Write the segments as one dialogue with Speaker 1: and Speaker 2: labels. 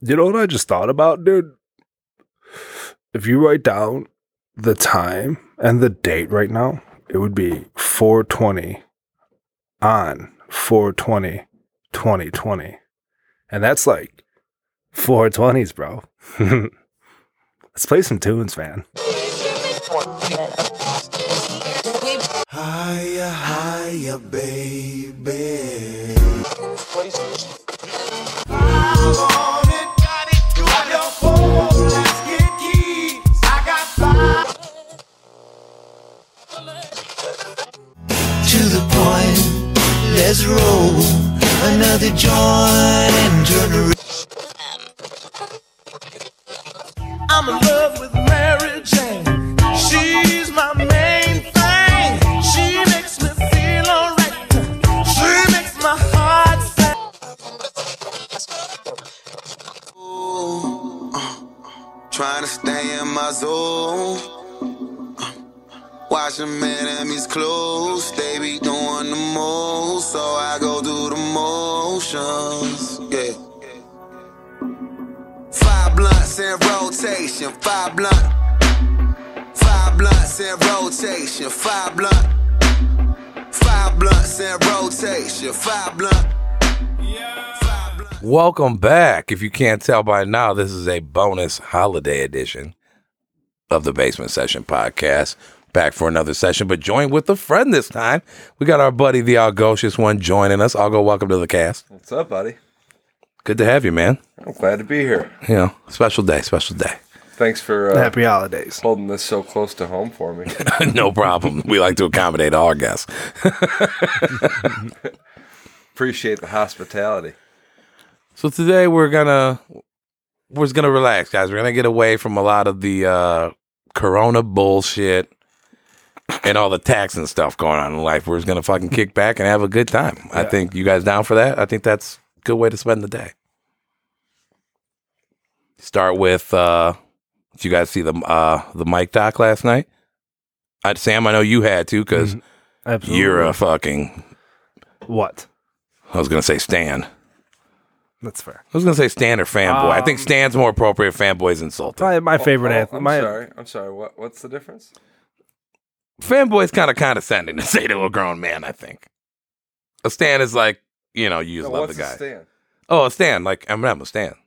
Speaker 1: You know what I just thought about, dude? If you write down the time and the date right now, it would be 420 on 420 2020. And that's like 420s, bro. Let's play some tunes, man.
Speaker 2: Higher, higher, baby. To the point, let's roll another joint and turn around. I'm in love with Mary Jane. She's my main thing. She makes me feel alright. She makes my heart sing.
Speaker 3: Trying to stay in my zone. Watching man at me's close. They be doing the most. So I go through the motions. Yeah. Five blunts in rotation. Five blunt. Five blunts in rotation. Five blunt. Five blunts in rotation. Five blunt. Five blunt.
Speaker 4: Welcome back. If you can't tell by now, this is a bonus holiday edition of the Basement Session podcast. Back for another session, but joined with a friend this time. We got our buddy, the Algocious One, joining us. I'll go welcome to the cast.
Speaker 5: What's up, buddy?
Speaker 4: Good to have you, man.
Speaker 5: I'm glad to be here.
Speaker 4: You know, special day, special day.
Speaker 5: Thanks for uh,
Speaker 1: Happy holidays.
Speaker 5: holding this so close to home for me.
Speaker 4: no problem. We like to accommodate all our guests.
Speaker 5: Appreciate the hospitality.
Speaker 4: So today we're gonna we're just gonna relax, guys. We're gonna get away from a lot of the uh, corona bullshit and all the tax and stuff going on in life. We're just gonna fucking kick back and have a good time. I think you guys down for that? I think that's a good way to spend the day. Start with uh did you guys see the uh the Mike doc last night? I, Sam, I know you had to because
Speaker 1: Absolutely.
Speaker 4: you're a fucking
Speaker 1: what?
Speaker 4: I was gonna say Stan.
Speaker 1: That's fair.
Speaker 4: I was gonna say Stan or fanboy. I think
Speaker 1: Um,
Speaker 4: Stan's more appropriate. Fanboy's insulting.
Speaker 1: Probably my favorite
Speaker 5: Oh,
Speaker 1: anthem.
Speaker 5: I'm
Speaker 1: my,
Speaker 5: sorry. I'm sorry. What? What's the difference?
Speaker 4: fanboy's kind of condescending to say to a grown man, I think. A Stan is like, you know, you just
Speaker 5: No,
Speaker 4: love the
Speaker 5: what's a
Speaker 4: guy.
Speaker 5: stand?
Speaker 4: oh, a Stan, like Eminem, a Stan.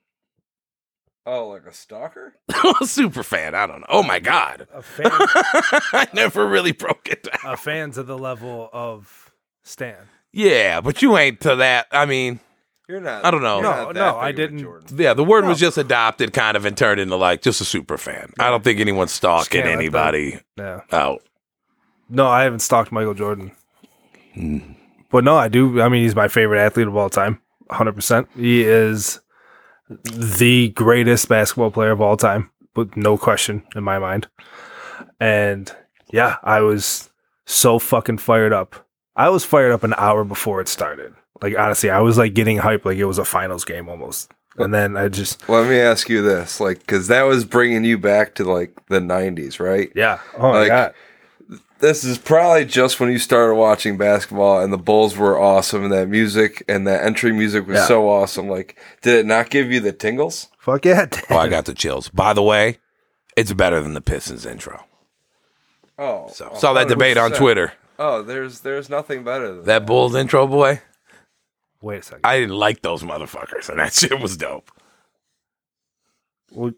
Speaker 5: Oh, like a stalker?
Speaker 4: a super fan, I don't know. Oh my God.
Speaker 1: A fan,
Speaker 4: I never really broke it down.
Speaker 1: a fan to the level of Stan.
Speaker 4: Yeah, but you ain't to that. I mean,
Speaker 5: You're not.
Speaker 4: I don't know.
Speaker 5: you're
Speaker 1: No,
Speaker 5: not that
Speaker 1: no,
Speaker 5: big
Speaker 1: I
Speaker 5: of a
Speaker 1: didn't-
Speaker 5: Jordan.
Speaker 4: yeah, the word was just adopted kind of and turned into like just a super fan. I don't think anyone's stalking
Speaker 1: Stan, I thought.
Speaker 4: anybody
Speaker 1: Yeah.
Speaker 4: out.
Speaker 1: No, I haven't stalked Michael Jordan. But no, I do. I mean, he's my favorite athlete of all time. 100%. He is the greatest basketball player of all time, with no question in my mind. And yeah, I was so fucking fired up. I was fired up an hour before it started. Like, honestly, I was like getting hype like it was a finals game almost. And then I just,
Speaker 5: Let me ask you this, like, because that was bringing you back to like the '90s, right?
Speaker 1: yeah. Oh my
Speaker 5: Like,
Speaker 1: God.
Speaker 5: This is probably just when you started watching basketball, and the Bulls were awesome, and that music and that entry music was
Speaker 1: Yeah.
Speaker 5: so awesome. Like, did it not give you the tingles?
Speaker 1: Fuck yeah.
Speaker 4: Oh, I got the chills. By the way, it's better than the Pistons intro.
Speaker 5: Oh,
Speaker 4: So
Speaker 5: oh,
Speaker 4: saw that debate on
Speaker 5: 100%.
Speaker 4: Twitter.
Speaker 5: Oh, there's there's nothing better than
Speaker 4: That Bulls intro, boy.
Speaker 1: Wait a second.
Speaker 4: I didn't like those motherfuckers, and that shit was dope.
Speaker 1: Well,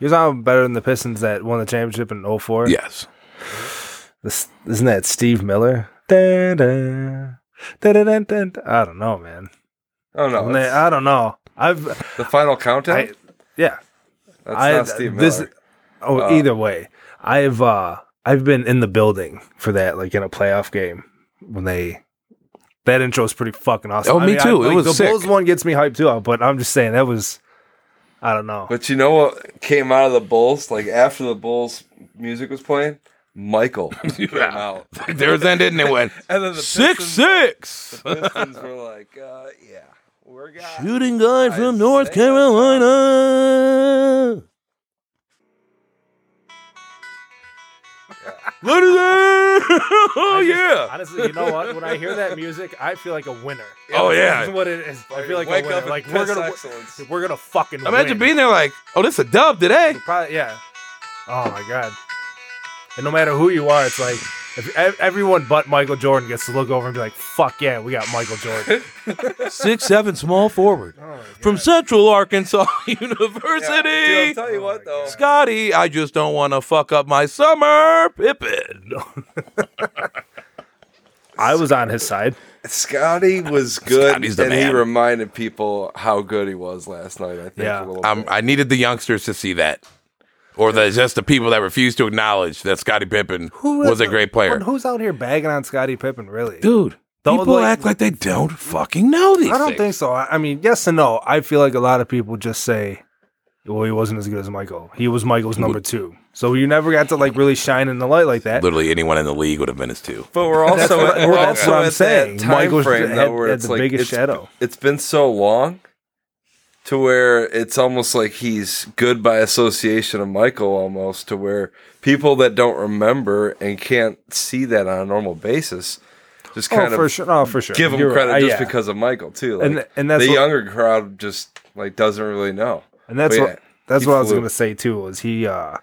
Speaker 1: you're talking better than the Pistons that won the championship in 04?
Speaker 4: Yes.
Speaker 1: This, isn't that Steve Miller? Dun-dun. Dun-dun-dun-dun. I don't know, man.
Speaker 5: Oh no,
Speaker 1: Man,
Speaker 5: that's-
Speaker 1: I don't know. I've,
Speaker 5: the final countdown.
Speaker 1: I, yeah.
Speaker 5: that's
Speaker 1: I,
Speaker 5: not Steve
Speaker 1: this-
Speaker 5: Miller.
Speaker 1: Oh,
Speaker 5: Uh,
Speaker 1: either way, I've uh, I've been in the building for that, like in a playoff game when they. That intro is pretty fucking awesome.
Speaker 4: Oh, me
Speaker 1: I-
Speaker 4: too. It
Speaker 1: like,
Speaker 4: was
Speaker 1: the
Speaker 4: sick.
Speaker 1: Bulls one gets me hyped too, but I'm just saying that was. I don't know.
Speaker 5: But you know what came out of the Bulls? Like after the Bulls music was playing, Michael came out,
Speaker 4: Theirs ended and it went
Speaker 5: and then the
Speaker 4: six
Speaker 5: Pistons,
Speaker 4: six.
Speaker 5: Pistons were like, uh, "Yeah, we're got."
Speaker 4: Shooting guard
Speaker 5: Isaiah
Speaker 4: from North
Speaker 5: Thomas.
Speaker 4: Carolina.
Speaker 5: Yeah.
Speaker 4: oh yeah.
Speaker 1: Honestly, you know what? When I hear that music, I feel like a winner.
Speaker 4: Oh
Speaker 1: That's
Speaker 4: yeah.
Speaker 1: what it is. I feel like
Speaker 5: Wake
Speaker 1: a winner.
Speaker 5: up and
Speaker 1: like we're
Speaker 5: piss
Speaker 1: gonna
Speaker 5: excellence.
Speaker 1: we're gonna fucking
Speaker 4: Imagine
Speaker 1: win.
Speaker 4: being there like, oh, this a dub today.
Speaker 1: Probably, yeah. Oh my god. And no matter who you are, it's like if ev- everyone but Michael Jordan gets to look over and be like, "Fuck yeah, we got Michael Jordan." Oh
Speaker 4: Six seven small forward from Central Arkansas University.
Speaker 5: Dude, I'll tell you what though.
Speaker 4: Scotty, I just don't want to fuck up my summer, Pippin.
Speaker 1: I was on his side.
Speaker 5: Scotty was good,
Speaker 4: Scotty's the
Speaker 5: and he
Speaker 4: man.
Speaker 5: reminded people how good he was last night. I think.
Speaker 1: Yeah.
Speaker 5: a little
Speaker 4: I'm,
Speaker 5: bit.
Speaker 4: I needed the youngsters to see that, or the just the people that refuse to acknowledge that Scottie Pippen was a great player.
Speaker 1: Who's out here bagging on Scottie Pippen? Really?
Speaker 4: Dude,
Speaker 1: Don't
Speaker 4: people
Speaker 1: like-
Speaker 4: act like they don't fucking know these.
Speaker 1: I don't
Speaker 4: things.
Speaker 1: think so. I, I mean, yes and no. I feel like a lot of people just say, "Well, he wasn't as good as Michael. He was Michael's number two. So you never got to like really shine in the light like that.
Speaker 4: Literally anyone in the league would have been his two.
Speaker 5: But we're also
Speaker 1: what-
Speaker 5: we're
Speaker 1: that's
Speaker 5: also
Speaker 1: what I'm
Speaker 5: at
Speaker 1: saying.
Speaker 5: that time
Speaker 1: Michael's
Speaker 5: frame
Speaker 1: had-
Speaker 5: though, where
Speaker 1: had
Speaker 5: it's
Speaker 1: the
Speaker 5: like
Speaker 1: biggest
Speaker 5: it's,
Speaker 1: shadow.
Speaker 5: It's been so long to where it's almost like he's good by association of Michael, almost to where people that don't remember and can't see that on a normal basis just
Speaker 1: Oh,
Speaker 5: kind
Speaker 1: for
Speaker 5: of
Speaker 1: sure. Oh, for sure.
Speaker 5: give him
Speaker 1: You're
Speaker 5: credit
Speaker 1: right. Uh,
Speaker 5: just
Speaker 1: yeah.
Speaker 5: because of Michael too. Like,
Speaker 1: And th- and that's
Speaker 5: the
Speaker 1: what-
Speaker 5: younger crowd just like doesn't really know.
Speaker 1: And that's
Speaker 5: But
Speaker 1: what
Speaker 5: yeah,
Speaker 1: that's
Speaker 5: he
Speaker 1: what I was
Speaker 5: flew.
Speaker 1: gonna say too. Was he uh,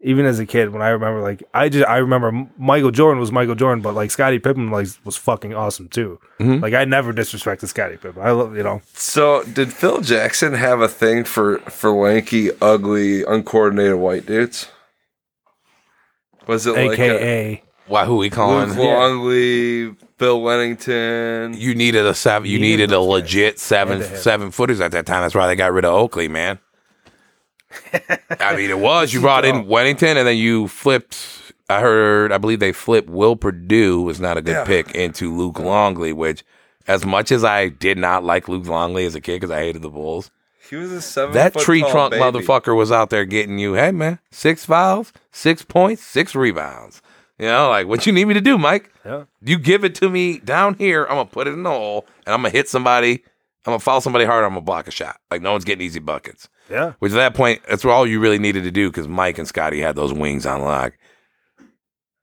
Speaker 1: even as a kid when I remember like I just I remember M- Michael Jordan was Michael Jordan, but like Scottie Pippen like was fucking awesome too.
Speaker 5: Mm-hmm.
Speaker 1: Like I never disrespected Scottie Pippen. I love you know
Speaker 5: So did Phil Jackson have a thing for for lanky, ugly, uncoordinated white dudes? Was it like uh, a-
Speaker 1: AKA
Speaker 4: Why? Who we calling?
Speaker 5: Luke Longley, Bill Wennington.
Speaker 4: You needed a seven. You
Speaker 1: Needed
Speaker 4: needed a
Speaker 1: those guys.
Speaker 4: legit seven
Speaker 1: Had to have-
Speaker 4: seven footers at that time. That's why they got rid of Oakley, man. I mean, it was you brought in Wennington, and then you flipped. I heard, I believe they flipped Will Purdue was not a good
Speaker 5: Yeah.
Speaker 4: pick into Luke Longley, which, as much as I did not like Luke Longley as a kid because I hated the Bulls,
Speaker 5: He was a seven.
Speaker 4: that
Speaker 5: foot
Speaker 4: tree
Speaker 5: tall
Speaker 4: trunk
Speaker 5: baby.
Speaker 4: motherfucker was out there getting you. Hey man, six fouls, six points, six rebounds. You know, like what you need me to do, Mike?
Speaker 1: yeah.
Speaker 4: You give it to me down here. I'm gonna put it in the hole, and I'm gonna hit somebody. I'm gonna foul somebody hard. I'm gonna block a shot. Like no one's getting easy buckets.
Speaker 1: Yeah.
Speaker 4: Which at that point, that's all you really needed to do because Mike and Scotty had those wings on lock,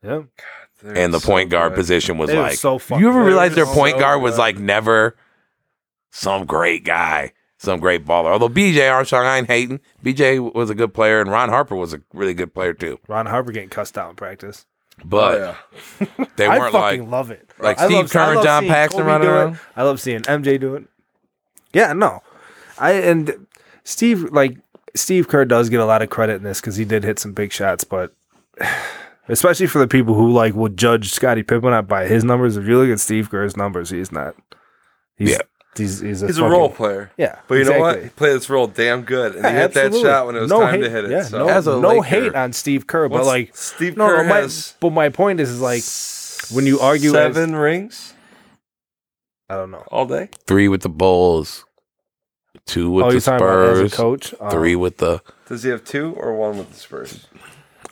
Speaker 1: Yeah.
Speaker 5: They're
Speaker 4: and the
Speaker 5: so
Speaker 4: point guard
Speaker 5: good.
Speaker 4: position was
Speaker 1: It was
Speaker 4: like.
Speaker 1: so fucking
Speaker 4: you ever
Speaker 1: good.
Speaker 4: realize their
Speaker 5: so
Speaker 4: point guard was
Speaker 5: good.
Speaker 4: like never some great guy, some great baller. Although BJ Armstrong, I ain't hating. BJ was a good player, and Ron Harper was a really good player too.
Speaker 1: Ron Harper getting cussed out in practice.
Speaker 4: But
Speaker 5: Oh, yeah.
Speaker 4: they
Speaker 1: Oh, I
Speaker 4: weren't
Speaker 1: fucking
Speaker 4: like
Speaker 1: love it.
Speaker 4: like
Speaker 1: I
Speaker 4: Steve
Speaker 1: love- I
Speaker 4: Kerr and
Speaker 1: love
Speaker 4: John
Speaker 1: seeing
Speaker 4: Paxton
Speaker 1: Kobe
Speaker 4: running
Speaker 1: do it.
Speaker 4: around.
Speaker 1: I love seeing MJ do it. Yeah, no, I and Steve like Steve Kerr does get a lot of credit in this because he did hit some big shots, but especially for the people who like will judge Scottie Pippen not by his numbers. If you look at Steve Kerr's numbers, he's not. He's,
Speaker 4: Yeah.
Speaker 1: he's he's a,
Speaker 5: He's a
Speaker 1: fucking-
Speaker 5: role player.
Speaker 1: Yeah,
Speaker 5: But you know what?
Speaker 1: exactly.
Speaker 5: He played this role damn good, and
Speaker 1: Yeah,
Speaker 5: he hit
Speaker 1: absolutely.
Speaker 5: that shot when it was time to hit it.
Speaker 1: Yeah,
Speaker 5: so.
Speaker 1: no,
Speaker 4: As a
Speaker 1: no
Speaker 4: Laker.
Speaker 1: hate on Steve Kerr, but
Speaker 5: What's-
Speaker 1: like
Speaker 5: Steve
Speaker 1: no,
Speaker 5: Kerr
Speaker 1: no, my-
Speaker 5: has
Speaker 1: but my point is, is like when you argue as-
Speaker 5: seven rings
Speaker 1: I don't know.
Speaker 5: all day.
Speaker 4: three with the Bulls, two with
Speaker 1: oh,
Speaker 4: the
Speaker 1: you're talking about as
Speaker 4: Spurs,
Speaker 1: a coach? Um,
Speaker 4: three with the.
Speaker 5: Does he have two or one with the Spurs?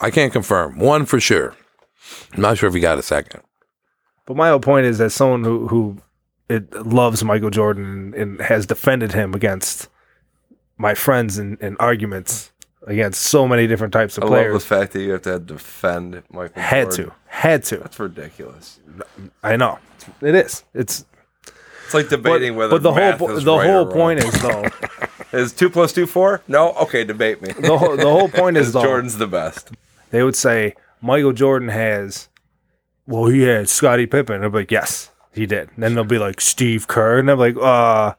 Speaker 4: I can't confirm one for sure. I'm not sure if he got a second.
Speaker 1: But my whole point is that someone who who it loves Michael Jordan and, and has defended him against my friends in, in arguments against so many different types of
Speaker 5: I love
Speaker 1: players
Speaker 5: the fact that you have to defend Michael.
Speaker 1: had
Speaker 5: Jordan.
Speaker 1: to had to.
Speaker 5: That's ridiculous.
Speaker 1: I know it is. It's
Speaker 5: It's like debating whether
Speaker 1: but the whole
Speaker 5: math
Speaker 1: po-
Speaker 5: is
Speaker 1: the
Speaker 5: right
Speaker 1: whole
Speaker 5: or
Speaker 1: point
Speaker 5: wrong.
Speaker 1: is though
Speaker 5: is two plus two four. No, okay, debate me.
Speaker 1: the whole the whole point is though
Speaker 5: Jordan's the best.
Speaker 1: they would say Michael Jordan has, well, he had Scottie Pippen. I'm like, yes, he did. And then they'll be like Steve Kerr, and I'm like, uh,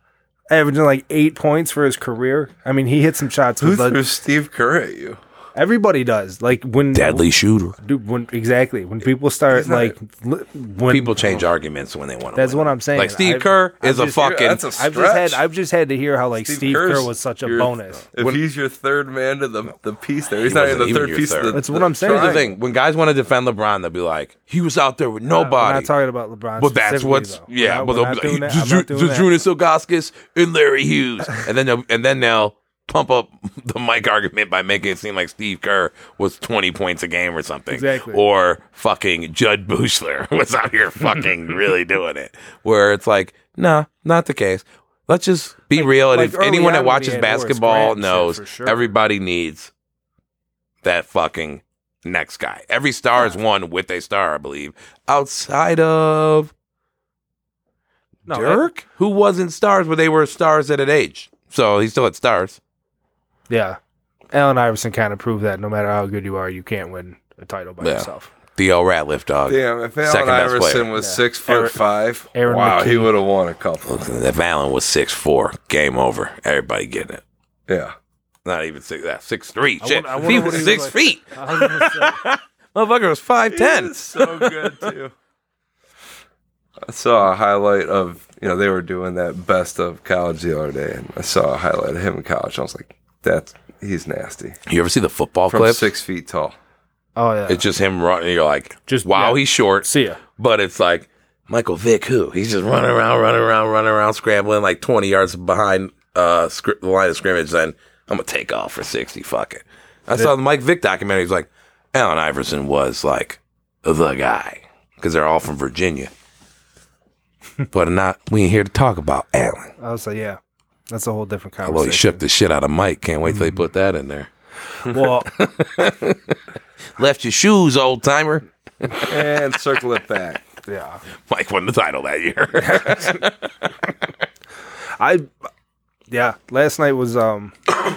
Speaker 1: averaging like eight points for his career. I mean, he hit some shots.
Speaker 5: Who
Speaker 1: With
Speaker 5: threw
Speaker 1: the,
Speaker 5: Steve Kerr at you?
Speaker 1: everybody does. Like when
Speaker 4: Deadly shooter.
Speaker 1: dude, when exactly when people start
Speaker 5: not-
Speaker 1: like li- when
Speaker 4: People change arguments when they want to.
Speaker 1: That's
Speaker 4: win.
Speaker 1: what I'm saying.
Speaker 4: Like Steve
Speaker 1: I've-
Speaker 4: Kerr is a
Speaker 5: just- you're-
Speaker 4: fucking.
Speaker 5: that's a
Speaker 1: I've just had
Speaker 5: stretch.
Speaker 1: I've just had to hear how like Steve, Kerr
Speaker 5: Kerr's
Speaker 1: was such a
Speaker 5: your-
Speaker 1: bonus.
Speaker 5: If he's your third man to the, the piece there, he's not
Speaker 4: wasn't
Speaker 5: even the
Speaker 4: even
Speaker 5: third
Speaker 4: your
Speaker 5: piece.
Speaker 4: third.
Speaker 5: Of the,
Speaker 1: That's what I'm saying.
Speaker 4: Here's the
Speaker 1: Right.
Speaker 4: thing: when guys want to defend LeBron, they'll be like, "He was out there with
Speaker 1: I'm
Speaker 4: nobody."
Speaker 1: not talking about LeBron.
Speaker 4: But that's
Speaker 1: specifically,
Speaker 4: what's
Speaker 1: though.
Speaker 4: yeah.
Speaker 1: We're
Speaker 4: but
Speaker 1: not- we're
Speaker 4: they'll be
Speaker 1: not
Speaker 4: like,
Speaker 1: doing that. I'm not doing that.
Speaker 4: Zdrunas Ilgauskas and Larry Hughes, and then they'll, and then they'll pump up the mic argument by making it seem like Steve Kerr was twenty points a game or something,
Speaker 1: Exactly.
Speaker 4: Or fucking Judd Bushler was out here fucking really doing it, where it's like, nah, not the case. Let's just be real, and
Speaker 1: like
Speaker 4: if
Speaker 1: early on
Speaker 4: anyone
Speaker 1: when
Speaker 4: that
Speaker 1: he
Speaker 4: watches
Speaker 1: had Horace
Speaker 4: basketball
Speaker 1: Grant and shit,
Speaker 4: knows,
Speaker 1: for sure.
Speaker 4: everybody needs that fucking next guy. Every star is one with a star, I believe. Outside of
Speaker 1: No,
Speaker 4: Dirk, who wasn't stars, but they were stars at an age. So he still had stars.
Speaker 1: Yeah. Allen Iverson kind of proved that no matter how good you are, you can't win a title by
Speaker 4: Yeah.
Speaker 1: yourself.
Speaker 4: Theo Ratliff, dog.
Speaker 5: Damn, if Allen
Speaker 4: Second best
Speaker 5: Iverson
Speaker 4: player.
Speaker 5: was six foot
Speaker 1: Aaron-
Speaker 5: five,
Speaker 1: Aaron
Speaker 5: wow, he
Speaker 1: McKee.
Speaker 5: would have won a couple.
Speaker 4: If Allen was six four, game over. Everybody getting it.
Speaker 5: Yeah.
Speaker 4: Not even six. That six three.
Speaker 1: I
Speaker 4: Shit,
Speaker 1: wonder- I
Speaker 4: If
Speaker 1: wonder
Speaker 4: he
Speaker 1: what
Speaker 4: was
Speaker 1: he was
Speaker 4: six
Speaker 1: like.
Speaker 4: feet.
Speaker 1: I was gonna say,
Speaker 4: Motherfucker was five ten.
Speaker 5: It's so good too. I saw a highlight of you know they were doing that best of college the other day, and I saw a highlight of him in college. I was like, that's he's nasty
Speaker 4: You ever see the football
Speaker 5: from
Speaker 4: clips?
Speaker 5: six feet tall.
Speaker 1: oh yeah.
Speaker 4: It's just him running. You're like,
Speaker 1: Just-
Speaker 4: just wow,
Speaker 1: yeah.
Speaker 4: he's short.
Speaker 1: See ya.
Speaker 4: But it's like Michael Vick, who he's just running around, running around, running around, scrambling like 20 yards behind uh scr- the line of scrimmage. Then I'm gonna take off for 60. Fuck it. I saw the Mike Vick documentary. He's like, Allen Iverson was like the guy because they're all from Virginia. but not we ain't here to talk about Allen.
Speaker 1: I was like, yeah. That's a whole different
Speaker 4: Well, he
Speaker 1: conversation.
Speaker 4: shook the shit out of Mike. Can't wait till they put that in there.
Speaker 1: Well,
Speaker 4: Left your shoes, old timer.
Speaker 5: And circle it back.
Speaker 1: yeah.
Speaker 4: Mike won the title that year.
Speaker 1: I yeah, last night was um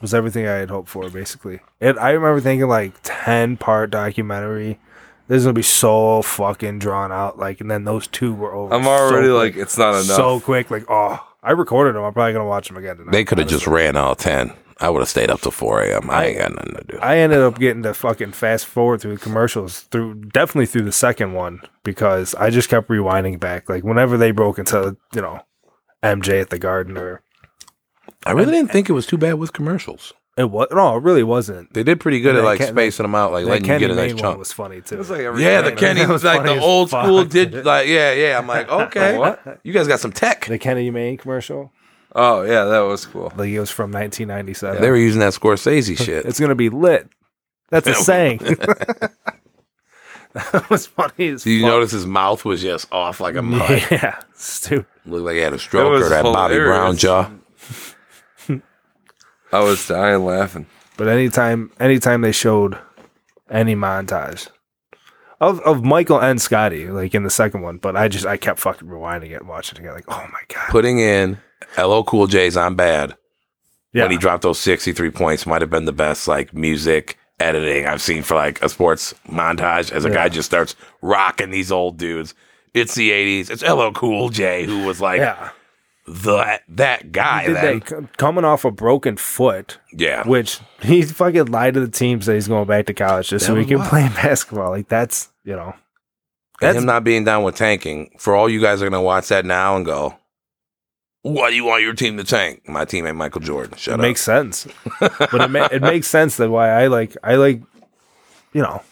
Speaker 1: was everything I had hoped for basically. And I remember thinking like 10 part documentary this is going to be so fucking drawn out like and then those two were over.
Speaker 5: I'm
Speaker 1: so
Speaker 5: already like,
Speaker 1: quick-
Speaker 5: it's not enough.
Speaker 1: so quick like oh, I recorded them. I'm probably going to watch them again tonight.
Speaker 4: They could have just ran all 10. I would have stayed up till 4 a.m. I ain't got nothing to do.
Speaker 1: I ended up getting to fucking fast forward through the commercials through definitely through the second one because I just kept rewinding back like whenever they broke into, you know, MJ at the garden or
Speaker 4: I really didn't think it was too bad with commercials.
Speaker 1: it was no, it really wasn't.
Speaker 4: They did pretty good
Speaker 1: And
Speaker 4: at
Speaker 1: that
Speaker 4: like
Speaker 1: Ken-
Speaker 4: spacing them out, like
Speaker 1: That
Speaker 4: letting you
Speaker 1: Kenny
Speaker 4: get a nice
Speaker 1: Mayne one
Speaker 4: chunk.
Speaker 1: was funny too.
Speaker 5: It was like every
Speaker 4: Yeah, the
Speaker 5: time.
Speaker 4: Kenny
Speaker 1: That was
Speaker 4: was like
Speaker 1: funny
Speaker 4: the
Speaker 1: as
Speaker 4: old
Speaker 1: fuck.
Speaker 4: school did like yeah, yeah. I'm like, okay,
Speaker 5: What?
Speaker 4: you guys got some tech.
Speaker 1: the Kenny Mayne commercial.
Speaker 5: Oh yeah, that was cool.
Speaker 1: Like it was from 1997.
Speaker 4: They were using that Scorsese shit.
Speaker 1: It's gonna be lit. That's a saying. that was funny as
Speaker 4: Do you
Speaker 1: fuck.
Speaker 4: notice his mouth was just off like a mug?
Speaker 1: Yeah, stupid.
Speaker 4: Looked like he had a stroke or
Speaker 5: was
Speaker 4: that Bobby
Speaker 5: hilarious.
Speaker 4: Brown jaw.
Speaker 5: I was dying laughing.
Speaker 1: But anytime, anytime they showed any montage of of Michael and Scotty, like in the second one, but I just I kept fucking rewinding it, and watching it again. Like, oh my god,
Speaker 4: Putting in LO Cool J's "I'm Bad"
Speaker 1: yeah,
Speaker 4: when he dropped those 63 points might have been the best like music editing I've seen for like a sports montage as a guy just starts rocking these old dudes. It's the 80s. It's LL Cool J who was like
Speaker 1: yeah.
Speaker 4: the that guy
Speaker 1: Did
Speaker 4: then.
Speaker 1: they c- coming off a broken foot?
Speaker 4: yeah.
Speaker 1: which he fucking lied to the team that he's going back to college just so he
Speaker 4: That was
Speaker 1: can
Speaker 4: wild.
Speaker 1: play basketball. Like that's you know,
Speaker 4: and
Speaker 1: that's-
Speaker 4: him not being down with tanking. For all you guys are going to watch that now and go, "Why do you want your team to tank?" My teammate Michael Jordan. Shut
Speaker 1: it
Speaker 4: up.
Speaker 1: makes sense. but it, ma- it makes sense that why I like I like, you know,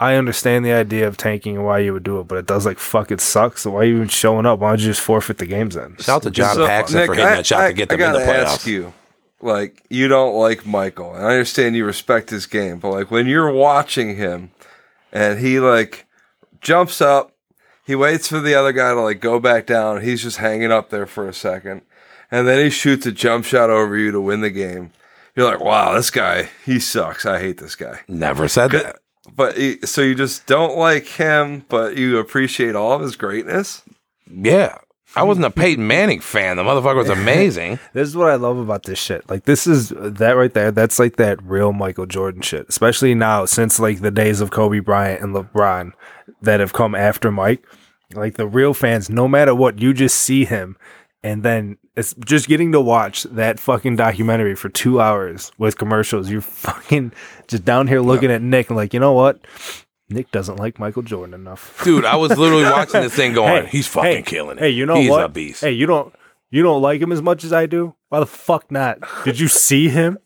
Speaker 1: I understand the idea of tanking and why you would do it, but it does like fucking suck. So why are you even showing up? Why don't you just forfeit the games then?
Speaker 4: Shout out to John
Speaker 5: So,
Speaker 4: Paxson
Speaker 5: Nick,
Speaker 4: for hitting that shot
Speaker 5: I,
Speaker 4: to get
Speaker 5: I
Speaker 4: them in the
Speaker 5: gotta ask
Speaker 4: playoffs.
Speaker 5: you, like, you don't like Michael, and I understand you respect his game, but like when you're watching him, and he like jumps up, he waits for the other guy to like go back down. He's just hanging up there for a second, and then he shoots a jump shot over you to win the game. You're like, wow, this guy, he sucks. I hate this guy.
Speaker 4: Never said that.
Speaker 5: But he, so you just don't like him, but you appreciate all of his greatness.
Speaker 4: Yeah. I wasn't a Peyton Manning fan. The motherfucker was amazing.
Speaker 1: This is what I love about this shit. Like this is that right there. That's like that real Michael Jordan shit. Especially now since like the days of Kobe Bryant and LeBron that have come after Mike. Like the real fans, no matter what, you just see him and then it's just getting to watch that fucking documentary for two hours with commercials. You're fucking just down here looking at Nick and like, you know what? Nick doesn't like Michael Jordan enough.
Speaker 4: Dude, I was literally watching this thing going,
Speaker 1: Hey,
Speaker 4: he's fucking
Speaker 1: hey,
Speaker 4: killing it.
Speaker 1: Hey, you know
Speaker 4: he's
Speaker 1: what?
Speaker 4: a beast.
Speaker 1: Hey, you don't you don't like him as much as I do? Why the fuck not? Did you see him?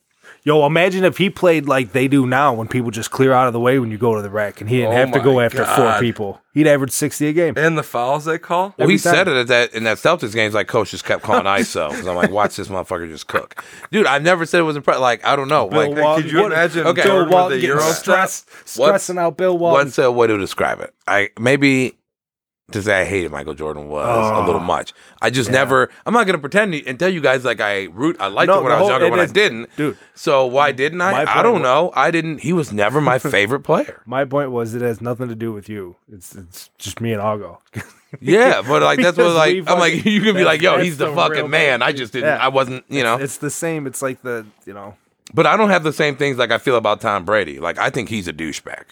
Speaker 1: Yo, imagine if he played like they do now when people just clear out of the way when you go to the rack and he didn't
Speaker 5: Oh
Speaker 1: have to
Speaker 5: my
Speaker 1: go after four
Speaker 5: God.
Speaker 1: people. He'd average 60 a game.
Speaker 5: And the fouls they call.
Speaker 4: Well, he
Speaker 1: time.
Speaker 4: said it at that in that Celtics game. He's like, coach just kept calling ISO because I'm like, watch this motherfucker just cook, dude. I never said it was impressive. Like, I don't know.
Speaker 1: Bill
Speaker 4: like,
Speaker 1: Walton-
Speaker 5: could you imagine
Speaker 4: okay.
Speaker 5: Jordan
Speaker 1: Bill
Speaker 5: with
Speaker 1: Walton
Speaker 5: the
Speaker 1: getting
Speaker 5: Euro
Speaker 1: stressed,
Speaker 4: What's-
Speaker 1: stressing out Bill Walton.
Speaker 4: what's a way to describe it? I maybe to say I hated Michael Jordan was a
Speaker 1: Oh.
Speaker 4: little much. I just never. I'm not gonna pretend and tell you guys like I root. I liked
Speaker 1: No,
Speaker 4: it
Speaker 1: the
Speaker 4: when I
Speaker 1: whole-
Speaker 4: was younger.
Speaker 1: it
Speaker 4: When
Speaker 1: is-
Speaker 4: I didn't,
Speaker 1: dude.
Speaker 4: So why didn't I?
Speaker 1: My
Speaker 4: I
Speaker 1: point
Speaker 4: don't
Speaker 1: was-
Speaker 4: know. I didn't. He was never my favorite player.
Speaker 1: My point was it has nothing to do with you. It's it's just me and Algo.
Speaker 4: Yeah, but like that's what
Speaker 1: Because
Speaker 4: like
Speaker 1: we
Speaker 4: I'm like
Speaker 1: fucking-
Speaker 4: you can be
Speaker 1: that's-
Speaker 4: like yo
Speaker 1: that's
Speaker 4: he's the,
Speaker 1: the real
Speaker 4: fucking
Speaker 1: thing.
Speaker 4: man. I just didn't.
Speaker 1: Yeah.
Speaker 4: I wasn't. You know.
Speaker 1: It's the same. It's like the you know.
Speaker 4: But I don't have the same things like I feel about Tom Brady. Like I think he's a douchebag.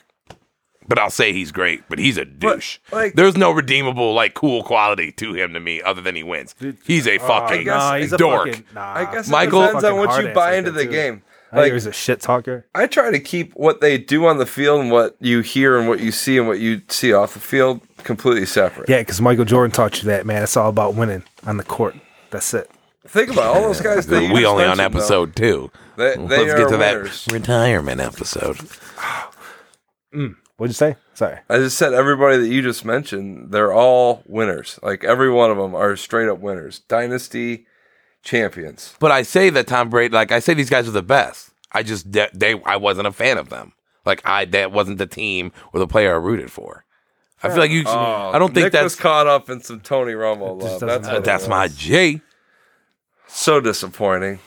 Speaker 4: But I'll say he's great, but he's a douche.
Speaker 5: like-
Speaker 4: There's no redeemable, like, cool quality to him to me other than he wins. He's a fucking
Speaker 5: guess-
Speaker 1: uh, oh, nah, he's a
Speaker 4: dork.
Speaker 1: fucking- nah.
Speaker 5: I guess
Speaker 4: Uh, Michael-
Speaker 5: it depends on
Speaker 1: Fucking
Speaker 5: what
Speaker 1: hard
Speaker 5: you
Speaker 1: ass
Speaker 5: buy
Speaker 1: like
Speaker 5: into
Speaker 1: that,
Speaker 5: the
Speaker 1: too.
Speaker 5: game.
Speaker 1: I think he
Speaker 5: Like
Speaker 1: was a shit talker.
Speaker 5: I try to keep what they do on the field and what you hear and what you see and what you see off the field completely separate.
Speaker 1: Yeah, because Michael Jordan taught you that man. It's all about winning on the court. That's it.
Speaker 5: Think about all those guys. That you
Speaker 4: we
Speaker 5: just
Speaker 4: only on
Speaker 5: mentioned, though.
Speaker 4: episode two.
Speaker 5: They- they
Speaker 4: Let's get
Speaker 5: are
Speaker 4: to
Speaker 5: winners.
Speaker 4: that retirement episode.
Speaker 1: What'd you say? Sorry.
Speaker 5: I just said everybody that you just mentioned, they're all winners. Like every one of them are straight up winners, dynasty champions.
Speaker 4: But I say that Tom Brady, like I say, these guys are the best. I just they, they I wasn't a fan of them. Like I that wasn't the team or the player I rooted for. I feel like you. I don't think
Speaker 5: Nick was
Speaker 4: that's
Speaker 5: caught up in some Tony Romo love.
Speaker 1: just doesn't
Speaker 5: That's,
Speaker 1: matter.
Speaker 5: what it
Speaker 4: that's my
Speaker 5: was.
Speaker 4: G.
Speaker 5: so disappointing.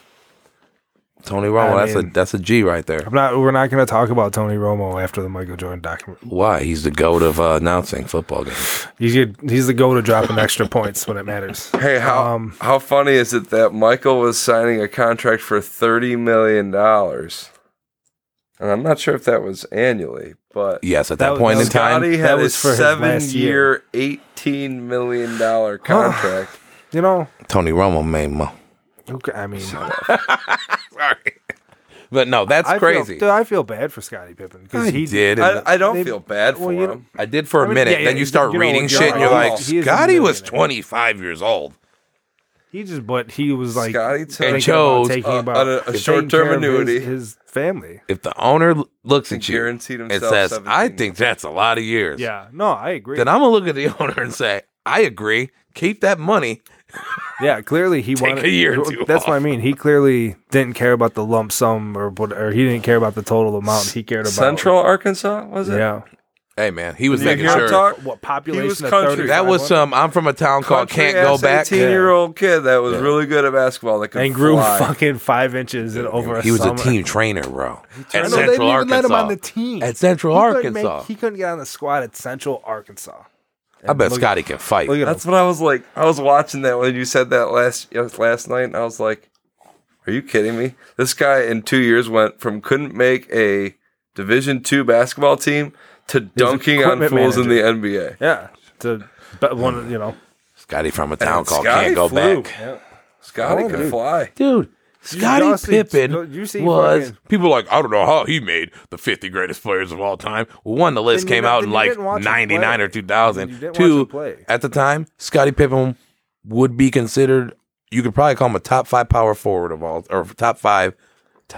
Speaker 4: Tony Romo.
Speaker 1: I
Speaker 4: that's a
Speaker 1: mean-
Speaker 4: that's a G right there.
Speaker 1: I'm not. We're not going to talk about Tony Romo after the Michael Jordan documentary.
Speaker 4: Why? He's the goat of uh, announcing football games.
Speaker 1: He's good. He's the go to dropping extra points when it matters.
Speaker 5: Hey, how
Speaker 1: Um,
Speaker 5: how funny is it that Michael was signing a contract for thirty million dollars, and I'm not sure if that was annually, but
Speaker 4: Yes, at
Speaker 1: That
Speaker 4: that,
Speaker 1: was-
Speaker 4: point
Speaker 1: that
Speaker 4: in
Speaker 1: was
Speaker 4: time,
Speaker 5: Scotty
Speaker 1: that
Speaker 5: had a
Speaker 1: was for his last
Speaker 5: seven-year,
Speaker 1: year.
Speaker 5: eighteen million dollar contract.
Speaker 1: You know.
Speaker 4: Tony Romo made mo.
Speaker 1: Okay. I mean,
Speaker 4: Sorry, but no, that's
Speaker 1: I
Speaker 4: crazy.
Speaker 1: Feel, dude, I feel bad for Scottie Pippen because
Speaker 4: I
Speaker 1: he
Speaker 4: did. and-
Speaker 5: I, I don't
Speaker 1: They-
Speaker 5: feel bad for
Speaker 1: well, you
Speaker 5: him.
Speaker 4: I did for a
Speaker 1: I mean,
Speaker 4: minute.
Speaker 1: yeah, yeah,
Speaker 4: then you start
Speaker 1: you know,
Speaker 4: reading
Speaker 1: you're
Speaker 4: shit, and you're
Speaker 5: right.
Speaker 4: like,
Speaker 1: He is a
Speaker 4: Scotty was
Speaker 1: millionaire.
Speaker 4: 25 years old.
Speaker 1: He just, but he was like
Speaker 5: Scotty
Speaker 1: thinking
Speaker 5: took-
Speaker 4: chose
Speaker 1: about taking
Speaker 5: a-
Speaker 1: about
Speaker 5: a- a
Speaker 1: taking
Speaker 5: short-term
Speaker 1: care of his-
Speaker 5: annuity.
Speaker 1: His, family.
Speaker 4: If the owner l- looks at you and
Speaker 5: Guaranteed himself
Speaker 4: says, "I
Speaker 5: 17.
Speaker 4: think that's a lot of years,"
Speaker 1: Yeah, no, I agree.
Speaker 4: then I'm gonna look at the owner and say, "I agree. Keep that money."
Speaker 1: yeah, clearly he
Speaker 4: Take
Speaker 1: wanted.
Speaker 4: a year or two
Speaker 1: that's what I
Speaker 4: off.
Speaker 1: mean. He clearly didn't care about the lump sum or what, or he didn't care about the total amount. He cared about
Speaker 5: Central Arkansas was it?
Speaker 1: Yeah,
Speaker 4: Hey, man, he was
Speaker 5: You
Speaker 4: making
Speaker 5: hear him
Speaker 4: sure.
Speaker 5: talk?
Speaker 1: what
Speaker 5: He was
Speaker 1: population of
Speaker 5: country.
Speaker 1: thirty?
Speaker 4: That was uh, some. I'm from a town called Can't Go Back.
Speaker 5: Eighteen year old kid that was really good at basketball that could
Speaker 1: and grew
Speaker 5: fly.
Speaker 1: fucking five inches and over.
Speaker 4: He was a
Speaker 1: summer.
Speaker 4: team trainer,
Speaker 1: I
Speaker 4: bro. At
Speaker 1: know, they didn't
Speaker 4: Central
Speaker 1: even let him on
Speaker 4: Arkansas.
Speaker 1: the team
Speaker 4: At Central
Speaker 1: He couldn't make-
Speaker 4: Arkansas.
Speaker 1: he couldn't get on the squad at Central Arkansas.
Speaker 4: I bet
Speaker 1: Look-
Speaker 4: Scotty can fight.
Speaker 1: Look at
Speaker 5: That's what I was like. I was watching that when you said that last yes, last night, and I was like, "Are you kidding me? This guy in two years went from couldn't make a Division two basketball team to dunking on
Speaker 1: equipment
Speaker 5: fools
Speaker 1: manager.
Speaker 5: in the NBA."
Speaker 1: Yeah, to but one, you know.
Speaker 4: Scotty from a town
Speaker 5: And
Speaker 4: called
Speaker 5: Scotty
Speaker 4: Can't Go
Speaker 5: flew.
Speaker 4: Back.
Speaker 5: Scotty
Speaker 1: Oh,
Speaker 5: could
Speaker 1: dude.
Speaker 5: fly.
Speaker 4: Dude, Scotty
Speaker 1: Dawson,
Speaker 4: Pippen
Speaker 1: you see
Speaker 4: was
Speaker 1: fucking-
Speaker 4: people are like I don't know how he made the 50 greatest players of all time. Well, one, the list
Speaker 1: Then you
Speaker 4: came
Speaker 1: don't-
Speaker 4: out
Speaker 1: then
Speaker 4: in
Speaker 1: you
Speaker 4: like
Speaker 1: didn't watch him
Speaker 4: 99
Speaker 1: play.
Speaker 4: or 2000.
Speaker 1: You didn't watch him
Speaker 4: Two,
Speaker 1: play.
Speaker 4: at the time, Scotty Pippen would be considered. You could probably call him a top five power forward of all, or top five t-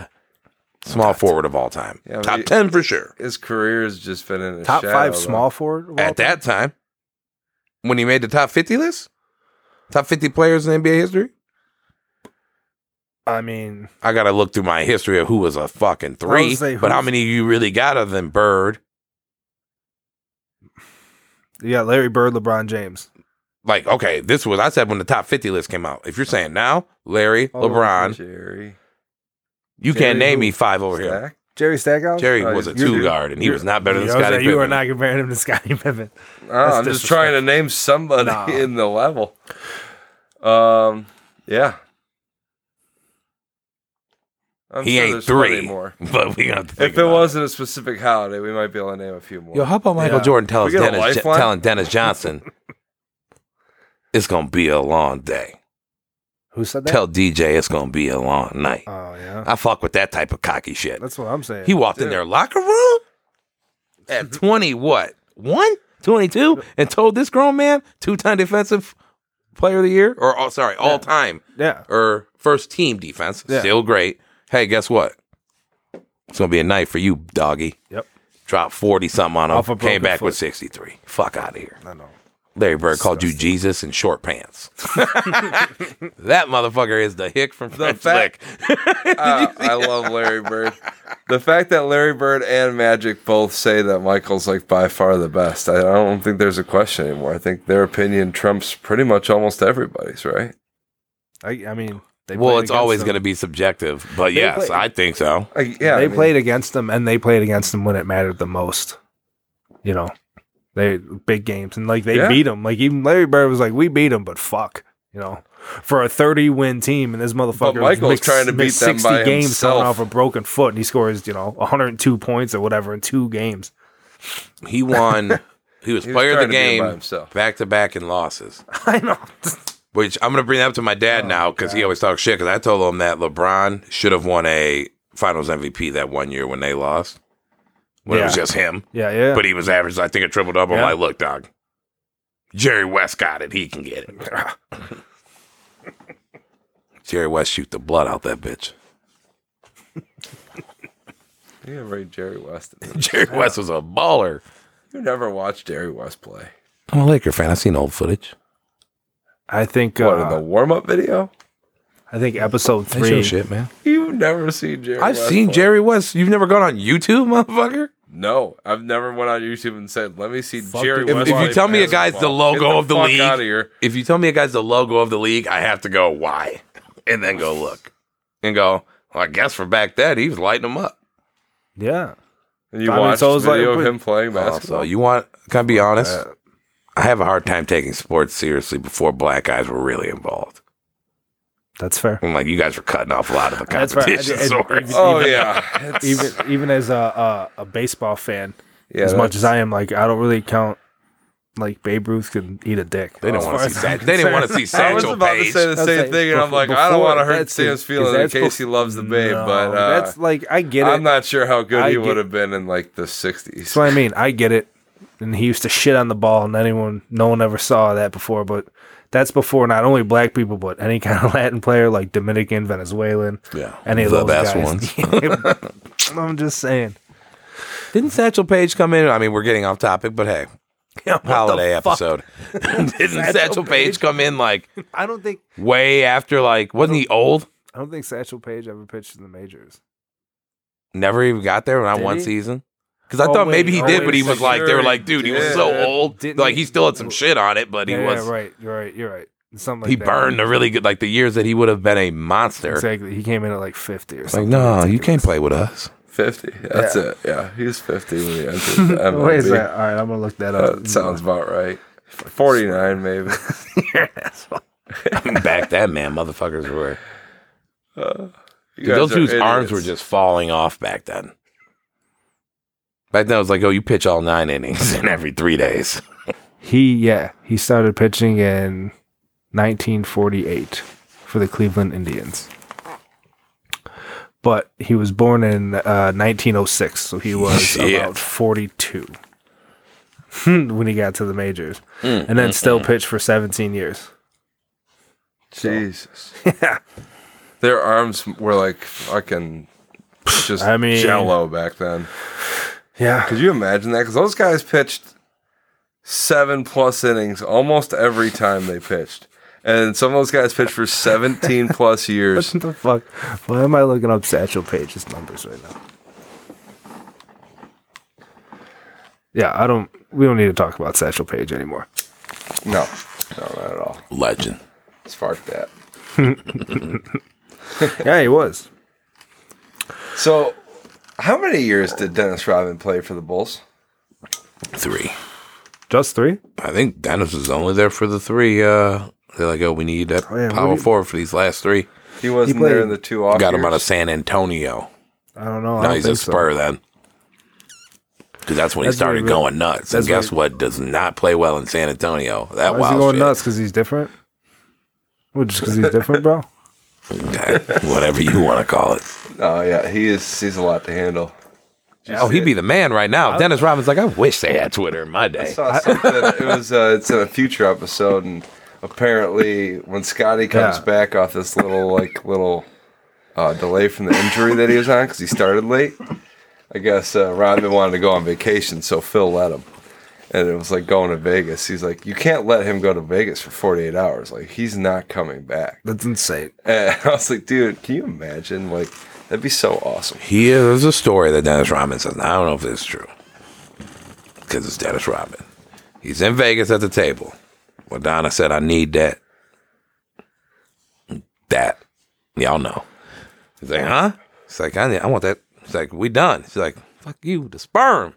Speaker 4: small forward of all time.
Speaker 5: Yeah, but
Speaker 4: top
Speaker 5: he-
Speaker 4: ten for sure.
Speaker 5: His career has just been in a
Speaker 1: top
Speaker 5: shadow,
Speaker 1: five
Speaker 5: though.
Speaker 1: small forward of all
Speaker 4: at
Speaker 1: time?
Speaker 4: that time when he made the top 50 list top 50 players in nba history
Speaker 1: I mean,
Speaker 4: i gotta look through my history of who was a fucking three
Speaker 1: say
Speaker 4: but how
Speaker 1: who's-
Speaker 4: many you really got other than bird
Speaker 1: yeah, Larry Bird, LeBron James,
Speaker 4: like okay this was i said when the top 50 list came out if you're saying now larry
Speaker 1: Oh,
Speaker 4: lebron
Speaker 5: Jerry
Speaker 4: you
Speaker 5: Jerry
Speaker 4: can't name
Speaker 5: who?
Speaker 4: me five over here
Speaker 5: Stack.
Speaker 1: Jerry Stackhouse.
Speaker 4: jerry
Speaker 5: Oh,
Speaker 4: was a
Speaker 5: you're-
Speaker 4: two
Speaker 5: you're-
Speaker 4: guard and he was not better than
Speaker 1: You know,
Speaker 4: scotty
Speaker 1: you are
Speaker 4: Pippen.
Speaker 1: not comparing him to Scottie Pippen.
Speaker 5: Oh, I'm just trying
Speaker 1: disrespectful.
Speaker 5: to name somebody
Speaker 1: Nah.
Speaker 5: in the level. Um, yeah. I'm
Speaker 4: he
Speaker 5: sure
Speaker 4: ain't
Speaker 5: there's plenty
Speaker 4: three but we got to think
Speaker 5: If it
Speaker 4: about
Speaker 5: wasn't a specific holiday, we might be able to name a few more.
Speaker 4: Yo, how about Michael
Speaker 1: Yeah.
Speaker 4: Jordan tell us
Speaker 5: We get a
Speaker 4: Dennis,
Speaker 5: lifeline?
Speaker 4: telling Dennis Johnson it's gonna be a long day.
Speaker 1: Who said that?
Speaker 4: Tell DJ it's gonna be a long night.
Speaker 1: oh yeah,
Speaker 4: I fuck with that type of cocky shit.
Speaker 1: that's what I'm saying.
Speaker 4: Uh, He walked in their locker room at twenty what one. 22 and told this grown man two-time defensive player of the year or oh, sorry all-time
Speaker 1: yeah,
Speaker 4: or first team defense
Speaker 1: Yeah.
Speaker 4: still great hey guess what it's gonna be a night for you doggy
Speaker 1: yep.
Speaker 4: dropped 40 something on him,
Speaker 1: Off a broken
Speaker 4: came back with
Speaker 1: foot.
Speaker 4: 63. Fuck out of here.
Speaker 1: I know.
Speaker 4: Larry Bird called you Jesus in short pants. that motherfucker is the hick from French
Speaker 5: fact-
Speaker 4: Lick.
Speaker 1: Uh,
Speaker 5: Ah, I love Larry Bird. The fact that Larry Bird and Magic both say that Michael's like by far the best, I don't think there's a question anymore. I think their opinion trumps pretty much almost everybody's, right?
Speaker 1: I, I mean, they
Speaker 4: Well,
Speaker 1: played against
Speaker 4: it's always
Speaker 1: them.
Speaker 4: going to be subjective, but yes,
Speaker 1: play-
Speaker 4: I think so.
Speaker 5: Like, yeah,
Speaker 1: they
Speaker 5: I mean,
Speaker 1: played against them, and they played against them when it mattered the most. You know, they big games, and like they
Speaker 5: Yeah.
Speaker 1: beat them. Like even Larry Bird was like, "We beat them, but fuck." You know, for a thirty-win team, and this motherfucker was
Speaker 5: Michael's
Speaker 1: mixed-
Speaker 5: trying to beat
Speaker 1: mixed
Speaker 5: them
Speaker 1: sixty
Speaker 5: by
Speaker 1: games coming
Speaker 5: himself.
Speaker 1: off a broken foot, and he scores you know one hundred and two points or whatever in two games.
Speaker 4: He won. He was
Speaker 5: He was
Speaker 4: player of
Speaker 5: trying
Speaker 4: the
Speaker 5: to be by
Speaker 4: game
Speaker 5: himself.
Speaker 4: back to back in losses.
Speaker 1: I know.
Speaker 4: Which I'm going to bring that up to my dad now because he always talks shit. Because I told him that LeBron should have won a Finals MVP that one year when they lost, when it was
Speaker 1: Yeah.
Speaker 4: just him.
Speaker 1: Yeah, yeah.
Speaker 4: But he was average, I think, a triple double.
Speaker 1: Yeah.
Speaker 4: I'm like, look, dog, Jerry West got it. He can get it. Jerry West shoot the blood out that bitch.
Speaker 5: You ever read Jerry West?
Speaker 4: Jerry West was a baller.
Speaker 5: You never watched Jerry West play.
Speaker 4: I'm a Laker fan. I've seen old footage.
Speaker 1: I think.
Speaker 5: What,
Speaker 1: uh,
Speaker 5: in the warm up video?
Speaker 1: I think episode
Speaker 4: They show
Speaker 1: three.
Speaker 4: shit, man.
Speaker 5: You've never seen Jerry
Speaker 4: I've
Speaker 5: West
Speaker 4: seen
Speaker 5: play.
Speaker 4: Jerry West. You've never gone on YouTube, motherfucker.
Speaker 5: No, I've never went on YouTube and said, "Let me see Jerry."
Speaker 1: it.
Speaker 5: West
Speaker 4: If, if you
Speaker 5: play
Speaker 4: tell me a guy's the
Speaker 5: basketball."
Speaker 4: logo
Speaker 5: Get
Speaker 4: of the
Speaker 5: fuck
Speaker 4: league,
Speaker 5: out of here.
Speaker 4: if you tell me a guy's the logo of the league, I have to go why, and then go look, and go. Well, I guess for back then he was lighting them up.
Speaker 1: Yeah.
Speaker 5: And you
Speaker 1: I mean,
Speaker 5: watched
Speaker 1: so it's like-
Speaker 5: video of him playing
Speaker 4: Also,
Speaker 5: basketball.
Speaker 4: Oh, you want? Can I be honest? I have a hard time taking sports seriously before black guys were really involved.
Speaker 1: That's fair.
Speaker 4: I'm like, you guys were cutting off a lot of the
Speaker 1: That's fair.
Speaker 4: competition
Speaker 1: And- and-
Speaker 4: source.
Speaker 5: oh yeah, It's-
Speaker 1: Even even as a a, a baseball fan,
Speaker 5: yeah,
Speaker 1: as much
Speaker 5: that's-
Speaker 1: as I am, like I don't really count. Like Babe Ruth can eat a dick.
Speaker 4: They
Speaker 1: As
Speaker 4: don't
Speaker 1: far
Speaker 4: want to see.
Speaker 1: as I'm
Speaker 4: San- they didn't want to see
Speaker 5: I was
Speaker 4: Sancho
Speaker 5: about
Speaker 4: Page.
Speaker 5: to say the
Speaker 1: That's
Speaker 5: same
Speaker 1: like
Speaker 5: thing, and I'm
Speaker 1: before-
Speaker 5: like, I don't want to
Speaker 1: before-
Speaker 5: hurt
Speaker 1: that's
Speaker 5: Sam's
Speaker 1: it.
Speaker 5: feelings in
Speaker 1: That's
Speaker 5: case he
Speaker 1: before-
Speaker 5: loves the babe,
Speaker 1: No,
Speaker 5: but uh,
Speaker 1: that's like I get it.
Speaker 5: I'm not sure how good
Speaker 1: I
Speaker 5: he
Speaker 1: get-
Speaker 5: would have been in like the '60s.
Speaker 1: That's what I mean. I get it. And he used to shit on the ball, and anyone, no one ever saw that before. But that's before not only black people, but any kind of Latin player like Dominican, Venezuelan,
Speaker 4: Yeah,
Speaker 1: any of
Speaker 4: the
Speaker 1: those
Speaker 4: best
Speaker 1: guys. I'm just saying.
Speaker 4: Didn't Satchel Paige come in? I mean, we're getting off topic, but hey, holiday episode. Didn't Satchel, Paige come in like
Speaker 1: I don't think
Speaker 4: way after? Like, wasn't he old?
Speaker 1: I don't think Satchel Page ever pitched in the majors.
Speaker 4: Never even got there not
Speaker 1: Did
Speaker 4: one
Speaker 1: he?
Speaker 4: season. Because I
Speaker 1: Oh,
Speaker 4: thought
Speaker 1: wait,
Speaker 4: maybe he
Speaker 1: oh,
Speaker 4: did,
Speaker 1: wait,
Speaker 4: but he was
Speaker 5: so
Speaker 4: like, they
Speaker 5: sure
Speaker 4: were
Speaker 5: he
Speaker 4: like, dude, he was
Speaker 5: did.
Speaker 4: so old.
Speaker 1: Didn't
Speaker 4: like,
Speaker 1: he-
Speaker 4: he still had some shit on it, but he
Speaker 1: yeah,
Speaker 4: was.
Speaker 1: yeah, right. You're right. You're right. Something like
Speaker 4: He
Speaker 1: that.
Speaker 4: burned a really good, like the years that he would have been a monster.
Speaker 1: Exactly. He came in at like 50 or
Speaker 4: Like,
Speaker 1: something.
Speaker 4: no, you can't play with us.
Speaker 5: 50. That's
Speaker 1: Yeah.
Speaker 5: it. Yeah, he was 50 when he entered the MLB.
Speaker 1: What is that? All right, I'm gonna look that up.
Speaker 5: That sounds about right. 49 maybe.
Speaker 4: Back then, man, motherfuckers were.
Speaker 5: You
Speaker 4: Dude,
Speaker 5: guys
Speaker 4: those
Speaker 5: are
Speaker 4: dudes' arms were
Speaker 5: idiots.
Speaker 4: just falling off back then. Back then, it was like, oh, you pitch all nine innings in every three days.
Speaker 1: He yeah, he started pitching in 1948 for the Cleveland Indians. But he was born in uh, 1906, so he was
Speaker 4: Shit.
Speaker 1: about 42 when he got to the majors,
Speaker 4: Mm,
Speaker 1: and then still pitched for 17 years.
Speaker 5: Jesus. Yeah. Their arms were like fucking just
Speaker 1: I mean-
Speaker 5: jello back then.
Speaker 1: Yeah,
Speaker 5: Could you imagine that? Because those guys pitched seven plus innings almost every time they pitched. And some of those guys pitched for 17 plus years.
Speaker 1: what the fuck? Why am I looking up Satchel Page's numbers right now? Yeah, I don't. We don't need to talk about Satchel Page anymore.
Speaker 5: No, no, not at all.
Speaker 4: Legend.
Speaker 5: Spark that.
Speaker 1: Yeah, he was.
Speaker 5: So, how many years did Dennis Rodman play for the Bulls?
Speaker 4: Three.
Speaker 1: Just three?
Speaker 4: I think Dennis was only there for the three. Uh, they're like, oh, we need that
Speaker 1: Oh, yeah, what
Speaker 4: power
Speaker 1: do you-
Speaker 4: forward for these last three.
Speaker 5: He wasn't
Speaker 1: played-
Speaker 5: there in the two off
Speaker 4: Got him out of
Speaker 5: years.
Speaker 4: San Antonio.
Speaker 1: I don't know. I
Speaker 4: Now
Speaker 1: don't
Speaker 4: he's a
Speaker 1: think so.
Speaker 4: Spur then. Because that's when
Speaker 1: That's
Speaker 4: he
Speaker 1: when he
Speaker 4: started
Speaker 1: really-
Speaker 4: going nuts. And
Speaker 1: that's when
Speaker 4: guess
Speaker 1: he-
Speaker 4: what? Does not play well in San Antonio. That
Speaker 1: Why
Speaker 4: wild
Speaker 1: is he going
Speaker 4: shit.
Speaker 1: nuts? Because he's different? Well, just because he's different, bro?
Speaker 4: Okay, Whatever you want to call it.
Speaker 5: Oh yeah, he is. He's a lot to handle.
Speaker 4: Oh, he'd be the man right now. Dennis Robbins, like, I wish they had Twitter in my
Speaker 5: I
Speaker 4: day.
Speaker 5: saw something. it was. Uh, it's in a future episode, and apparently, when Scotty comes
Speaker 1: Yeah.
Speaker 5: back off this little like little uh, delay from the injury that he was on because he started late, I guess uh, Rodman wanted to go on vacation, so Phil let him. and it was like going to Vegas. He's like, you can't let him go to Vegas for 48 hours. Like he's not coming back.
Speaker 1: That's insane.
Speaker 5: And I was like, dude, can you imagine? Like that'd be so awesome.
Speaker 4: He is, there's a story that Dennis Rodman says. and I don't know if it's true because it's Dennis Rodman. He's in Vegas at the table. Madonna said, "I need that." That y'all know. He's like, "Huh?" He's like, "I need, I want that." He's like, "We done." She's like, "Fuck you, the sperm."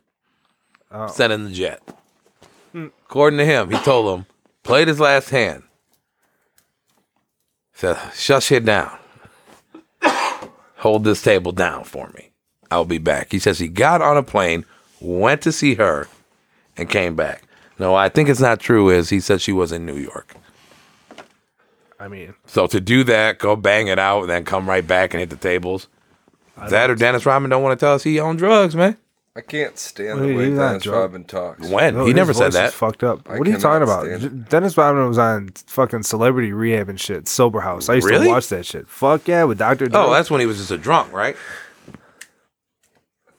Speaker 4: Send in the jet. According to him, he told him played his last hand. Said, "Shut shit down." hold this table down for me. I'll be back. He says he got on a plane, went to see her, and came back. No, I think it's not true. Is he said she was in New York.
Speaker 1: I mean,
Speaker 4: So to do that, go bang it out, and then come right back and hit the tables. That or Dennis Rodman don't want to tell us he on drugs, man.
Speaker 5: I can't stand
Speaker 1: Wait,
Speaker 5: the way
Speaker 1: he's not
Speaker 5: Dennis
Speaker 1: drunk.
Speaker 5: Robin talks.
Speaker 4: When
Speaker 1: no,
Speaker 4: he
Speaker 1: his
Speaker 4: never said
Speaker 1: voice is
Speaker 4: that.
Speaker 1: Fucked up.
Speaker 5: I
Speaker 1: what are you talking
Speaker 5: cannot
Speaker 1: about?
Speaker 5: stand
Speaker 1: J- Dennis Rodman was on fucking celebrity rehab and shit, sober house. I used
Speaker 4: Really?
Speaker 1: to watch that shit. Fuck yeah, with Doctor.
Speaker 4: oh, that's when he was just a drunk, right?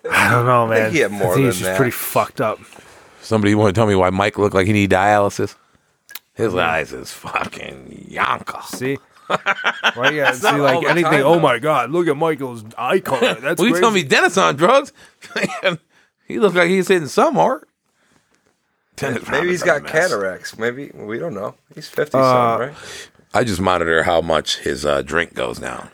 Speaker 1: I don't know, man.
Speaker 5: think he had more
Speaker 1: I think he's
Speaker 5: than
Speaker 1: just
Speaker 5: that.
Speaker 1: pretty fucked up.
Speaker 4: Somebody want to tell me why Mike looked like he need dialysis? His eyes is fucking yonka.
Speaker 1: See. Why you gotta see
Speaker 4: all
Speaker 1: like
Speaker 4: the
Speaker 1: anything?
Speaker 4: time,
Speaker 1: oh
Speaker 4: though.
Speaker 1: my god, look at Michael's eye color. That's
Speaker 4: Will you tell
Speaker 1: crazy.
Speaker 4: me Dennis on drugs? he looks like he's hitting some art. Dennis
Speaker 5: Maybe he's got
Speaker 4: Rodman's a mess.
Speaker 5: cataracts. Maybe we don't know. He's 50
Speaker 1: Uh,
Speaker 5: something, right?
Speaker 4: I just monitor how much his uh, drink goes down.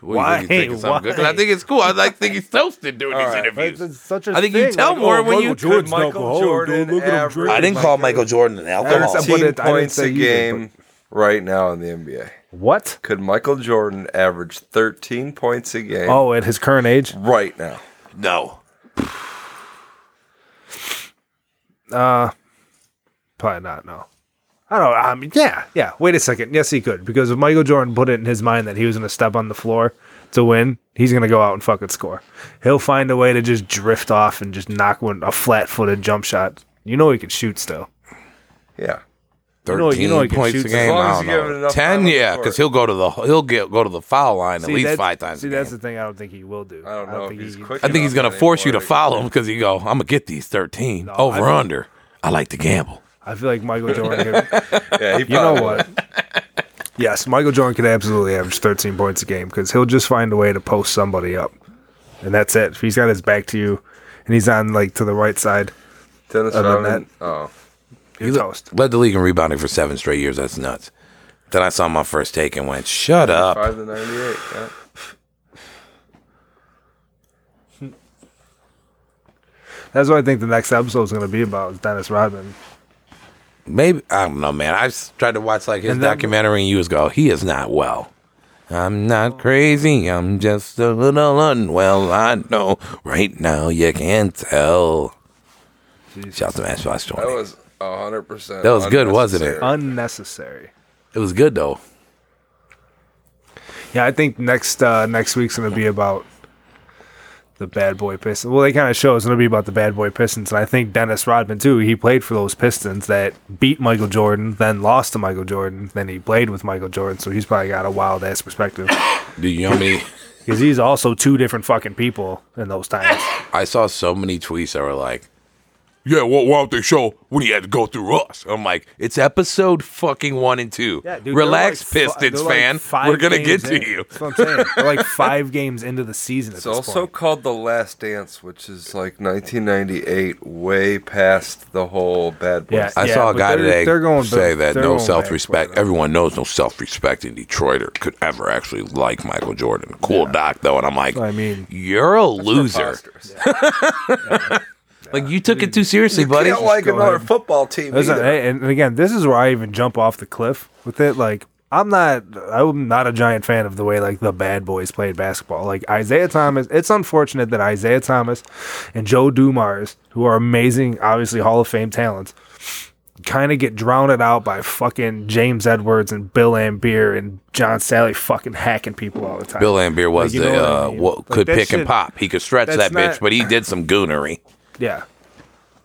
Speaker 4: What do
Speaker 1: Why?
Speaker 4: You think it's something good? 'Cause
Speaker 1: Why?
Speaker 4: I think it's cool. I like think he's toasted doing these
Speaker 5: All right,
Speaker 4: interviews.
Speaker 1: That's such a
Speaker 4: I think you
Speaker 1: thing,
Speaker 4: tell
Speaker 1: like,
Speaker 4: more
Speaker 1: oh,
Speaker 4: when
Speaker 1: Michael
Speaker 4: you- Oh,
Speaker 1: Jordan's an
Speaker 5: Michael
Speaker 1: alcoholic, dude,
Speaker 5: Jordan
Speaker 1: look at him
Speaker 5: average-
Speaker 1: drink.
Speaker 5: I didn't call Michael
Speaker 4: Jordan an
Speaker 1: alcoholic. That's- I
Speaker 5: 13
Speaker 1: didn't
Speaker 5: points
Speaker 1: say
Speaker 5: a
Speaker 1: he did,
Speaker 5: game right now in the NBA.
Speaker 1: What?
Speaker 5: Could Michael Jordan average 13 points a game
Speaker 1: Oh, at his current age,
Speaker 5: right now?
Speaker 4: No.
Speaker 1: Probably not. No. I don't. I mean, yeah, yeah. Wait a second. Yes, he could because if Michael Jordan put it in his mind that he was going to step on the floor to win, he's going to go out and fucking score. He'll find a way to just drift off and just knock one a flat-footed jump shot. You know he can shoot still.
Speaker 5: Yeah.
Speaker 4: Thirteen
Speaker 1: know- you know he can
Speaker 4: points
Speaker 1: shoot
Speaker 4: a
Speaker 1: as
Speaker 4: game.
Speaker 5: long
Speaker 4: I
Speaker 5: as
Speaker 4: don't
Speaker 5: you give
Speaker 4: know.
Speaker 5: it enough time on
Speaker 4: Ten,
Speaker 5: the
Speaker 4: yeah,
Speaker 5: court.
Speaker 4: because he'll go to the he'll get go to the foul line
Speaker 1: See,
Speaker 4: at least
Speaker 1: that's-
Speaker 4: five times.
Speaker 1: See,
Speaker 4: a
Speaker 1: that's
Speaker 4: game.
Speaker 1: the thing. I don't think he will do.
Speaker 5: I don't know if
Speaker 1: think
Speaker 5: he's
Speaker 1: he-
Speaker 5: quick.
Speaker 4: I think he's gonna
Speaker 5: enough
Speaker 4: force you to
Speaker 5: anymore.
Speaker 4: follow him because he go, I'm gonna get these thirteen over
Speaker 1: I-
Speaker 4: under. I like to gamble.
Speaker 1: I feel like Michael Jordan. could-
Speaker 5: Yeah, he
Speaker 1: you know
Speaker 4: Oh.
Speaker 5: probably-
Speaker 1: what? Yes, Michael Jordan could absolutely average 13 points a game because he'll just find a way to post somebody up, and that's it. If he's got his back to you, and he's on like to the right side,
Speaker 5: Dennis
Speaker 1: Other than
Speaker 5: Rodman. Oh.
Speaker 1: you're toast.
Speaker 4: Led the league in rebounding for seven straight years. That's nuts. Then I saw my first take and went, "Shut up."
Speaker 5: 5 to 98. Yeah.
Speaker 1: That's what I think the next episode is going to be about is Dennis Rodman.
Speaker 4: Maybe I don't know, man. I just tried to watch like his
Speaker 1: And then-
Speaker 4: documentary and you was go, he is not well. I'm not crazy. I'm just a little unwell. I know right now you can't tell. Shout out to Matchbox
Speaker 5: That
Speaker 4: 20.
Speaker 5: was 100%.
Speaker 4: That was good, wasn't it?
Speaker 5: unnecessary.
Speaker 1: Uh, Unnecessary.
Speaker 4: it was good though.
Speaker 1: Yeah, I think next uh, next week's going to be about the bad boy Pistons. Well, they kind of show it's going to be about the bad boy Pistons, and I think Dennis Rodman too. He played for those Pistons that beat Michael Jordan, then lost to Michael Jordan, then he played with Michael Jordan, so he's probably got a wild ass perspective
Speaker 4: Do you know how many?
Speaker 1: because he's also two different fucking people in those times.
Speaker 4: I saw so many tweets that were like, "Yeah, well, why don't they show when he had to go through us?" I'm like, "It's episode fucking one and two.
Speaker 1: Yeah, dude,
Speaker 4: Relax,
Speaker 1: they're like fi-
Speaker 4: Pistons
Speaker 1: they're like
Speaker 4: fan.
Speaker 1: five
Speaker 4: we're gonna
Speaker 1: games
Speaker 4: get to
Speaker 1: in.
Speaker 4: you."
Speaker 1: That's what I'm saying. They're like five games into the season at
Speaker 5: It's
Speaker 1: this
Speaker 5: also
Speaker 1: point.
Speaker 5: called The Last Dance, which is like 1998, way past the whole Bad Boys.
Speaker 1: Yeah.
Speaker 4: I saw a
Speaker 1: but
Speaker 4: guy
Speaker 1: they're-
Speaker 4: today
Speaker 1: they're going
Speaker 4: say
Speaker 1: back-
Speaker 4: that
Speaker 1: they're
Speaker 4: no
Speaker 1: going back
Speaker 4: self respect.
Speaker 1: further.
Speaker 4: Everyone knows no self respecting Detroiter could ever actually like Michael Jordan. Cool doc though, and I'm like,
Speaker 1: I mean,
Speaker 4: you're a loser.
Speaker 5: Preposterous.
Speaker 4: Like you took it too seriously, buddy.
Speaker 5: Can't like
Speaker 1: go
Speaker 5: another
Speaker 1: ahead.
Speaker 5: football team.
Speaker 1: Listen,
Speaker 5: either.
Speaker 1: hey, and again, this is where I even jump off the cliff with it. Like, I'm not, I'm not a giant fan of the way like the bad boys played basketball. Like Isaiah Thomas, it's unfortunate that Isaiah Thomas and Joe Dumars, who are amazing, obviously Hall of Fame talents, kind of get drowned out by fucking James Edwards and Bill Ambier and John Sally fucking hacking people all the time.
Speaker 4: Bill Ambier was
Speaker 1: Like, you
Speaker 4: the
Speaker 1: know what I
Speaker 4: uh,
Speaker 1: mean?
Speaker 4: what
Speaker 1: Like,
Speaker 4: could
Speaker 1: that
Speaker 4: pick and
Speaker 1: shit-
Speaker 4: pop. He could stretch
Speaker 1: that's
Speaker 4: that bitch,
Speaker 1: not-
Speaker 4: but he did some goonery.
Speaker 1: Yeah.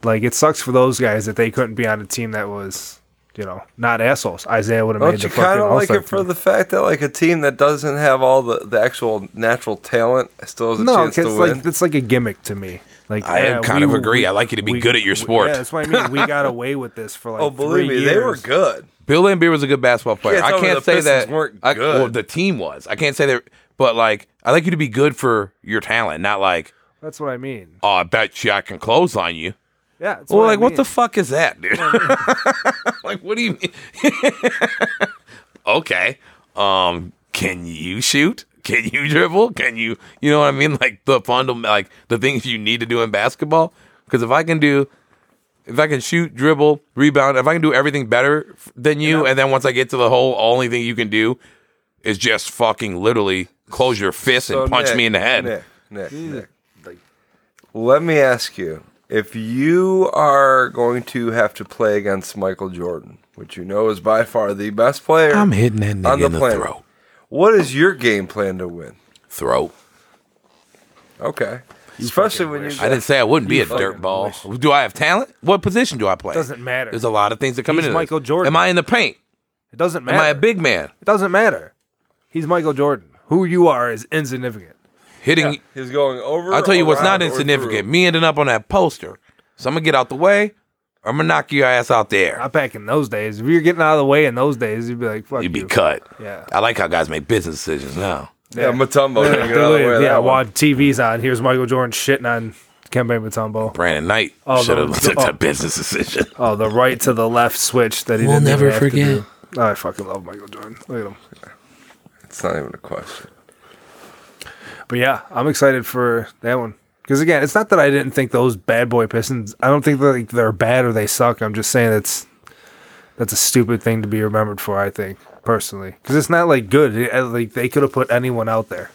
Speaker 1: Like it sucks for those guys that they couldn't be on a team that was you know, not assholes. Isaiah would have made
Speaker 5: Don't
Speaker 1: the
Speaker 5: you
Speaker 1: fucking
Speaker 5: kind of like
Speaker 1: All-Star
Speaker 5: it for
Speaker 1: team.
Speaker 5: the fact that like a team that doesn't have all the, the actual natural talent still has a
Speaker 1: no,
Speaker 5: chance
Speaker 1: 'cause
Speaker 5: to
Speaker 1: it's
Speaker 5: win?
Speaker 1: like it's like a gimmick to me. Like
Speaker 4: I
Speaker 1: yeah,
Speaker 4: kind
Speaker 1: we-
Speaker 4: of agree.
Speaker 1: we-
Speaker 4: I like you to be
Speaker 1: we-
Speaker 4: good at your
Speaker 1: we-
Speaker 4: sport.
Speaker 1: Yeah, that's what I mean. We got away with this for like
Speaker 5: oh, believe
Speaker 1: three
Speaker 5: me, they were
Speaker 1: years.
Speaker 5: good.
Speaker 4: Bill Lambier was a good basketball player.
Speaker 5: Can't
Speaker 4: I
Speaker 5: tell me
Speaker 4: can't
Speaker 5: the
Speaker 4: say
Speaker 5: Pistons
Speaker 4: that.
Speaker 5: weren't
Speaker 4: I,
Speaker 5: good.
Speaker 4: Well, the team was. I can't say that. But like, I like you to be good for your talent, not like,
Speaker 1: That's what I mean.
Speaker 4: oh, I bet you I can close on you.
Speaker 1: Yeah. That's
Speaker 4: Well,
Speaker 1: what I
Speaker 4: like, what the
Speaker 1: mean.
Speaker 4: fuck is that, dude? like, what do you mean? okay. Um, can you shoot? Can you dribble? Can you, you know what I mean? Like the fundamental, like the things you need to do in basketball. Because if I can do, if I can shoot, dribble, rebound, if I can do everything better f- than you, and then once I get to the hole, only thing you can do is just fucking literally close your fist
Speaker 5: So,
Speaker 4: and punch
Speaker 5: Nick,
Speaker 4: me in the head.
Speaker 5: Nick, Nick, Nick, let me ask you: If you are going to have to play against Michael Jordan, which you know is by far the best player,
Speaker 4: I'm hitting that nigga
Speaker 5: On the
Speaker 4: in the
Speaker 5: planet.
Speaker 4: throat.
Speaker 5: what is your game plan to win?
Speaker 4: Throat.
Speaker 5: Okay, especially when you
Speaker 4: I didn't say I wouldn't be a dirt ball. Do I have talent? What position do I play?
Speaker 1: Doesn't matter.
Speaker 4: There's a lot of things that come
Speaker 1: He's
Speaker 4: into this.
Speaker 1: Michael Jordan.
Speaker 4: Am I in the paint?
Speaker 1: It doesn't matter.
Speaker 4: Am I a big man
Speaker 1: It doesn't matter. He's Michael Jordan. Who you are is insignificant.
Speaker 4: hitting?
Speaker 5: He's going over.
Speaker 4: I'll tell you what's not
Speaker 5: around, or
Speaker 4: insignificant.
Speaker 5: through.
Speaker 4: Me ending up on that poster. So I'm gonna get out the way. I'm gonna knock your ass out there.
Speaker 1: Not back in those days. If you're getting out of the way in those days, you'd be like, fuck
Speaker 4: You'd be
Speaker 1: you.
Speaker 4: cut.
Speaker 1: Yeah.
Speaker 4: I like how guys make business decisions now.
Speaker 5: Yeah, Matumbo.
Speaker 1: Yeah,
Speaker 5: Yeah, get out of the way of
Speaker 1: yeah
Speaker 5: that
Speaker 1: while
Speaker 5: one.
Speaker 1: TV's on, here's Michael Jordan shitting on Kemba Mutombo.
Speaker 4: Brandon Knight
Speaker 1: Oh,
Speaker 4: should have
Speaker 1: those-
Speaker 4: took
Speaker 1: oh.
Speaker 4: that business decision.
Speaker 1: Oh, the right to the left switch that he
Speaker 4: We'll
Speaker 1: didn't even
Speaker 4: never
Speaker 1: have to
Speaker 4: forget.
Speaker 1: do. Oh, I fucking love Michael Jordan. Look at him.
Speaker 5: It's not even a question.
Speaker 1: But yeah, I'm excited for that one. Because again, it's not that I didn't think those bad boy Pistons. I don't think they're, like, they're bad or they suck. I'm just saying that's that's a stupid thing to be remembered for. I think personally, because it's not like good. It- uh, like they could have put anyone out there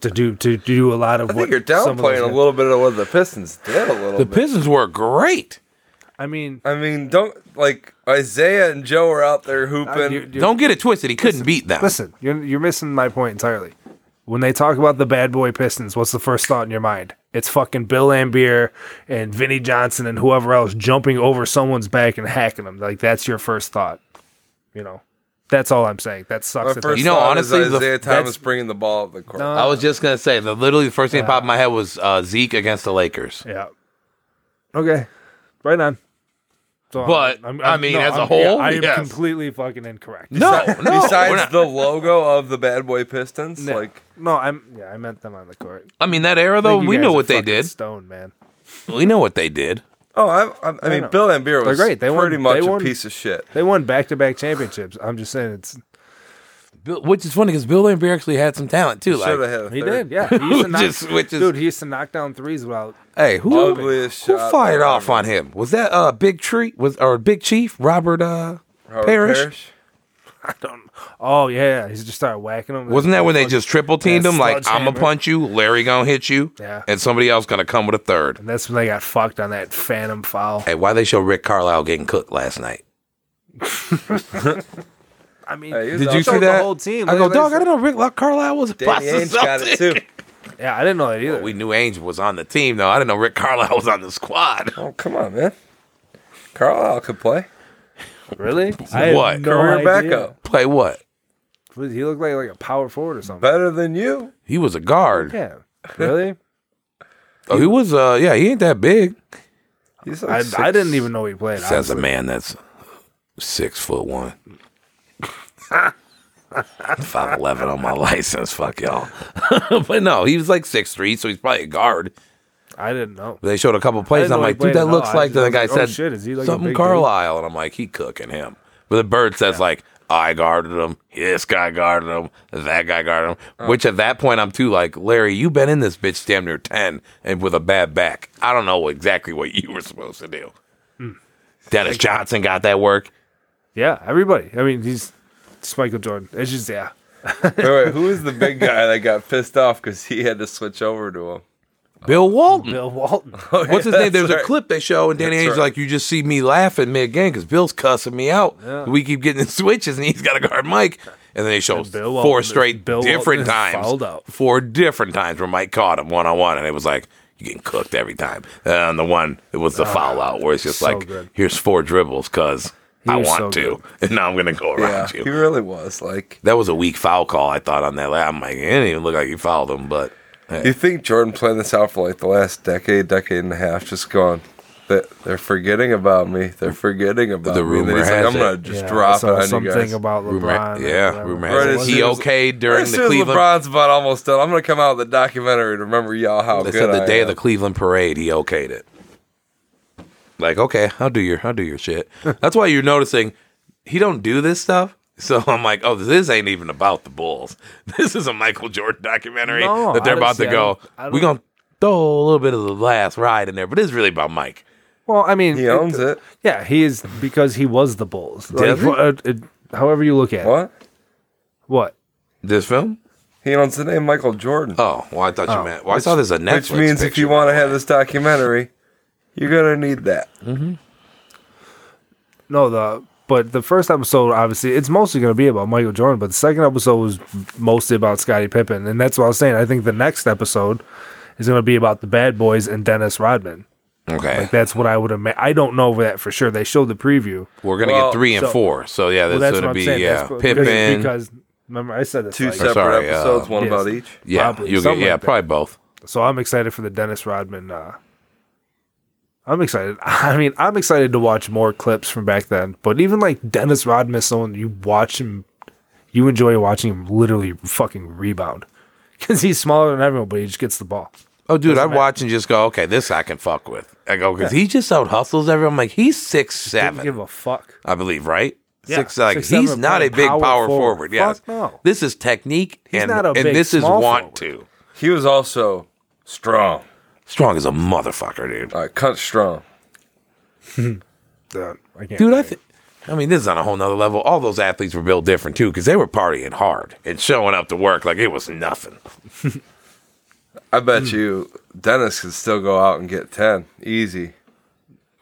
Speaker 1: to do to do a lot of.
Speaker 5: I
Speaker 1: what
Speaker 5: think you're
Speaker 1: some of those
Speaker 5: downplaying a
Speaker 1: guys-
Speaker 5: little bit of what the Pistons did a little
Speaker 4: The
Speaker 5: bit.
Speaker 4: Pistons were great.
Speaker 1: I mean,
Speaker 5: I mean, don't like Isaiah and Joe are out there
Speaker 1: I- you-
Speaker 5: hooping.
Speaker 1: you-
Speaker 4: Don't get it twisted. He couldn't beat them.
Speaker 1: listen. You're you're missing my point entirely. When they talk about the bad boy Pistons, what's the first thought in your mind? It's fucking Bill Lambier and Vinny Johnson and whoever else jumping over someone's back and hacking them. Like that's your first thought. You know, that's all I'm saying. That
Speaker 5: My
Speaker 1: sucks. that
Speaker 5: first
Speaker 4: You know,
Speaker 5: thought
Speaker 4: honestly,
Speaker 5: is
Speaker 4: the-
Speaker 5: Isaiah Thomas
Speaker 1: that's-
Speaker 5: bringing the ball up the court.
Speaker 1: No.
Speaker 4: I was just gonna say the literally the first thing that popped in my head was uh, Zeke against the Lakers.
Speaker 1: Yeah. Okay. Right on. So
Speaker 4: But, I mean, as a
Speaker 1: I'm-
Speaker 4: whole,
Speaker 1: I am
Speaker 4: yes.
Speaker 1: completely fucking incorrect.
Speaker 4: No, no. we're
Speaker 5: Besides
Speaker 4: not-
Speaker 5: the logo of the Bad Boy Pistons,
Speaker 1: Yeah.
Speaker 5: like
Speaker 1: no, I'm yeah, I meant them on the court.
Speaker 4: I mean, that era though,
Speaker 1: Like, you
Speaker 4: we
Speaker 1: guys
Speaker 4: know
Speaker 1: are
Speaker 4: what they
Speaker 1: fucking
Speaker 4: did.
Speaker 1: Stone man.
Speaker 4: We know what they did.
Speaker 5: oh, I, I, I mean,
Speaker 1: know.
Speaker 5: Bill Lambier was
Speaker 1: They're great. They won-
Speaker 5: pretty
Speaker 1: they
Speaker 5: much
Speaker 1: won-
Speaker 5: a piece of shit.
Speaker 1: They won back to back championships. I'm just saying it's
Speaker 4: Bill, which is funny because Bill Lambier actually had some talent too.
Speaker 5: Should have
Speaker 4: Like,
Speaker 5: had a
Speaker 1: he
Speaker 5: third.
Speaker 1: did. Yeah, he used to knock,
Speaker 4: Just- which is-
Speaker 1: dude. He used to knock down threes without.
Speaker 4: hey, who, who
Speaker 5: Ugliest shot
Speaker 4: fired
Speaker 5: I've
Speaker 4: off
Speaker 5: ever-
Speaker 4: on him? Was that uh Big Tree? Was or Big Chief Robert uh
Speaker 5: Howard
Speaker 4: Parrish?
Speaker 1: I don't. Oh yeah, yeah, he just started whacking them.
Speaker 4: Wasn't that when they just triple teamed
Speaker 1: Yeah,
Speaker 4: him? Like I'm
Speaker 1: sledgehammer.
Speaker 4: gonna punch you, Larry gonna hit you,
Speaker 1: Yeah.
Speaker 4: and somebody else gonna come with a third.
Speaker 1: And that's when they got fucked on that phantom foul.
Speaker 4: Hey, why they show Rick Carlisle getting cooked last night?
Speaker 1: I mean,
Speaker 5: Hey, he was
Speaker 4: Did
Speaker 5: out
Speaker 4: you see
Speaker 5: there.
Speaker 1: showed the
Speaker 4: that?
Speaker 1: whole team.
Speaker 4: I
Speaker 1: Look
Speaker 4: go,
Speaker 1: at
Speaker 4: dog.
Speaker 1: that.
Speaker 4: I don't know. Rick La- Carlisle was a
Speaker 5: Danny
Speaker 4: boss of
Speaker 5: Ainge got it
Speaker 4: something."
Speaker 5: too.
Speaker 1: yeah, I didn't know that either.
Speaker 4: We knew Ainge was on the team though. I didn't know Rick Carlisle was on the squad.
Speaker 5: Oh, come on, man. Carlisle could play.
Speaker 1: really? I had
Speaker 4: What?
Speaker 1: no
Speaker 5: Career
Speaker 1: idea.
Speaker 5: backup.
Speaker 4: Play what?
Speaker 1: What, He looked like like a power forward or something.
Speaker 5: Better than you.
Speaker 4: He was a guard.
Speaker 1: Yeah. Really?
Speaker 4: Oh, he was. Uh, yeah, he ain't that big.
Speaker 5: He's
Speaker 1: I,
Speaker 5: like six-
Speaker 1: I didn't even know he played.
Speaker 4: That's a
Speaker 1: honestly.
Speaker 4: man that's six foot one. Five eleven on my license, fuck y'all. but no, he was like six three, so he's probably a guard.
Speaker 1: I didn't know.
Speaker 4: They showed a couple
Speaker 1: I
Speaker 4: plays.
Speaker 1: didn't
Speaker 4: I'm
Speaker 1: know he
Speaker 4: like, dude,
Speaker 1: played
Speaker 4: that
Speaker 1: at
Speaker 4: looks
Speaker 1: all. I
Speaker 4: like
Speaker 1: just
Speaker 4: the
Speaker 1: was
Speaker 4: guy
Speaker 1: like, oh,
Speaker 4: said
Speaker 1: shit, is he like a
Speaker 4: something
Speaker 1: big
Speaker 4: Carlisle, and I'm like, he cooking him. But the bird says like, I guarded him. This guy guarded him. That guy guarded him.
Speaker 1: Oh.
Speaker 4: Which at that point, I'm too like, Larry, you been in this bitch damn near ten and with a bad back. I don't know exactly what you were supposed to do.
Speaker 1: Hmm.
Speaker 4: Dennis Johnson got that work.
Speaker 1: Yeah, everybody. I mean, he's it's Michael Jordan. It's just yeah.
Speaker 5: Wait, wait, who was the big guy that got pissed off because he had to switch over to him?
Speaker 1: Oh.
Speaker 4: Bill Walton.
Speaker 1: Bill Walton.
Speaker 4: What's his
Speaker 5: Yeah,
Speaker 4: name? There's
Speaker 5: that's
Speaker 4: a
Speaker 5: right.
Speaker 4: clip they show, and Danny
Speaker 5: That's
Speaker 4: Ainge's
Speaker 5: right.
Speaker 4: like, "You just see me laughing mid game because Bill's cussing me out. We keep getting the switches, and he's got to guard Mike." And then they show
Speaker 1: And Bill Walton
Speaker 4: four
Speaker 1: is-
Speaker 4: straight
Speaker 1: Bill Walton
Speaker 4: different
Speaker 1: is
Speaker 4: times,
Speaker 1: fouled out.
Speaker 4: four different times where Mike caught him one on one, and it was like you getting cooked every time. And the one it was the foul out where it's just
Speaker 1: Ah, so
Speaker 4: like,
Speaker 1: good.
Speaker 4: "Here's four dribbles, cause
Speaker 1: He
Speaker 4: I
Speaker 1: was
Speaker 4: want
Speaker 1: so
Speaker 4: to, and now I'm gonna go
Speaker 5: Yeah,
Speaker 4: around
Speaker 5: he
Speaker 4: you.
Speaker 5: really was. Like,
Speaker 4: That was a weak foul call. I thought on that. la- I'm like, it didn't even look like he fouled him, but
Speaker 5: you think Jordan planned this out for like the last decade, decade and a half, just gone. That they're forgetting about me. They're forgetting about
Speaker 4: The
Speaker 5: me. And then
Speaker 4: rumor
Speaker 5: he's like,
Speaker 4: has
Speaker 5: I'm gonna
Speaker 4: it.
Speaker 5: just
Speaker 1: Yeah, I
Speaker 5: drop it
Speaker 1: saw
Speaker 5: on you
Speaker 1: something
Speaker 5: guys.
Speaker 1: about LeBron.
Speaker 4: rumor,
Speaker 1: or
Speaker 4: yeah,
Speaker 1: whatever.
Speaker 4: rumor
Speaker 5: Right,
Speaker 4: has
Speaker 5: as
Speaker 4: it. He
Speaker 5: soon as-
Speaker 4: okayed during
Speaker 5: As
Speaker 4: the
Speaker 5: soon as
Speaker 4: Cleveland.
Speaker 5: LeBron's about almost done, I'm gonna come out with a documentary to remember y'all how
Speaker 4: They
Speaker 5: good
Speaker 4: said the
Speaker 5: I
Speaker 4: day
Speaker 5: am.
Speaker 1: uh,
Speaker 4: of the Cleveland parade, he okayed it. Like, okay, I'll do your, I'll do your shit. That's why you're noticing he don't do this stuff. So I'm like, oh, this ain't even about the Bulls. This is a Michael Jordan documentary
Speaker 1: No,
Speaker 4: that they're
Speaker 1: I
Speaker 4: about to
Speaker 1: see, I
Speaker 4: go.
Speaker 1: don't- I don't-
Speaker 4: We're gonna throw a little bit of the last ride in there, but it's really about Mike.
Speaker 1: Well, I mean,
Speaker 5: He owns it.
Speaker 1: Yeah, he is because he was the Bulls. Like,
Speaker 4: Did he?
Speaker 1: wha- uh, it- however you look at it.
Speaker 5: What?
Speaker 1: What?
Speaker 4: This film?
Speaker 5: He owns the name Michael Jordan.
Speaker 4: Oh, well, I thought you meant. Well, I saw this a Oh, Netflix.
Speaker 5: Which means if you
Speaker 4: picture.
Speaker 5: want to have this documentary, you're gonna need that.
Speaker 1: No, the but the first episode obviously it's mostly going to be about Michael Jordan, but the second episode was mostly about Scottie Pippen, and that's what I was saying. I think the next episode is going to be about the Bad Boys and Dennis Rodman.
Speaker 4: okay,
Speaker 1: That's what I would have. I don't know that for sure. They showed the preview.
Speaker 4: we're gonna
Speaker 5: Well,
Speaker 4: get three and
Speaker 1: so-
Speaker 4: four. So yeah,
Speaker 1: Well,
Speaker 4: this
Speaker 1: that's what
Speaker 4: would
Speaker 1: I'm
Speaker 4: be
Speaker 1: saying.
Speaker 4: yeah,
Speaker 1: That's what- because-
Speaker 4: Pippin.
Speaker 1: Because remember, I said this.
Speaker 5: Two
Speaker 1: like-
Speaker 5: separate
Speaker 4: sorry, uh,
Speaker 5: episodes, one
Speaker 1: yes.
Speaker 5: about each.
Speaker 4: yeah,
Speaker 1: probably,
Speaker 4: you get
Speaker 1: something
Speaker 4: yeah,
Speaker 1: like that.
Speaker 4: probably both.
Speaker 1: So I'm excited for the Dennis Rodman. Uh, I'm excited. I mean, I'm excited to watch more clips from back then. But even like Dennis Rodman, is someone you watch him, you enjoy watching him literally fucking rebound because he's smaller than everyone, but he just gets the ball.
Speaker 4: Oh, dude, I watch and just go, okay, this I can fuck with. I go because he just out hustles everyone. I'm like, he's six
Speaker 1: Doesn't give
Speaker 4: seven,
Speaker 1: a fuck.
Speaker 4: I believe, right?
Speaker 1: Yeah,
Speaker 4: six like
Speaker 1: six,
Speaker 4: he's
Speaker 1: seven,
Speaker 4: not a big power, forward. Yes,
Speaker 1: Fuck no.
Speaker 4: this is technique, and
Speaker 1: not a
Speaker 4: and
Speaker 1: big
Speaker 4: this is
Speaker 1: small
Speaker 4: want to.
Speaker 5: He was also strong,
Speaker 4: Strong as a motherfucker, dude.
Speaker 5: uh, cunt strong.
Speaker 1: Uh, I can't.
Speaker 4: Dude, I think. I mean, this is on a whole nother level. All those athletes were built different too, because they were partying hard and showing up to work like it was nothing.
Speaker 5: I bet
Speaker 1: Hmm.
Speaker 5: you Dennis could still go out and get ten easy.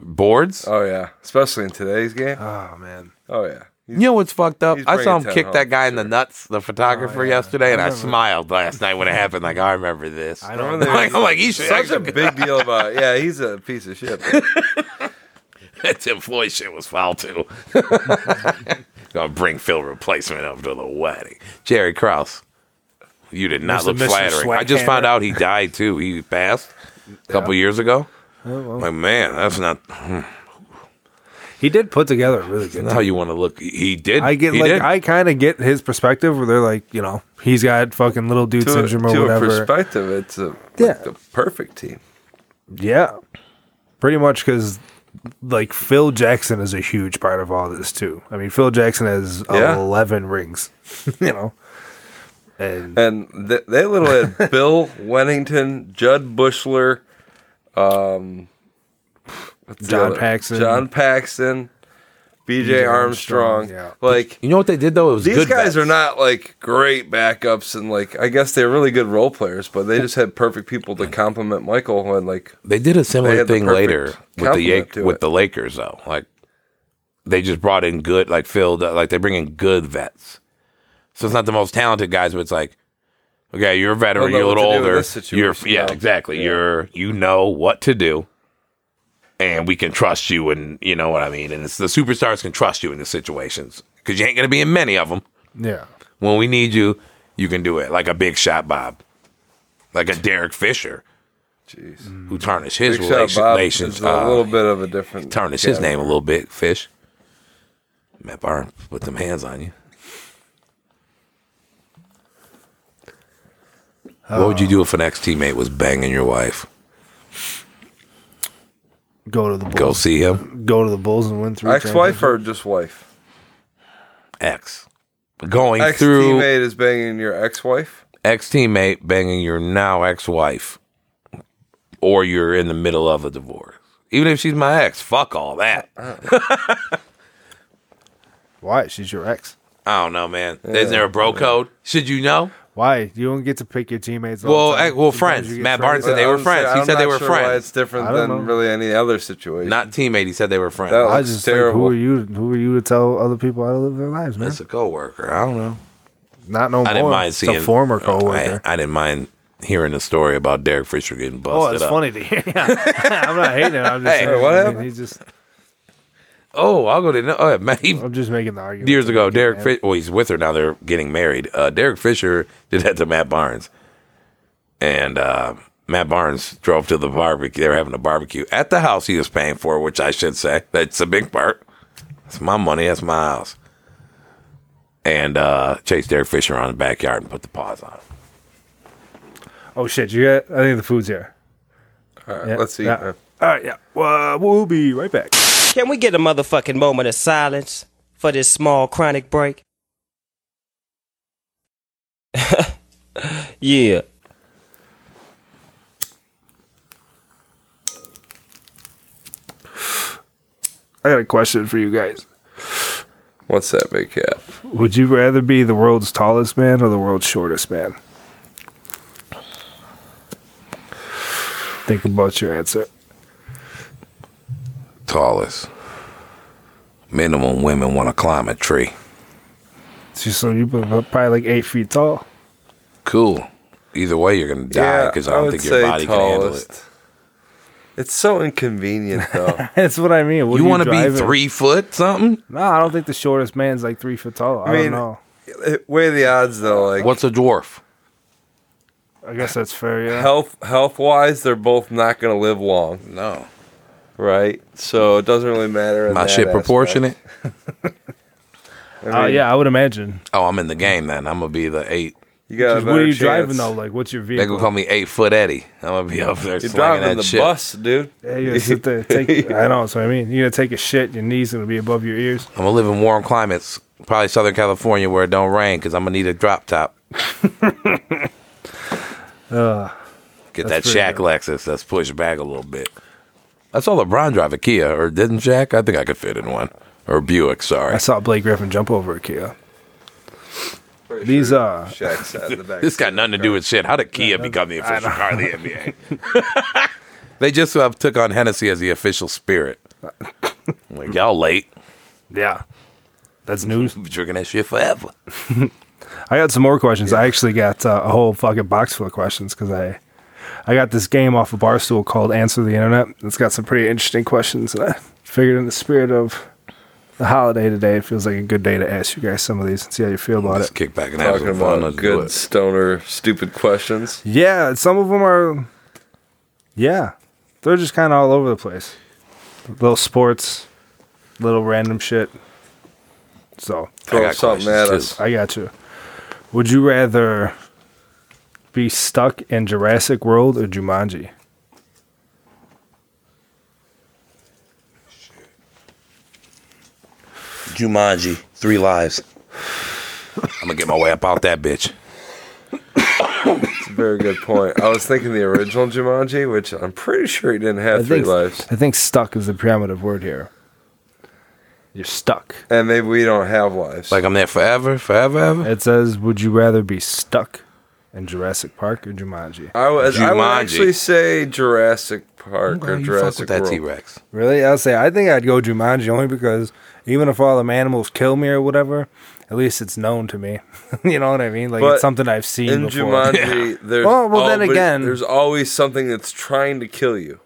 Speaker 4: Boards.
Speaker 5: Oh yeah, especially in today's game.
Speaker 1: Oh man.
Speaker 5: Oh yeah, He's-
Speaker 4: You know what's fucked up?
Speaker 5: He's
Speaker 4: I saw him
Speaker 5: bringing 10
Speaker 4: kick that
Speaker 5: home,
Speaker 4: guy in the nuts, the
Speaker 1: Oh,
Speaker 4: photographer, yesterday, and I, smiled last night when it happened. Like I remember this. I
Speaker 1: don't-
Speaker 4: am like, I'm like, he should
Speaker 5: such a
Speaker 4: actually.
Speaker 5: big deal about. It. Yeah, he's a piece of shit. but
Speaker 4: That Tim Floyd shit was foul too. Gonna bring Phil replacement up to the wedding. Jerry Krause, you did not
Speaker 1: Mr.
Speaker 4: look
Speaker 1: Mr.
Speaker 4: flattering. I just
Speaker 1: Swaghammer.
Speaker 4: found out he died too. He passed a couple years ago.
Speaker 1: Oh,
Speaker 4: Like man, that's not
Speaker 1: He did put together a really good.
Speaker 4: not how you want to look. He did.
Speaker 1: I get
Speaker 4: he
Speaker 1: like
Speaker 4: did.
Speaker 1: I kind of get his perspective where they're like, you know, he's got fucking little dude
Speaker 5: to a,
Speaker 1: syndrome or
Speaker 5: to a
Speaker 1: whatever.
Speaker 5: perspective, it's a,
Speaker 1: Yeah.
Speaker 5: like the perfect team.
Speaker 1: Yeah, pretty much because like Phil Jackson is a huge part of all this too. I mean, Phil Jackson has
Speaker 5: Yeah.
Speaker 1: eleven rings, you know, and
Speaker 5: And th- they literally had Bill Wennington, Judd Bushler, um, what's the
Speaker 1: John
Speaker 5: other-
Speaker 1: Paxson.
Speaker 5: John Paxton, B.J. Armstrong.
Speaker 1: Armstrong, yeah.
Speaker 5: Like
Speaker 4: you know what they did though? It was
Speaker 5: these
Speaker 4: good
Speaker 5: guys
Speaker 4: vets.
Speaker 5: are not like great backups, and like I guess they're really good role players, but they just had perfect people to complement Michael. When like
Speaker 4: They did a
Speaker 5: They
Speaker 4: similar
Speaker 5: had the
Speaker 4: thing
Speaker 5: perfect
Speaker 4: later with the
Speaker 5: complement
Speaker 4: Yak-
Speaker 5: to
Speaker 4: with
Speaker 5: it.
Speaker 4: the Lakers though. Like they just brought in good like filled like they bring in good vets. So it's not the most talented guys, but it's like okay, you're a veteran,
Speaker 5: They'll know
Speaker 4: you're a
Speaker 5: what
Speaker 4: little
Speaker 5: to do in
Speaker 4: older.
Speaker 5: this
Speaker 4: You're
Speaker 5: situation,
Speaker 4: yeah,
Speaker 5: yeah.
Speaker 4: exactly. You're you know what to do. And we can trust you and you know what I mean. And it's the superstars can trust you in the situations cuz you ain't going to be in many of them.
Speaker 1: yeah,
Speaker 4: When we need you, you can do it. Like a big shot Bob. Like a Derek Fisher
Speaker 5: jeez,
Speaker 4: who tarnished his
Speaker 5: Big Shot
Speaker 4: relation-
Speaker 5: Bob
Speaker 4: relations.
Speaker 5: is a
Speaker 4: uh,
Speaker 5: little bit of a different.
Speaker 4: tarnish his name a little bit, fish. Matt Barnes put them hands on you. What would you do if an ex teammate was banging your wife?
Speaker 1: go to the
Speaker 4: Go
Speaker 1: Bulls,
Speaker 4: see him?
Speaker 1: go, to the Bulls and win three.
Speaker 5: Ex-wife or just wife?
Speaker 4: Ex. Going
Speaker 5: Ex
Speaker 4: through
Speaker 5: teammate is banging your ex-wife.
Speaker 4: ex teammate banging your now ex wife, or you're in the middle of a divorce. Even if she's my ex, fuck all that.
Speaker 1: championships. Why? She's your ex.
Speaker 4: I don't know, man. Isn't there a bro code? Should you know?
Speaker 1: Why? You don't get to pick your teammates. all
Speaker 4: Well,
Speaker 1: the time.
Speaker 4: eh, well,
Speaker 1: Sometimes
Speaker 4: friends.
Speaker 1: you get
Speaker 4: Matt Barnes said they
Speaker 5: I'm
Speaker 4: were
Speaker 5: saying-
Speaker 4: friends. He
Speaker 5: I'm
Speaker 4: said they
Speaker 5: not
Speaker 4: were
Speaker 5: sure Why it's
Speaker 4: friends.
Speaker 5: different
Speaker 1: I don't
Speaker 5: than
Speaker 1: know.
Speaker 5: really any other situation.
Speaker 4: Not teammate. He said they were friends.
Speaker 5: That
Speaker 1: I
Speaker 5: It's
Speaker 1: just
Speaker 5: terrible.
Speaker 1: Like, who are you? Who are you to tell other people how to live their lives, man?
Speaker 4: It's a coworker. I don't know.
Speaker 1: Not no more.
Speaker 4: I didn't mind
Speaker 1: It's
Speaker 4: seeing Oh,
Speaker 1: a former coworker.
Speaker 4: I, I didn't mind hearing the story about Derek Fisher getting busted
Speaker 1: Oh, it's
Speaker 4: up.
Speaker 1: funny to hear. Yeah. I'm not hating him. I'm just
Speaker 4: Hey,
Speaker 1: saying,
Speaker 5: what
Speaker 1: I mean,
Speaker 5: happened?
Speaker 1: He just
Speaker 4: Oh, I'll go to. No, oh, man, he
Speaker 1: I'm just making the argument.
Speaker 4: years ago, Derek.
Speaker 1: man.
Speaker 4: Fisher, well, he's with her now. They're getting married. Uh, Derek Fisher did that to Matt Barnes, and uh, Matt Barnes drove to the barbecue. They were having a barbecue at the house he was paying for, which I should say that's a big part. That's my money. That's my house. And uh, chased Derek Fisher around the backyard and put the paws on him.
Speaker 1: Oh shit! You got? I think the food's here.
Speaker 5: All right,
Speaker 1: Yeah,
Speaker 5: let's see.
Speaker 1: yeah. All right. Yeah. Well, we'll be right back.
Speaker 6: Can we get a motherfucking moment of silence for this small chronic break? yeah.
Speaker 1: I got a question for you guys.
Speaker 5: What's that big cat?
Speaker 1: Would you rather be the world's tallest man or the world's shortest man? Think about your answer.
Speaker 4: Tallest. Minimum women want to climb a tree.
Speaker 1: So- So you probably like eight feet tall.
Speaker 4: Cool. Either way, you're gonna die because I don't
Speaker 5: would
Speaker 4: think your
Speaker 5: say
Speaker 4: body can handle it.
Speaker 5: tallest. It's so inconvenient though.
Speaker 1: That's what I mean. What
Speaker 4: you
Speaker 1: do
Speaker 4: want to be
Speaker 1: drive it?
Speaker 4: three foot something?
Speaker 1: No, I don't think the shortest man's like three foot tall. I, don't
Speaker 5: mean-
Speaker 1: know.
Speaker 5: Weigh the odds though. Like
Speaker 4: What's a dwarf?
Speaker 1: I guess that's fair. Yeah.
Speaker 5: health health wise, they're both not going to live long,
Speaker 4: No,
Speaker 5: right? So it doesn't really matter. in
Speaker 4: my
Speaker 5: that
Speaker 4: shit
Speaker 5: aspect.
Speaker 4: proportionate.
Speaker 5: I
Speaker 1: Uh,
Speaker 5: mean,
Speaker 1: yeah, I would imagine.
Speaker 4: Oh, I'm in the game then. I'm gonna be the eight.
Speaker 5: You got a
Speaker 1: Just
Speaker 5: better
Speaker 1: what are you
Speaker 5: chance.
Speaker 1: driving though? Like, what's your
Speaker 4: They gonna
Speaker 1: vehicle?
Speaker 4: call me eight foot Eddie. I'm gonna be up there
Speaker 5: You're
Speaker 4: slinging
Speaker 5: driving
Speaker 4: that
Speaker 5: the
Speaker 4: shit.
Speaker 5: bus, dude.
Speaker 1: Yeah, you gotta sit there. Take, I know. So I mean, you're gonna take a shit. Your knees gonna be above your ears.
Speaker 4: I'm gonna live in warm climates, probably Southern California where it don't rain because I'm gonna need a drop top. Get that
Speaker 1: Ah, that's pretty
Speaker 4: Shaq
Speaker 1: good.
Speaker 4: Lexus that's pushed back a little bit. I saw LeBron drive a Kia, or didn't Shaq? I think I could fit in one. Or Buick,
Speaker 1: I
Speaker 4: sorry.
Speaker 1: saw Blake Griffin jump over a Kia.
Speaker 5: Pretty
Speaker 1: These
Speaker 5: sure
Speaker 1: uh,
Speaker 5: Shaq sat in the back.
Speaker 4: This got nothing to do with shit. How did Kia become the official car of the NBA? they just uh, took on Hennessy as the official spirit. Like, y'all late.
Speaker 1: yeah, that's news.
Speaker 4: Been drinking that shit forever.
Speaker 1: I got some more questions. I actually got uh, a whole fucking box full of questions because I, I got this game off of Barstool called Answer the Internet. It's got some pretty interesting questions, and I figured in the spirit of the holiday today, it feels like a good day to ask you guys some of these and see how you feel about it.
Speaker 4: Let's kick back and have
Speaker 5: Talking
Speaker 4: some fun.
Speaker 5: about
Speaker 4: Let's do
Speaker 5: good
Speaker 4: it.
Speaker 5: stoner, stupid questions.
Speaker 1: Yeah, some of them are. Yeah, they're just kind of all over the place. Little sports, little random shit. So
Speaker 4: I
Speaker 5: Throw
Speaker 4: got
Speaker 5: something at
Speaker 4: questions,
Speaker 5: us.
Speaker 1: I got you. Would you rather be stuck in Jurassic World or Jumanji?
Speaker 7: Jumanji, three lives.
Speaker 4: I'm gonna get my way up out that bitch.
Speaker 5: It's a very good point. I was thinking the original Jumanji, which I'm pretty sure he didn't have
Speaker 1: I
Speaker 5: three
Speaker 1: think
Speaker 5: lives,
Speaker 1: I think stuck is the primitive word here. You're stuck.
Speaker 5: and maybe we don't have lives.
Speaker 4: Like I'm there forever, forever, ever.
Speaker 1: It says, "Would you rather be stuck in Jurassic Park or Jumanji?"
Speaker 5: I was. I would
Speaker 4: Jumanji.
Speaker 5: actually say Jurassic Park or
Speaker 4: you fuck
Speaker 5: Jurassic
Speaker 4: with that
Speaker 5: World.
Speaker 4: T-Rex.
Speaker 1: Really? I'll say I think I'd go Jumanji only because even if all the animals kill me or whatever, at least it's known to me. you know what I mean? Like
Speaker 5: But
Speaker 1: it's something I've seen
Speaker 5: in
Speaker 1: before.
Speaker 5: Jumanji, there's
Speaker 1: Well, well, then
Speaker 5: always-
Speaker 1: again-
Speaker 5: there's always something that's trying to kill you.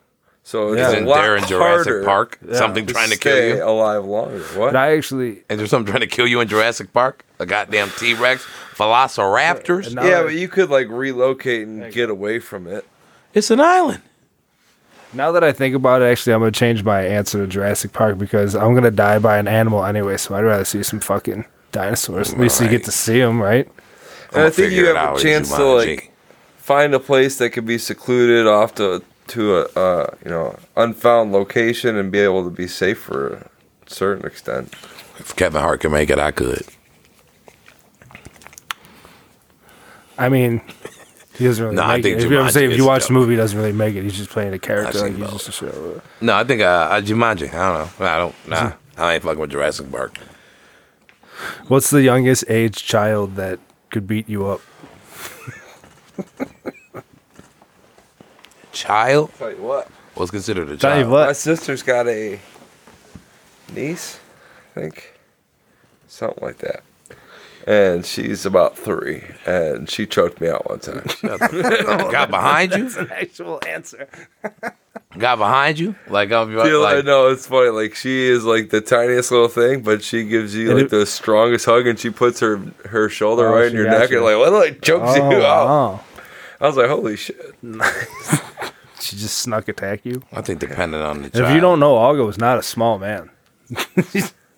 Speaker 5: So it's
Speaker 1: Yeah.
Speaker 5: a
Speaker 4: Isn't
Speaker 5: lot
Speaker 4: there in
Speaker 5: harder
Speaker 4: Jurassic Park something
Speaker 5: to
Speaker 4: trying to kill you?
Speaker 5: stay alive longer. What?
Speaker 1: But I actually
Speaker 4: Is there something trying to kill you in Jurassic Park? A goddamn T Rex, Velociraptors.
Speaker 1: now
Speaker 5: yeah,
Speaker 1: that-
Speaker 5: but you could like relocate and get away from it.
Speaker 4: It's an island.
Speaker 1: Now that I think about it, actually, I'm gonna change my answer to Jurassic Park because I'm gonna die by an animal anyway. So I'd rather see some fucking dinosaurs. At least you
Speaker 4: Alright.
Speaker 1: get to see them, right?
Speaker 5: And I think you have a chance to like find a place that could be secluded off to to a uh, you know unfound location and be able to be safe for a certain extent.
Speaker 4: If Kevin Hart can make it, I could.
Speaker 1: I mean, he doesn't really.
Speaker 4: No, I
Speaker 1: make
Speaker 4: think
Speaker 1: it. If you ever
Speaker 4: Jumanji
Speaker 1: say if
Speaker 4: is
Speaker 1: you
Speaker 4: a
Speaker 1: watch the
Speaker 4: joke.
Speaker 1: movie, he doesn't really make it. He's just playing a
Speaker 4: I've
Speaker 1: character.
Speaker 4: seen
Speaker 1: Like he's
Speaker 4: both.
Speaker 1: just a show.
Speaker 4: No, I think uh, I Jumanji. I don't know. I don't. Nah, I ain't fucking with Jurassic Park.
Speaker 1: What's the youngest age child that could beat you up?
Speaker 4: Child
Speaker 5: Tell you what,
Speaker 4: was considered a
Speaker 1: Tell you
Speaker 4: child.
Speaker 1: what.
Speaker 5: my sister's got a niece, I think, something like that, and she's about three, and she choked me out one time.
Speaker 4: Got behind you.
Speaker 1: Actual answer.
Speaker 4: got behind you? Like, I'm
Speaker 5: I feel
Speaker 4: like,
Speaker 5: I know it's funny. Like she is like the tiniest little thing, but she gives you
Speaker 1: And
Speaker 5: like
Speaker 1: it-
Speaker 5: the strongest hug, and she puts her her shoulder
Speaker 1: Oh,
Speaker 5: right
Speaker 1: she
Speaker 5: in your
Speaker 1: got
Speaker 5: neck,
Speaker 1: you.
Speaker 5: and like what like chokes
Speaker 1: Oh,
Speaker 5: you out.
Speaker 1: wow.
Speaker 5: I was like, holy shit!
Speaker 1: She just snuck attack you.
Speaker 4: I think depending on the
Speaker 1: And
Speaker 4: child.
Speaker 1: If you don't know, Algo is not a small man.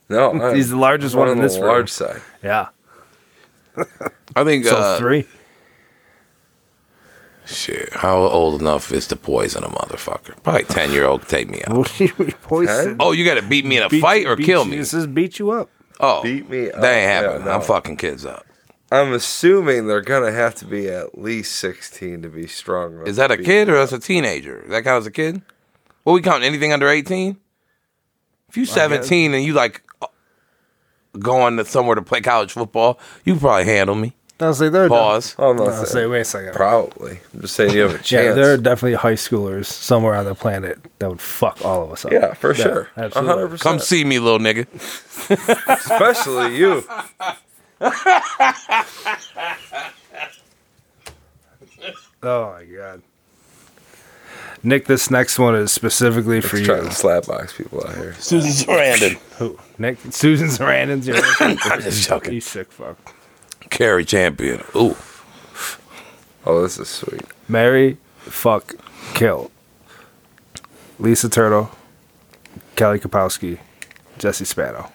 Speaker 5: No, I-
Speaker 1: He's the largest one
Speaker 5: one
Speaker 1: in
Speaker 5: on
Speaker 1: this
Speaker 5: the
Speaker 1: room.
Speaker 5: large side.
Speaker 1: Yeah.
Speaker 4: I think
Speaker 1: So
Speaker 4: uh,
Speaker 1: three.
Speaker 4: Shit, how old enough is to poison a motherfucker? Probably ten year old. Take me out.
Speaker 1: Poison.
Speaker 4: Oh, you got to beat me in a
Speaker 1: Beat-
Speaker 4: fight or
Speaker 1: beat
Speaker 4: kill
Speaker 1: you-
Speaker 4: me.
Speaker 1: This is beat you up.
Speaker 4: Oh,
Speaker 5: Beat me
Speaker 4: That
Speaker 5: up.
Speaker 4: ain't happening.
Speaker 5: Yeah, no.
Speaker 4: I'm fucking kids up.
Speaker 5: I'm assuming they're gonna have to be at least 16 to be strong. enough
Speaker 4: Is that
Speaker 5: to
Speaker 4: a
Speaker 5: beat
Speaker 4: kid
Speaker 5: me
Speaker 4: or
Speaker 5: up.
Speaker 4: that's a teenager? That count as a kid? Well, we count anything under eighteen. If you seventeen and you like uh, going to somewhere to play college football, you probably handle me.
Speaker 1: I was like, they're
Speaker 4: Pause.
Speaker 5: Oh, I'm
Speaker 1: I
Speaker 5: not
Speaker 1: was
Speaker 5: saying
Speaker 1: like, wait a second.
Speaker 5: probably. I'm just saying you have a
Speaker 1: Yeah,
Speaker 5: chance.
Speaker 1: there are definitely high schoolers somewhere on the planet that would fuck all of us up.
Speaker 5: Yeah, for sure.
Speaker 1: absolutely.
Speaker 5: 100%.
Speaker 4: Come see me, little nigga.
Speaker 5: Especially you.
Speaker 1: Oh my god. Nick, this next one is specifically for
Speaker 5: Just
Speaker 1: you.
Speaker 5: trying to slap box people out here.
Speaker 7: Susan Sarandon.
Speaker 1: Who? Nick, Susan Sarandon's your
Speaker 4: I'm just
Speaker 1: You
Speaker 4: joking.
Speaker 1: sick fuck.
Speaker 4: Carry champion. Ooh,
Speaker 5: Oh, this is sweet.
Speaker 1: Mary, fuck, kill. Lisa Turtle, Kelly Kapowski, Jesse Spano.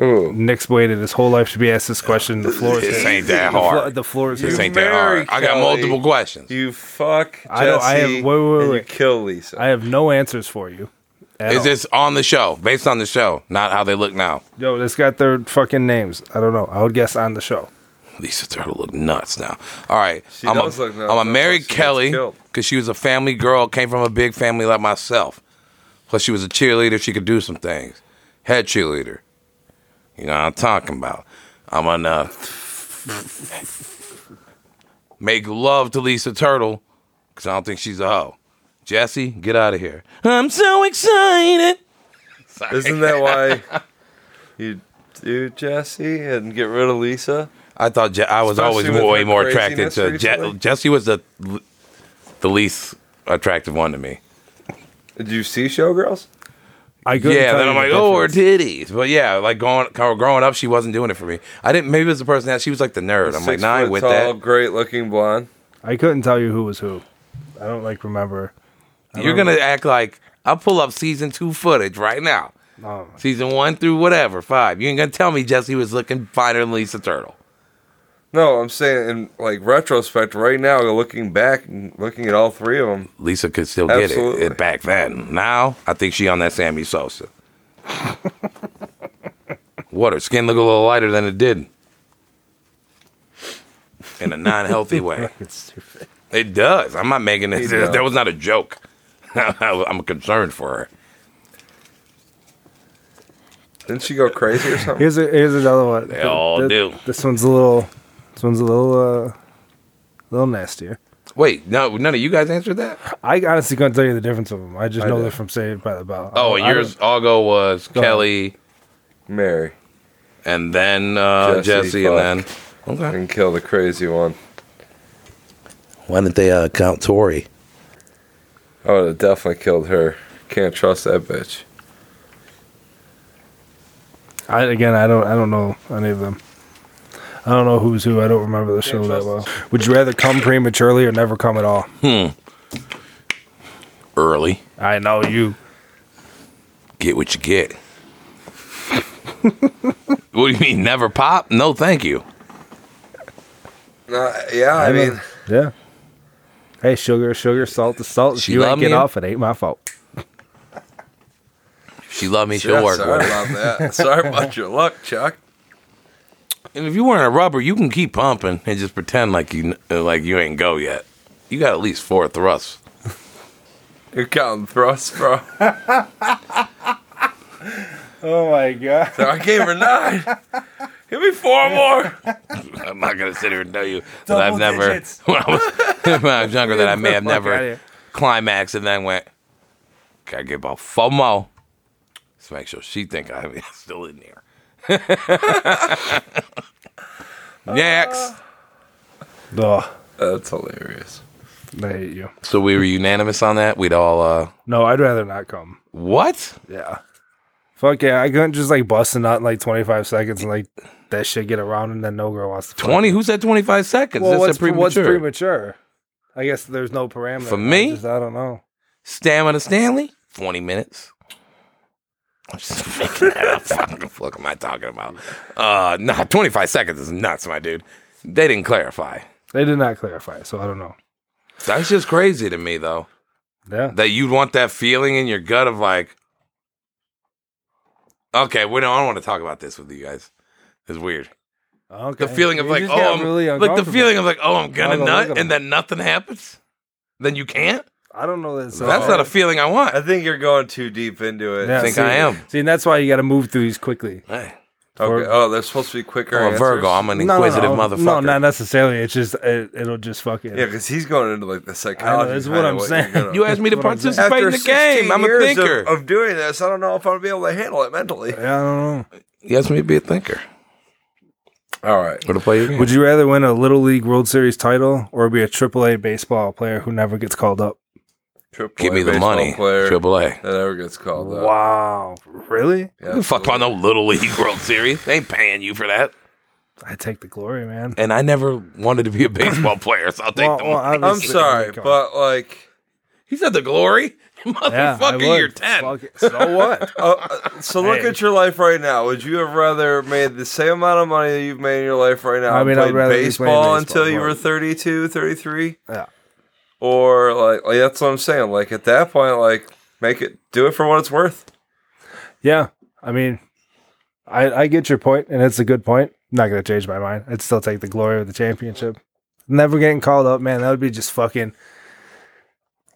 Speaker 5: Ooh.
Speaker 1: Nick's waited his whole life to be asked this question. The floor is
Speaker 4: this
Speaker 1: his.
Speaker 4: ain't that
Speaker 1: The, flo-
Speaker 4: hard.
Speaker 1: the floor is
Speaker 4: This
Speaker 1: his.
Speaker 4: ain't that
Speaker 5: marry
Speaker 4: hard. I got
Speaker 5: Kelly.
Speaker 4: multiple questions.
Speaker 5: You fuck Jesse.
Speaker 1: I know, I have- wait, wait,
Speaker 5: and
Speaker 1: wait.
Speaker 5: You kill Lisa.
Speaker 1: I have no answers for you. at
Speaker 4: Is
Speaker 1: all.
Speaker 4: this on the show? Based on the show, not how they look now.
Speaker 1: Yo, it's got their fucking names. I don't know. I would guess on the show.
Speaker 4: Lisa Turtle look nuts now. All right,
Speaker 5: She
Speaker 4: I'm
Speaker 5: does
Speaker 4: a,
Speaker 5: look nuts.
Speaker 4: I'm a
Speaker 5: That's why she
Speaker 4: married
Speaker 5: gets
Speaker 4: Kelly
Speaker 5: killed.
Speaker 4: because she was a family girl, came from a big family like myself. Plus, she was a cheerleader. She could do some things. Head cheerleader. You know what I'm talking about. I'm uh, gonna make love to Lisa Turtle because I don't think she's a hoe. Jesse, get out of here. I'm so excited.
Speaker 5: Isn't that why you do Jesse and get rid of Lisa?
Speaker 4: I thought Je- I was
Speaker 5: Especially
Speaker 4: always
Speaker 5: with
Speaker 4: way
Speaker 5: her
Speaker 4: more attracted
Speaker 5: craziness
Speaker 4: to Je-
Speaker 5: recently.
Speaker 4: Jesse was the the least attractive one to me.
Speaker 5: Did you see Showgirls?
Speaker 1: I couldn't
Speaker 4: yeah,
Speaker 1: tell
Speaker 4: then
Speaker 1: you
Speaker 4: I'm
Speaker 1: the
Speaker 4: like, oh, her
Speaker 1: difference.
Speaker 4: titties. But yeah, like going growing up, she wasn't doing it for me. I didn't. Maybe it was the person that she was like the nerd. I'm like,
Speaker 5: Six
Speaker 4: nah, I ain't
Speaker 5: foot
Speaker 4: with
Speaker 5: tall,
Speaker 4: that.
Speaker 5: great looking blonde.
Speaker 1: I couldn't tell you who was who. I don't like remember.
Speaker 4: You're gonna act like I'll pull up season two footage right now,
Speaker 1: Oh,
Speaker 4: season one through whatever five. You ain't gonna tell me Jesse was looking finer than Lisa Turtle.
Speaker 5: No, I'm saying in like retrospect, right now, looking back and looking at all three of them,
Speaker 4: Lisa could still get it,
Speaker 5: Absolutely.
Speaker 4: it back then. Now I think she on that Sammy Sosa. what her skin look a little lighter than it did, in a non-healthy way.
Speaker 1: it's stupid.
Speaker 4: It does. I'm not making this.
Speaker 5: It does.
Speaker 4: That was not a joke. I'm concerned for her.
Speaker 5: didn't she go crazy or something?
Speaker 1: Here's a, here's another one.
Speaker 4: They all
Speaker 1: Th-
Speaker 4: do.
Speaker 1: This one's a little. This one's a little. Uh, little nastier.
Speaker 4: Wait, no, none of you guys answered that.
Speaker 1: I honestly couldn't tell you the difference of them. I just
Speaker 5: I
Speaker 1: know
Speaker 5: did.
Speaker 1: they're from Saved by the Bell.
Speaker 4: Oh,
Speaker 1: I- I
Speaker 4: yours
Speaker 1: don't-
Speaker 4: all go was Kelly,
Speaker 5: Mary
Speaker 4: and then uh, Jesse,
Speaker 5: Jesse,
Speaker 4: and
Speaker 5: fuck.
Speaker 4: then okay.
Speaker 5: and kill the crazy one.
Speaker 7: Why didn't they uh, count Tori?
Speaker 5: I would have definitely killed her. Can't trust that bitch.
Speaker 1: I, again, I don't. I don't know any of them. I don't know who's who. I don't remember the show that well. Would you rather come prematurely or never come at all?
Speaker 4: early.
Speaker 1: I know you.
Speaker 4: Get what you get. what do you mean? Never pop? No, thank you.
Speaker 5: Uh, yeah, I, mean,
Speaker 1: yeah. Hey, sugar, sugar, salt to salt. If
Speaker 4: She
Speaker 1: you
Speaker 4: love
Speaker 1: ain't get
Speaker 4: me?
Speaker 1: off, it ain't my fault.
Speaker 4: She loved me. She'll
Speaker 5: yeah,
Speaker 4: work
Speaker 5: sorry
Speaker 4: with it.
Speaker 5: about that. sorry about your luck, Chuck.
Speaker 4: And if you weren't a rubber, you can keep pumping and just pretend like you uh, like you ain't go yet. You got at least four thrusts.
Speaker 5: You're counting thrusts, bro.
Speaker 1: Oh my god.
Speaker 5: I gave her nine. Give me four more.
Speaker 4: I'm not gonna sit here and tell you that I've never when I was when I was younger that I may have
Speaker 1: Fuck outta
Speaker 4: never
Speaker 1: here.
Speaker 4: climaxed and then went. Gotta get about four more. Just make sure she think I'm still in there. Next.
Speaker 1: Ugh.
Speaker 5: That's hilarious.
Speaker 1: I hate you.
Speaker 4: So we were unanimous on that. We'd all uh
Speaker 1: No, I'd rather not come.
Speaker 4: what?
Speaker 1: Yeah. Fuck yeah. I couldn't just like bust a nut in like 25 seconds and like that shit get around and then no girl wants to. fuck.
Speaker 4: Twenty? Who said twenty five seconds?
Speaker 1: Well,
Speaker 4: That's
Speaker 1: what's,
Speaker 4: a premature.
Speaker 1: what's premature? I guess there's no parameter.
Speaker 4: For
Speaker 1: I
Speaker 4: me?
Speaker 1: just- I don't know.
Speaker 4: Stamina Stanley? Twenty minutes. I'm just making that up. Fucking the fuck am I talking about? Uh nah, twenty five seconds is nuts, my dude. They didn't clarify.
Speaker 1: They did not clarify, so I don't know.
Speaker 4: That's just crazy to me though.
Speaker 1: Yeah.
Speaker 4: That you'd want that feeling in your gut of like Okay, we don't I don't want to talk about this with you guys. It's weird.
Speaker 1: Okay.
Speaker 4: the feeling of
Speaker 1: You
Speaker 4: like
Speaker 1: just
Speaker 4: oh
Speaker 1: got
Speaker 4: I'm, like the
Speaker 1: uncomfortable.
Speaker 4: feeling of like oh I'm
Speaker 1: Now
Speaker 4: gonna
Speaker 1: go look
Speaker 4: nut
Speaker 1: at him.
Speaker 4: and then nothing happens then you can't
Speaker 1: I don't know that.
Speaker 4: that's not a feeling I
Speaker 5: I
Speaker 4: want
Speaker 5: think you're going too deep into it.
Speaker 1: Yeah,
Speaker 4: think I am.
Speaker 1: See, and that's why you got to move through these quickly.
Speaker 4: Hey,
Speaker 5: Okay. Oh, they're supposed to be quicker.
Speaker 4: I'm a
Speaker 5: answers?
Speaker 4: Virgo I'm an
Speaker 1: No, no,
Speaker 4: inquisitive
Speaker 1: no,
Speaker 4: motherfucker
Speaker 1: No, not necessarily. It's just it, it'll just fucking.
Speaker 5: Yeah, because he's going into like the psychology.
Speaker 1: that's
Speaker 5: behind
Speaker 1: what I'm
Speaker 5: you're
Speaker 1: saying.
Speaker 5: gonna-
Speaker 4: you asked me to
Speaker 1: That's what I'm saying.
Speaker 4: participate in the game
Speaker 5: 16
Speaker 4: I'm a
Speaker 5: years of-
Speaker 4: thinker
Speaker 5: Of, doing this. I don't know if I'll be able to handle it mentally.
Speaker 1: Yeah, I don't know.
Speaker 4: you asked me to be a thinker
Speaker 5: All right.
Speaker 4: or to play your game
Speaker 1: Would you rather win a Little League World Series title or be a AAA baseball player who never gets called up?
Speaker 5: Triple
Speaker 4: give
Speaker 5: A
Speaker 4: me the
Speaker 5: baseball
Speaker 4: money
Speaker 5: Player
Speaker 4: triple A
Speaker 5: That ever gets called up.
Speaker 1: Wow, really?
Speaker 5: Yeah,
Speaker 4: Who fuck about no little league world series they ain't paying you for that
Speaker 1: I take the glory, man.
Speaker 4: and I never wanted to be a baseball player so I'll take
Speaker 1: Well,
Speaker 4: the
Speaker 1: well,
Speaker 4: money.
Speaker 5: I'm
Speaker 1: obviously-
Speaker 5: sorry,
Speaker 1: Come on.
Speaker 5: but like,
Speaker 4: he said the glory
Speaker 1: Yeah, I
Speaker 4: motherfucker
Speaker 1: would.
Speaker 4: you're 10
Speaker 1: Fuck it. So what?
Speaker 5: uh, uh, so look
Speaker 1: Hey.
Speaker 5: at your life right now. Would you have rather made the same amount of money that you've made in your life right now?
Speaker 1: I
Speaker 5: and
Speaker 1: mean, I'd
Speaker 5: played
Speaker 1: rather be playing
Speaker 5: baseball
Speaker 1: baseball,
Speaker 5: until you
Speaker 1: but-
Speaker 5: were 32, 33?
Speaker 1: Yeah.
Speaker 5: Or like, like that's what I'm saying. Like at that point, like make it do it for what it's worth.
Speaker 1: Yeah, I mean, I I get your point, and it's a good point. not gonna change my mind. I'd still take the glory of the championship. Never getting called up, man. That would be just fucking.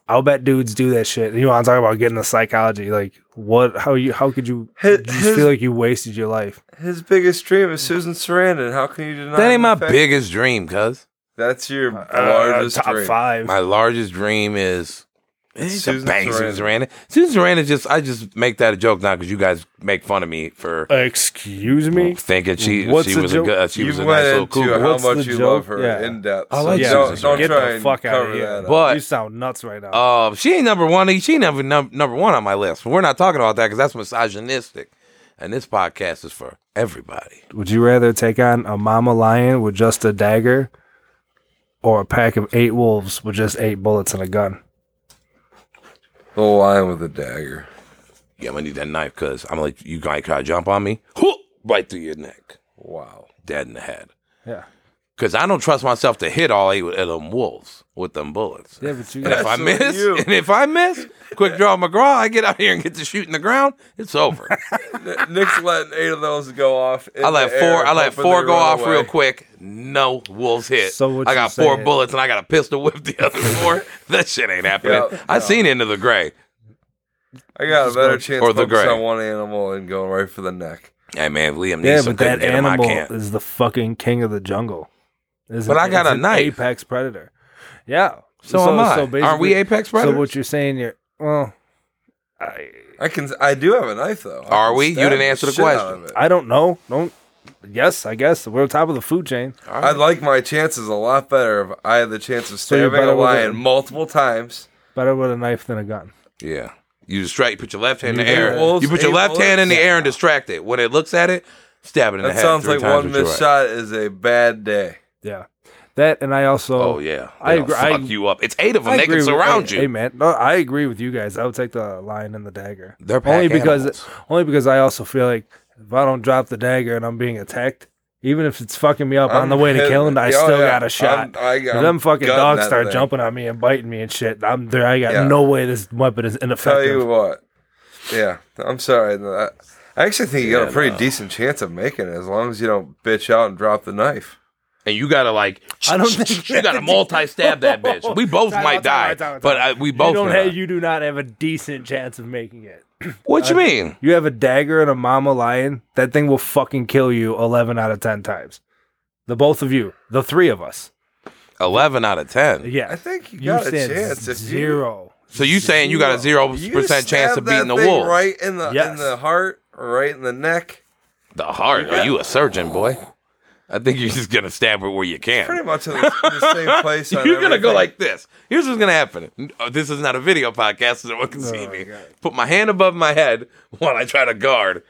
Speaker 1: I'll bet dudes do that shit. You want to talk about getting the psychology? Like, what? How you? How could you?
Speaker 5: His-
Speaker 1: you just
Speaker 5: his-
Speaker 1: feel like you wasted your life.
Speaker 5: His biggest dream is Susan Sarandon. How can you deny
Speaker 4: that ain't my
Speaker 5: the fact-
Speaker 4: biggest dream cuz
Speaker 5: That's your
Speaker 1: Uh,
Speaker 5: largest
Speaker 1: top
Speaker 5: dream.
Speaker 1: five.
Speaker 4: My largest dream is Susan
Speaker 5: Susan
Speaker 4: bang,
Speaker 5: Sarandon.
Speaker 4: Susan Sarandon. Susan Sarandon just I just make that a joke now because you guys make fun of me for
Speaker 1: Excuse me.
Speaker 4: thinking she
Speaker 1: What's
Speaker 4: she
Speaker 1: the
Speaker 4: was a
Speaker 1: joke?
Speaker 4: good uh, she
Speaker 5: you
Speaker 4: was a
Speaker 5: went
Speaker 4: nice little
Speaker 5: into
Speaker 4: cool.
Speaker 5: how
Speaker 4: girl.
Speaker 1: What's
Speaker 5: much
Speaker 1: the
Speaker 5: you
Speaker 1: joke?
Speaker 5: love her
Speaker 1: Yeah.
Speaker 5: in depth.
Speaker 4: I like
Speaker 5: so
Speaker 1: Yeah,
Speaker 5: don't,
Speaker 4: Susan
Speaker 5: don't
Speaker 1: get
Speaker 5: try
Speaker 1: the
Speaker 5: and
Speaker 1: fuck out
Speaker 5: cover
Speaker 1: of here.
Speaker 5: that up.
Speaker 4: But-
Speaker 1: you sound nuts right now.
Speaker 4: Uh, she ain't number one. She ain't number num- number one on my list. We're not talking about that because that's misogynistic, and this podcast is for everybody.
Speaker 1: Would you rather take on a mama lion with just a dagger or a pack of eight wolves with just eight bullets and a gun?
Speaker 5: The lion with a dagger.
Speaker 4: Yeah, I'm gonna need that knife because I'm like you guys try to jump on me, Whoop! right through your neck,
Speaker 5: Wow.
Speaker 4: dead in the head.
Speaker 1: Yeah.
Speaker 4: Because I don't trust myself to hit all eight of them wolves with them bullets.
Speaker 1: Yeah, but you
Speaker 4: And if I
Speaker 5: So
Speaker 4: miss,
Speaker 5: you.
Speaker 4: and if I miss, quick draw McGraw, I get out here and get to shooting the ground. It's over.
Speaker 5: Nick's letting eight of those go off. in
Speaker 4: I let
Speaker 5: the
Speaker 4: four.
Speaker 5: air,
Speaker 4: I let
Speaker 5: hoping
Speaker 4: four
Speaker 5: they
Speaker 4: go
Speaker 5: run
Speaker 4: off
Speaker 5: away.
Speaker 4: real quick. No wolves hit.
Speaker 1: So what
Speaker 4: I
Speaker 1: you
Speaker 4: got four
Speaker 1: saying-
Speaker 4: bullets and I got a pistol whip the other four. that shit ain't happening.
Speaker 5: Yeah,
Speaker 4: I seen into the gray.
Speaker 5: I got a better chance
Speaker 4: Or
Speaker 5: or
Speaker 4: the
Speaker 5: the focus
Speaker 4: gray.
Speaker 5: on one animal and going right for the neck.
Speaker 4: Hey man, Liam Neeson
Speaker 1: Yeah, but
Speaker 4: couldn't
Speaker 1: that
Speaker 4: get him. I
Speaker 1: animal
Speaker 4: can't.
Speaker 1: is the fucking king of the jungle. Is
Speaker 4: But
Speaker 1: an-
Speaker 4: I got
Speaker 1: it's
Speaker 4: a
Speaker 1: an
Speaker 4: knife.
Speaker 1: apex predator. Yeah.
Speaker 4: So am I. Aren't
Speaker 1: basically-
Speaker 4: we apex predators?
Speaker 1: So what you're saying, you're well.
Speaker 5: I can. I do have a knife though. I
Speaker 4: Are
Speaker 5: can
Speaker 4: we? You
Speaker 5: stab
Speaker 4: didn't answer the
Speaker 5: shit out
Speaker 4: question.
Speaker 5: of it.
Speaker 1: I don't know. Don't. Yes, I guess we're on top of the food chain.
Speaker 5: I like my chances a lot better if I had the chance of
Speaker 1: you're
Speaker 5: stabbing
Speaker 1: better
Speaker 5: a
Speaker 1: with
Speaker 5: lion
Speaker 1: it.
Speaker 5: multiple times.
Speaker 1: Better with a knife than a gun.
Speaker 4: Yeah. You distract. You put your left hand in the
Speaker 1: Eight
Speaker 4: air.
Speaker 5: wolves,
Speaker 4: you put your
Speaker 5: eight
Speaker 4: left hand in the
Speaker 5: bullets?
Speaker 4: air and distract it. When it looks at it, stab it in the
Speaker 5: That
Speaker 4: head.
Speaker 5: sounds
Speaker 4: three
Speaker 5: like
Speaker 4: times
Speaker 5: one
Speaker 4: with your
Speaker 5: missed
Speaker 4: right.
Speaker 5: shot is a bad day.
Speaker 1: Yeah. That and I also.
Speaker 4: Oh yeah. They
Speaker 1: I
Speaker 4: don't
Speaker 1: agree- I-
Speaker 4: Fuck you up. It's eight of them.
Speaker 1: I
Speaker 4: they
Speaker 1: agree
Speaker 4: can
Speaker 1: with-
Speaker 4: surround
Speaker 1: hey,
Speaker 4: you.
Speaker 1: Hey man, no, I agree with you guys. I would take the lion and the dagger.
Speaker 4: They're pack
Speaker 1: only because
Speaker 4: animals.
Speaker 1: only because I also feel like if I don't drop the dagger and I'm being attacked, even if it's fucking me up on
Speaker 5: I'm
Speaker 1: the way to
Speaker 5: hitting
Speaker 1: killing,
Speaker 5: it.
Speaker 1: I
Speaker 5: Yeah,
Speaker 1: still
Speaker 5: yeah.
Speaker 1: got a shot.
Speaker 5: I'm- I-
Speaker 1: If
Speaker 5: I'm
Speaker 1: them fucking
Speaker 5: gutting
Speaker 1: dogs
Speaker 5: that
Speaker 1: start
Speaker 5: thing.
Speaker 1: jumping on me and biting me and shit. I'm there. I got
Speaker 5: Yeah.
Speaker 1: no way this weapon is
Speaker 5: Tell you
Speaker 1: ineffective.
Speaker 5: what. Yeah, I'm sorry. no, I I actually think you got a pretty decent chance of making it as long as you don't bitch out and drop the knife.
Speaker 4: and you gotta like
Speaker 1: I don't think-
Speaker 4: you gotta multi stab that bitch. We both
Speaker 1: Time out,
Speaker 4: might
Speaker 1: time
Speaker 4: die,
Speaker 1: out, time out,
Speaker 4: but
Speaker 1: time
Speaker 4: I,
Speaker 1: out.
Speaker 4: we both.
Speaker 1: You don't
Speaker 4: gonna-
Speaker 1: have, you do not have a decent chance of making it.
Speaker 4: what
Speaker 1: Uh,
Speaker 4: you mean?
Speaker 1: You have a dagger and a mama lion. That thing will fucking kill you eleven out of ten times. The both of you, the three of us.
Speaker 4: Eleven out of ten.
Speaker 1: Yeah,
Speaker 5: I think you,
Speaker 1: You
Speaker 5: got a
Speaker 1: stand
Speaker 5: chance. If you,
Speaker 1: zero.
Speaker 4: So you saying you got a zero
Speaker 5: you
Speaker 4: percent chance
Speaker 5: stab
Speaker 4: of beating
Speaker 5: that
Speaker 4: the
Speaker 5: thing
Speaker 4: wolf?
Speaker 5: right in the in
Speaker 1: Yes.
Speaker 5: the heart, right in the neck.
Speaker 4: The heart? Are you a surgeon, boy? I think you're just gonna stab it where you can.
Speaker 5: Pretty much in the, in the same place. on
Speaker 4: You're gonna go
Speaker 5: everything.
Speaker 4: like this. Here's what's gonna happen. Uh, This is not a video podcast, so no one can
Speaker 1: Oh,
Speaker 4: see me. Put my hand above my head while I try to guard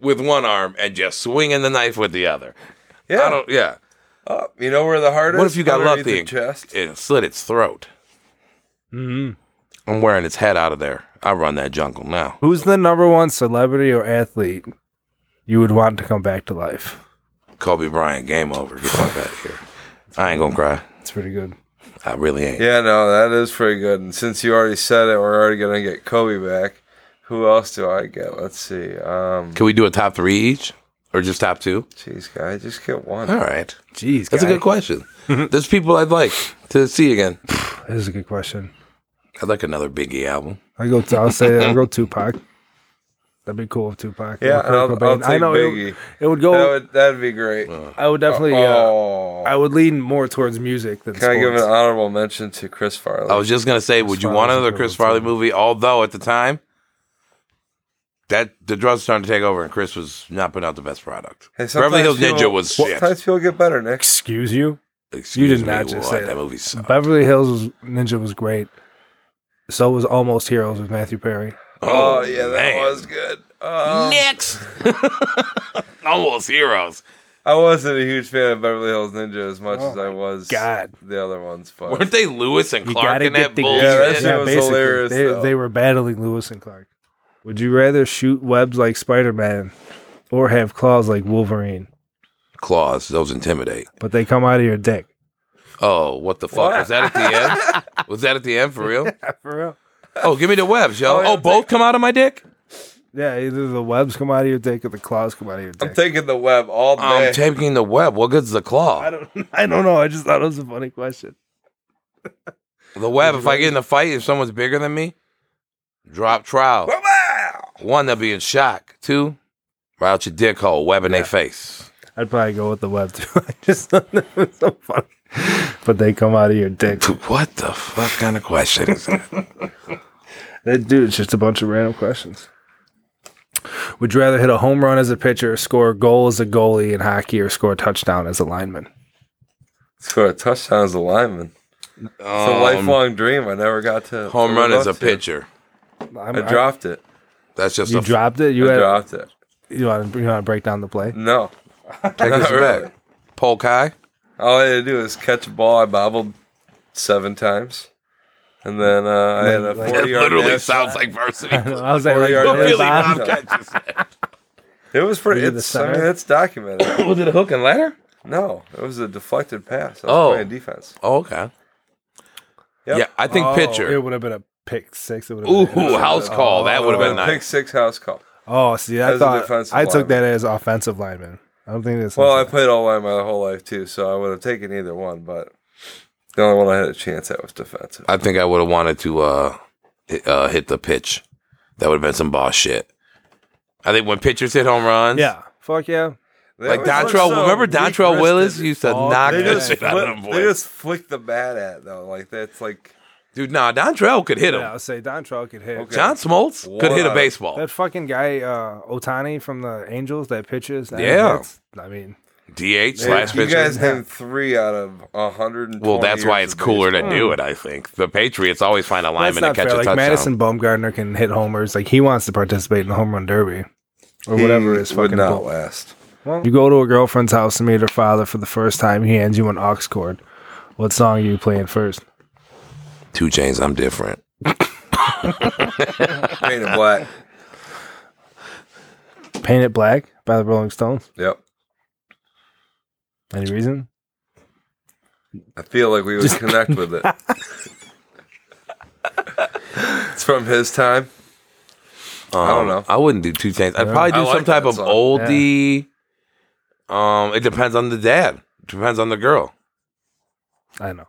Speaker 4: with one arm and just swinging the knife with the other.
Speaker 5: yeah.
Speaker 4: I don't. Yeah.
Speaker 5: you know where the heart is?
Speaker 4: What if you got
Speaker 5: Underneath
Speaker 4: lucky
Speaker 5: The chest.
Speaker 4: and slit its throat? Mm-hmm. I'm wearing its head out of there. I run that jungle now.
Speaker 1: Who's the number one celebrity or athlete you would want to come back to life?
Speaker 4: Kobe Bryant, game over. Get the fuck out of here. I ain't gonna cry.
Speaker 1: It's pretty good.
Speaker 4: I really ain't.
Speaker 5: Yeah, no, that is pretty good. And since you already said it, we're already gonna get Kobe back. Who else do I get? Let's see. Um,
Speaker 4: Can we do a top three each, or just top two?
Speaker 5: jeez, guy, just get
Speaker 4: All
Speaker 5: one.
Speaker 4: right.
Speaker 1: Jeez,
Speaker 4: That's a good question. There's people I'd like to see again.
Speaker 1: That is a good question.
Speaker 4: I'd like another Biggie album.
Speaker 1: I go. I'll say. I go Tupac. That'd be cool if Tupac.
Speaker 5: Yeah,
Speaker 1: Or Kurt
Speaker 5: I'll- I'll
Speaker 1: Cobain.
Speaker 5: take
Speaker 1: It,
Speaker 5: Biggie.
Speaker 1: would- it would go.
Speaker 5: That would that'd be great.
Speaker 1: I would definitely. Uh,
Speaker 5: oh,
Speaker 1: I would lean more towards music than
Speaker 5: can I give an
Speaker 1: sports.
Speaker 5: honorable mention to Chris Farley?
Speaker 4: I was just gonna say, would you
Speaker 1: Farley's
Speaker 4: want
Speaker 1: a
Speaker 4: another
Speaker 1: good
Speaker 4: Chris
Speaker 1: one,
Speaker 4: Farley
Speaker 1: too.
Speaker 4: movie? Although at the time, that the drugs starting to take over, and Chris was not putting out the best product.
Speaker 5: Hey, sometimes
Speaker 4: Beverly Hills Ninja
Speaker 5: people-
Speaker 4: was shit.
Speaker 5: Sometimes people get better, Nick.
Speaker 1: Excuse you.
Speaker 4: Excuse
Speaker 1: did
Speaker 4: me,
Speaker 1: not just
Speaker 4: what?
Speaker 1: say
Speaker 4: that
Speaker 1: that.
Speaker 4: movie sucked.
Speaker 1: Beverly Hills was, Ninja was great. So was Almost Heroes with Matthew Perry.
Speaker 5: Oh, yeah, that
Speaker 4: man.
Speaker 5: was good. Um,
Speaker 4: next. Almost heroes.
Speaker 5: I wasn't a huge fan of Beverly Hills Ninja as much as I was
Speaker 1: Oh God.
Speaker 5: the other ones, but
Speaker 4: Weren't they Lewis and
Speaker 1: You
Speaker 4: Clark
Speaker 1: gotta
Speaker 4: in that
Speaker 1: get the
Speaker 4: bullshit?
Speaker 5: Yeah, that shit was
Speaker 1: basically.
Speaker 5: hilarious,
Speaker 1: They,
Speaker 5: though.
Speaker 1: they were battling Lewis and Clark. Would you rather shoot webs like Spider Man or have claws like Wolverine?
Speaker 4: Claws, those intimidate.
Speaker 1: But they come out of your dick.
Speaker 4: Oh, what the fuck? Was that at the end? was that at the end for real?
Speaker 1: For real?
Speaker 4: Oh, give me the webs, yo. Oh, both come out of my dick?
Speaker 1: Yeah, either the webs come out of your dick or the claws come out of your dick.
Speaker 5: I'm taking the web all day.
Speaker 4: I'm taking the web. What good's the claw?
Speaker 1: I don't I don't know. I just thought it was a funny question.
Speaker 4: The web, if I get in a fight, if someone's bigger than me, drop trial. One, they'll be in shock. Two, right out your dick hole, web in their face.
Speaker 1: I'd probably go with the web too. I just thought that was so funny. But they come out of your dick.
Speaker 4: What the fuck kind of question is that?
Speaker 1: That dude, it's just a bunch of random questions. Would you rather hit a home run as a pitcher, score a goal as a goalie in hockey, or score a touchdown as a lineman?
Speaker 5: Score a touchdown as a lineman. It's a lifelong dream. I never got to
Speaker 4: Um, Home
Speaker 5: to
Speaker 4: run
Speaker 5: live
Speaker 4: is a
Speaker 5: up to.
Speaker 4: pitcher.
Speaker 1: I'm,
Speaker 5: I dropped it.
Speaker 4: That's just
Speaker 1: you
Speaker 4: a
Speaker 1: dropped it. You
Speaker 5: I
Speaker 1: had,
Speaker 5: dropped it.
Speaker 1: you want to you want to break down the play.
Speaker 5: No,
Speaker 4: take us
Speaker 5: Not really.
Speaker 4: back. Paul Kai.
Speaker 5: all I had to do was catch a ball. I bobbled seven times, and then uh, I had a
Speaker 1: Like-
Speaker 5: forty yard. dash.
Speaker 4: like varsity.
Speaker 1: I was like,
Speaker 5: Or
Speaker 1: like
Speaker 5: you are
Speaker 1: Billy
Speaker 5: Billy
Speaker 1: Bob.
Speaker 5: Bob.
Speaker 4: just said.
Speaker 5: It was pretty.
Speaker 1: Into the
Speaker 5: It's, I mean,
Speaker 1: center?
Speaker 5: it's documented.
Speaker 4: Was it a hook and ladder?
Speaker 5: no, it was a deflected pass. I was
Speaker 4: Oh.
Speaker 5: playing defense.
Speaker 4: Oh, okay.
Speaker 5: Yep.
Speaker 4: Yeah, I think
Speaker 1: Oh, It
Speaker 4: pitcher.
Speaker 1: would have been a pick six. It would
Speaker 4: Ooh,
Speaker 1: have been.
Speaker 4: house call. that would have been
Speaker 5: Uh, Pick
Speaker 4: nice.
Speaker 5: six house call.
Speaker 1: Oh, see, I
Speaker 5: As a
Speaker 1: thought
Speaker 5: defensive
Speaker 1: I took
Speaker 5: lineman.
Speaker 1: that as offensive lineman. I don't think that's
Speaker 5: Well, I played all line my whole life too, so I would have taken either one, but the only one I had a chance at was defensive.
Speaker 4: I think I would have wanted to uh, hit, uh, hit the pitch. That would have been some boss shit. I think when pitchers hit home runs,
Speaker 1: yeah, fuck yeah.
Speaker 5: They
Speaker 4: like
Speaker 5: always look
Speaker 4: Dontrell.
Speaker 5: so
Speaker 4: remember Dontrell
Speaker 5: weak-wristed.
Speaker 4: Willis used to knock
Speaker 5: They
Speaker 4: the
Speaker 5: just,
Speaker 4: shit out of them
Speaker 5: flick, they
Speaker 4: boys.
Speaker 5: just flick the bat at though. Like that's like
Speaker 4: Dude, nah, Dontrell could hit him.
Speaker 1: Yeah, I'll say Dontrell could hit.
Speaker 5: Okay.
Speaker 4: John Smoltz could hit a
Speaker 5: Wow.
Speaker 4: baseball.
Speaker 1: That fucking guy uh, Otani from the Angels that pitches. That,
Speaker 4: Yeah.
Speaker 1: that's- I mean,
Speaker 4: DH slash
Speaker 5: you
Speaker 4: pitcher.
Speaker 5: guys named three out of a hundred and
Speaker 4: well, that's why it's cooler
Speaker 5: than
Speaker 4: to do it. I think the Patriots always find a
Speaker 1: That's
Speaker 4: lineman to
Speaker 1: not
Speaker 4: catch
Speaker 1: fair.
Speaker 4: a
Speaker 1: Like
Speaker 4: touchdown.
Speaker 1: Madison Baumgartner can hit homers. Like he wants to participate in the home run derby or whatever is
Speaker 5: would
Speaker 1: fucking.
Speaker 5: not
Speaker 1: bull-
Speaker 5: last.
Speaker 1: You go to a girlfriend's house and meet her father for the first time. He hands you an aux cord. What song are you playing first?
Speaker 4: Two chains. I'm different.
Speaker 5: Painted black.
Speaker 1: Paint It Black by the Rolling Stones.
Speaker 5: Yep.
Speaker 1: Any reason?
Speaker 5: I feel like we would connect with it. it's from his time.
Speaker 4: Um,
Speaker 5: don't know.
Speaker 4: I wouldn't do two chains. I'd probably do
Speaker 5: I like
Speaker 4: some type
Speaker 5: that
Speaker 4: of
Speaker 5: song.
Speaker 4: oldie. Um, it depends on the dad. Depends on the girl.
Speaker 1: I know.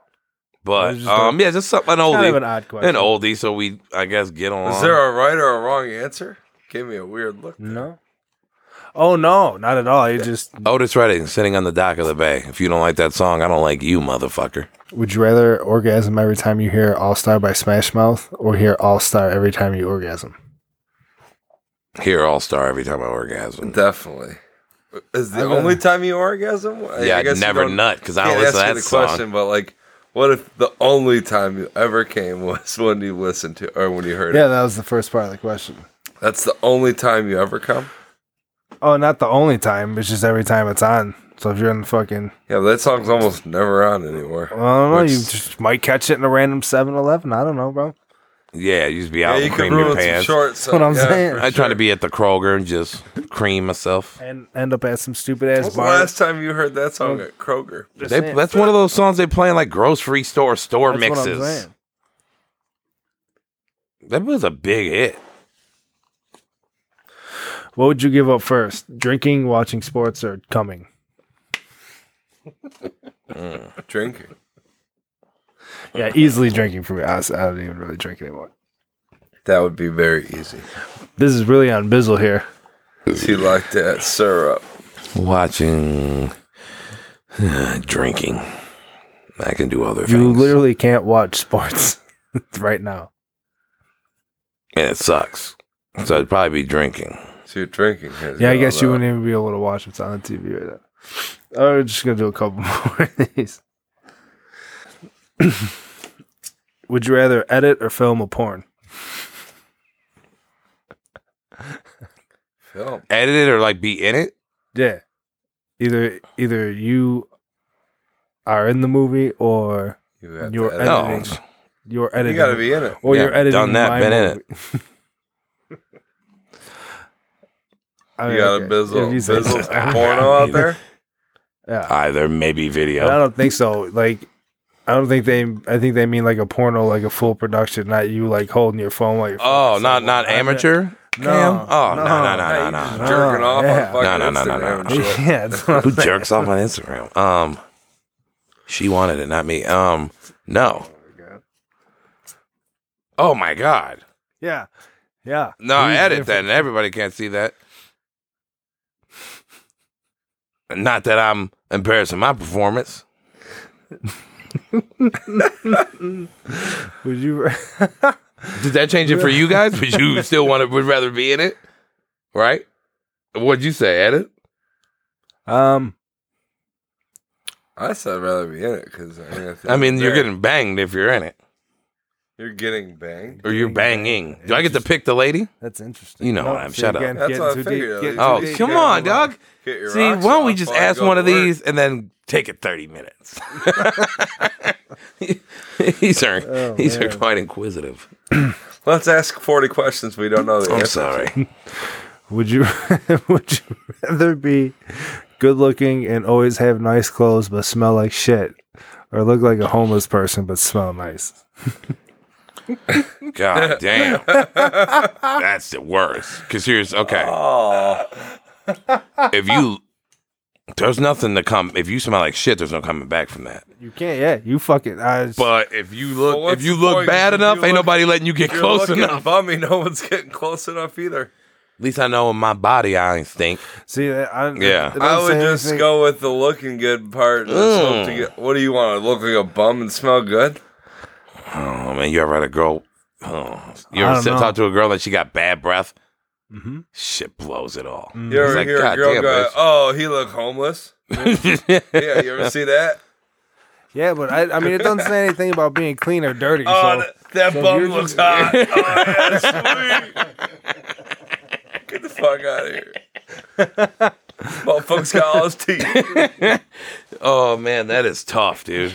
Speaker 4: But
Speaker 1: just
Speaker 4: um, yeah, just something an oldie,
Speaker 1: Kind of an odd question.
Speaker 4: an oldie. So we, I guess, get on.
Speaker 5: Is there a right or a wrong answer? Gave me a weird look.
Speaker 1: No. Oh no, not at all. You just
Speaker 4: Otis Redding sitting on the dock of the bay. If you don't like that song, I don't like you, motherfucker.
Speaker 1: would you rather orgasm every time you hear All Star by Smash Mouth or hear All Star every time you orgasm?
Speaker 4: Here, all star every time I orgasm.
Speaker 5: Definitely. Is the only time you orgasm?
Speaker 4: Yeah, I'd
Speaker 5: you
Speaker 4: never
Speaker 5: don't-
Speaker 4: nut because I
Speaker 5: can't
Speaker 4: don't listen to
Speaker 5: ask you
Speaker 4: that
Speaker 5: the
Speaker 4: song.
Speaker 5: question, but like, what if the only time you ever came was when you listened to or when you heard
Speaker 8: Yeah,
Speaker 5: it?
Speaker 8: that was the first part of the question.
Speaker 5: That's the only time you ever come.
Speaker 1: Oh, not the only time. It's just every time it's on. So if you're in the fucking,
Speaker 5: Yeah, but that song's almost never on anymore.
Speaker 1: I don't know,
Speaker 5: Which-
Speaker 1: you just might catch it in a random 7-Eleven. I don't know, bro.
Speaker 4: Yeah, you just be
Speaker 5: yeah,
Speaker 4: out
Speaker 5: you
Speaker 4: and
Speaker 5: could
Speaker 4: cream your
Speaker 5: ruin some
Speaker 4: pants.
Speaker 5: shorts. uh,
Speaker 1: That's what I'm
Speaker 5: yeah,
Speaker 1: saying.
Speaker 5: for
Speaker 4: I try
Speaker 5: sure.
Speaker 4: to be at the Kroger and just cream myself.
Speaker 1: And end up at some stupid ass
Speaker 5: When's the
Speaker 1: bar.
Speaker 5: last time you heard that song at Kroger?
Speaker 4: They, that's one of those songs they play in like grocery store store
Speaker 1: That's what I'm
Speaker 4: mixes.
Speaker 1: saying.
Speaker 4: That was a big hit.
Speaker 1: What would you give up first? Drinking, watching sports, or coming?
Speaker 5: Drinking.
Speaker 1: Yeah, easily drinking for me. I, I don't even really drink anymore.
Speaker 5: That would be very easy.
Speaker 1: This is really on Bizzle here.
Speaker 5: He liked that syrup.
Speaker 4: Watching, drinking. I can do other
Speaker 1: You
Speaker 4: things.
Speaker 1: literally can't watch sports right now.
Speaker 4: and it sucks. So I'd probably be drinking.
Speaker 5: So you're drinking.
Speaker 1: Yeah, I guess you wouldn't even be able to watch what's on the TV right now. Oh, we're just gonna do a couple more of these. Would you rather edit or film a porn?
Speaker 5: Film.
Speaker 4: Edit it or like be in it.
Speaker 1: Yeah. Either either you are in the movie or
Speaker 5: You have
Speaker 1: You're
Speaker 5: to edit.
Speaker 1: editing.
Speaker 4: No,
Speaker 1: you're editing.
Speaker 5: You got to be in it.
Speaker 1: Or
Speaker 4: Yeah,
Speaker 1: you're editing.
Speaker 4: done that,
Speaker 1: my
Speaker 4: been in
Speaker 1: movie. I mean,
Speaker 5: You got
Speaker 1: okay.
Speaker 5: a bizzle,
Speaker 1: Yeah, you said-
Speaker 5: bizzle porno out there.
Speaker 1: Yeah.
Speaker 4: either maybe
Speaker 1: But I
Speaker 4: video.
Speaker 1: don't think so. Like, I don't think they. I think they mean like a porno, like a full production, not you like holding your phone like.
Speaker 4: Oh, not not amateur. Cam? Oh no no
Speaker 5: Hey,
Speaker 4: no no
Speaker 5: you
Speaker 4: no.
Speaker 5: just
Speaker 1: no.
Speaker 5: jerking off
Speaker 1: Yeah.
Speaker 5: on fucking
Speaker 4: No, no, no, no,
Speaker 5: Instagram
Speaker 4: no.
Speaker 5: and shit.
Speaker 1: yeah, that's what
Speaker 4: Who
Speaker 1: I'm saying.
Speaker 4: jerks off on Instagram? Um, she wanted it, not me. Um, no. Oh my god.
Speaker 1: yeah, yeah.
Speaker 4: No, I edit that, and everybody can't see that. Not that I'm embarrassing my performance.
Speaker 1: Would you?
Speaker 4: Did that change it for you guys? Would you still want to? Would rather be in it, right? What'd you say? Edit.
Speaker 1: um,
Speaker 5: I said I'd rather be in it because I mean,
Speaker 4: I mean, you're getting banged if you're in it,
Speaker 5: you're getting banged.
Speaker 4: or you're banging. Do I get to pick the lady?
Speaker 1: that's interesting.
Speaker 4: You know
Speaker 1: No,
Speaker 4: what I'm-
Speaker 1: see,
Speaker 4: shut up.
Speaker 1: again,
Speaker 5: That's
Speaker 1: getting
Speaker 5: what I
Speaker 1: too deep,
Speaker 5: figured, at
Speaker 1: getting
Speaker 5: least.
Speaker 1: too
Speaker 4: Oh,
Speaker 1: deep.
Speaker 4: come
Speaker 5: yeah,
Speaker 4: on,
Speaker 5: come on.
Speaker 4: dog.
Speaker 5: Get your
Speaker 4: See, why
Speaker 5: rocks
Speaker 4: don't we
Speaker 5: off
Speaker 4: just
Speaker 5: while you
Speaker 4: ask
Speaker 5: go
Speaker 4: one
Speaker 5: to
Speaker 4: of
Speaker 5: work.
Speaker 4: these and then take it 30 minutes? these are
Speaker 5: Oh,
Speaker 4: these are quite inquisitive.
Speaker 5: Let's ask 40 questions we don't know the
Speaker 4: I'm
Speaker 5: answer
Speaker 4: sorry.
Speaker 1: Would you? would you rather be good looking and always have nice clothes but smell like shit, or look like a homeless person but smell nice?
Speaker 4: God damn. That's the worst. Cause here's okay.
Speaker 5: Oh.
Speaker 4: If you there's nothing to come if you smell like shit, there's no coming back from that.
Speaker 1: You can't. Yeah, you fucking. I,
Speaker 4: But if you
Speaker 5: Well,
Speaker 4: look
Speaker 5: what's
Speaker 4: if you
Speaker 5: the
Speaker 4: look
Speaker 5: point?
Speaker 4: bad
Speaker 5: If
Speaker 4: enough,
Speaker 5: you
Speaker 4: ain't
Speaker 5: look-
Speaker 4: nobody letting you get
Speaker 5: You're
Speaker 4: close
Speaker 5: looking
Speaker 4: enough.
Speaker 5: Bummy, no one's getting close enough either.
Speaker 4: At least I know in my body I ain't stink.
Speaker 1: see that. I,
Speaker 4: Yeah.
Speaker 1: it doesn't
Speaker 5: I would
Speaker 1: say
Speaker 5: just
Speaker 1: anything.
Speaker 5: go with the looking good part. and just hope to
Speaker 4: Mm.
Speaker 5: get- what do you want? to Look like a bum and smell good?
Speaker 4: Oh man, you ever had a girl? Oh, you
Speaker 1: I
Speaker 4: ever
Speaker 1: don't
Speaker 4: sit,
Speaker 1: know.
Speaker 4: talk to a girl and she got bad breath?
Speaker 1: Mhm.
Speaker 4: Shit blows it all.
Speaker 1: Mm.
Speaker 5: You ever
Speaker 4: It's like,
Speaker 5: hear
Speaker 4: "God
Speaker 5: a girl
Speaker 4: damn,
Speaker 5: go,
Speaker 4: bitch."
Speaker 5: "Oh, he look homeless." Yeah, you ever see that?
Speaker 1: Yeah, but I, I mean, it doesn't say anything about being clean or dirty.
Speaker 5: Oh,
Speaker 1: so.
Speaker 5: that, that bum
Speaker 1: you're
Speaker 5: looks
Speaker 1: just-
Speaker 5: hot. Oh, yeah, sweet. Get the fuck out of here. Motherfuckers got all his teeth.
Speaker 4: oh man, that is tough, dude.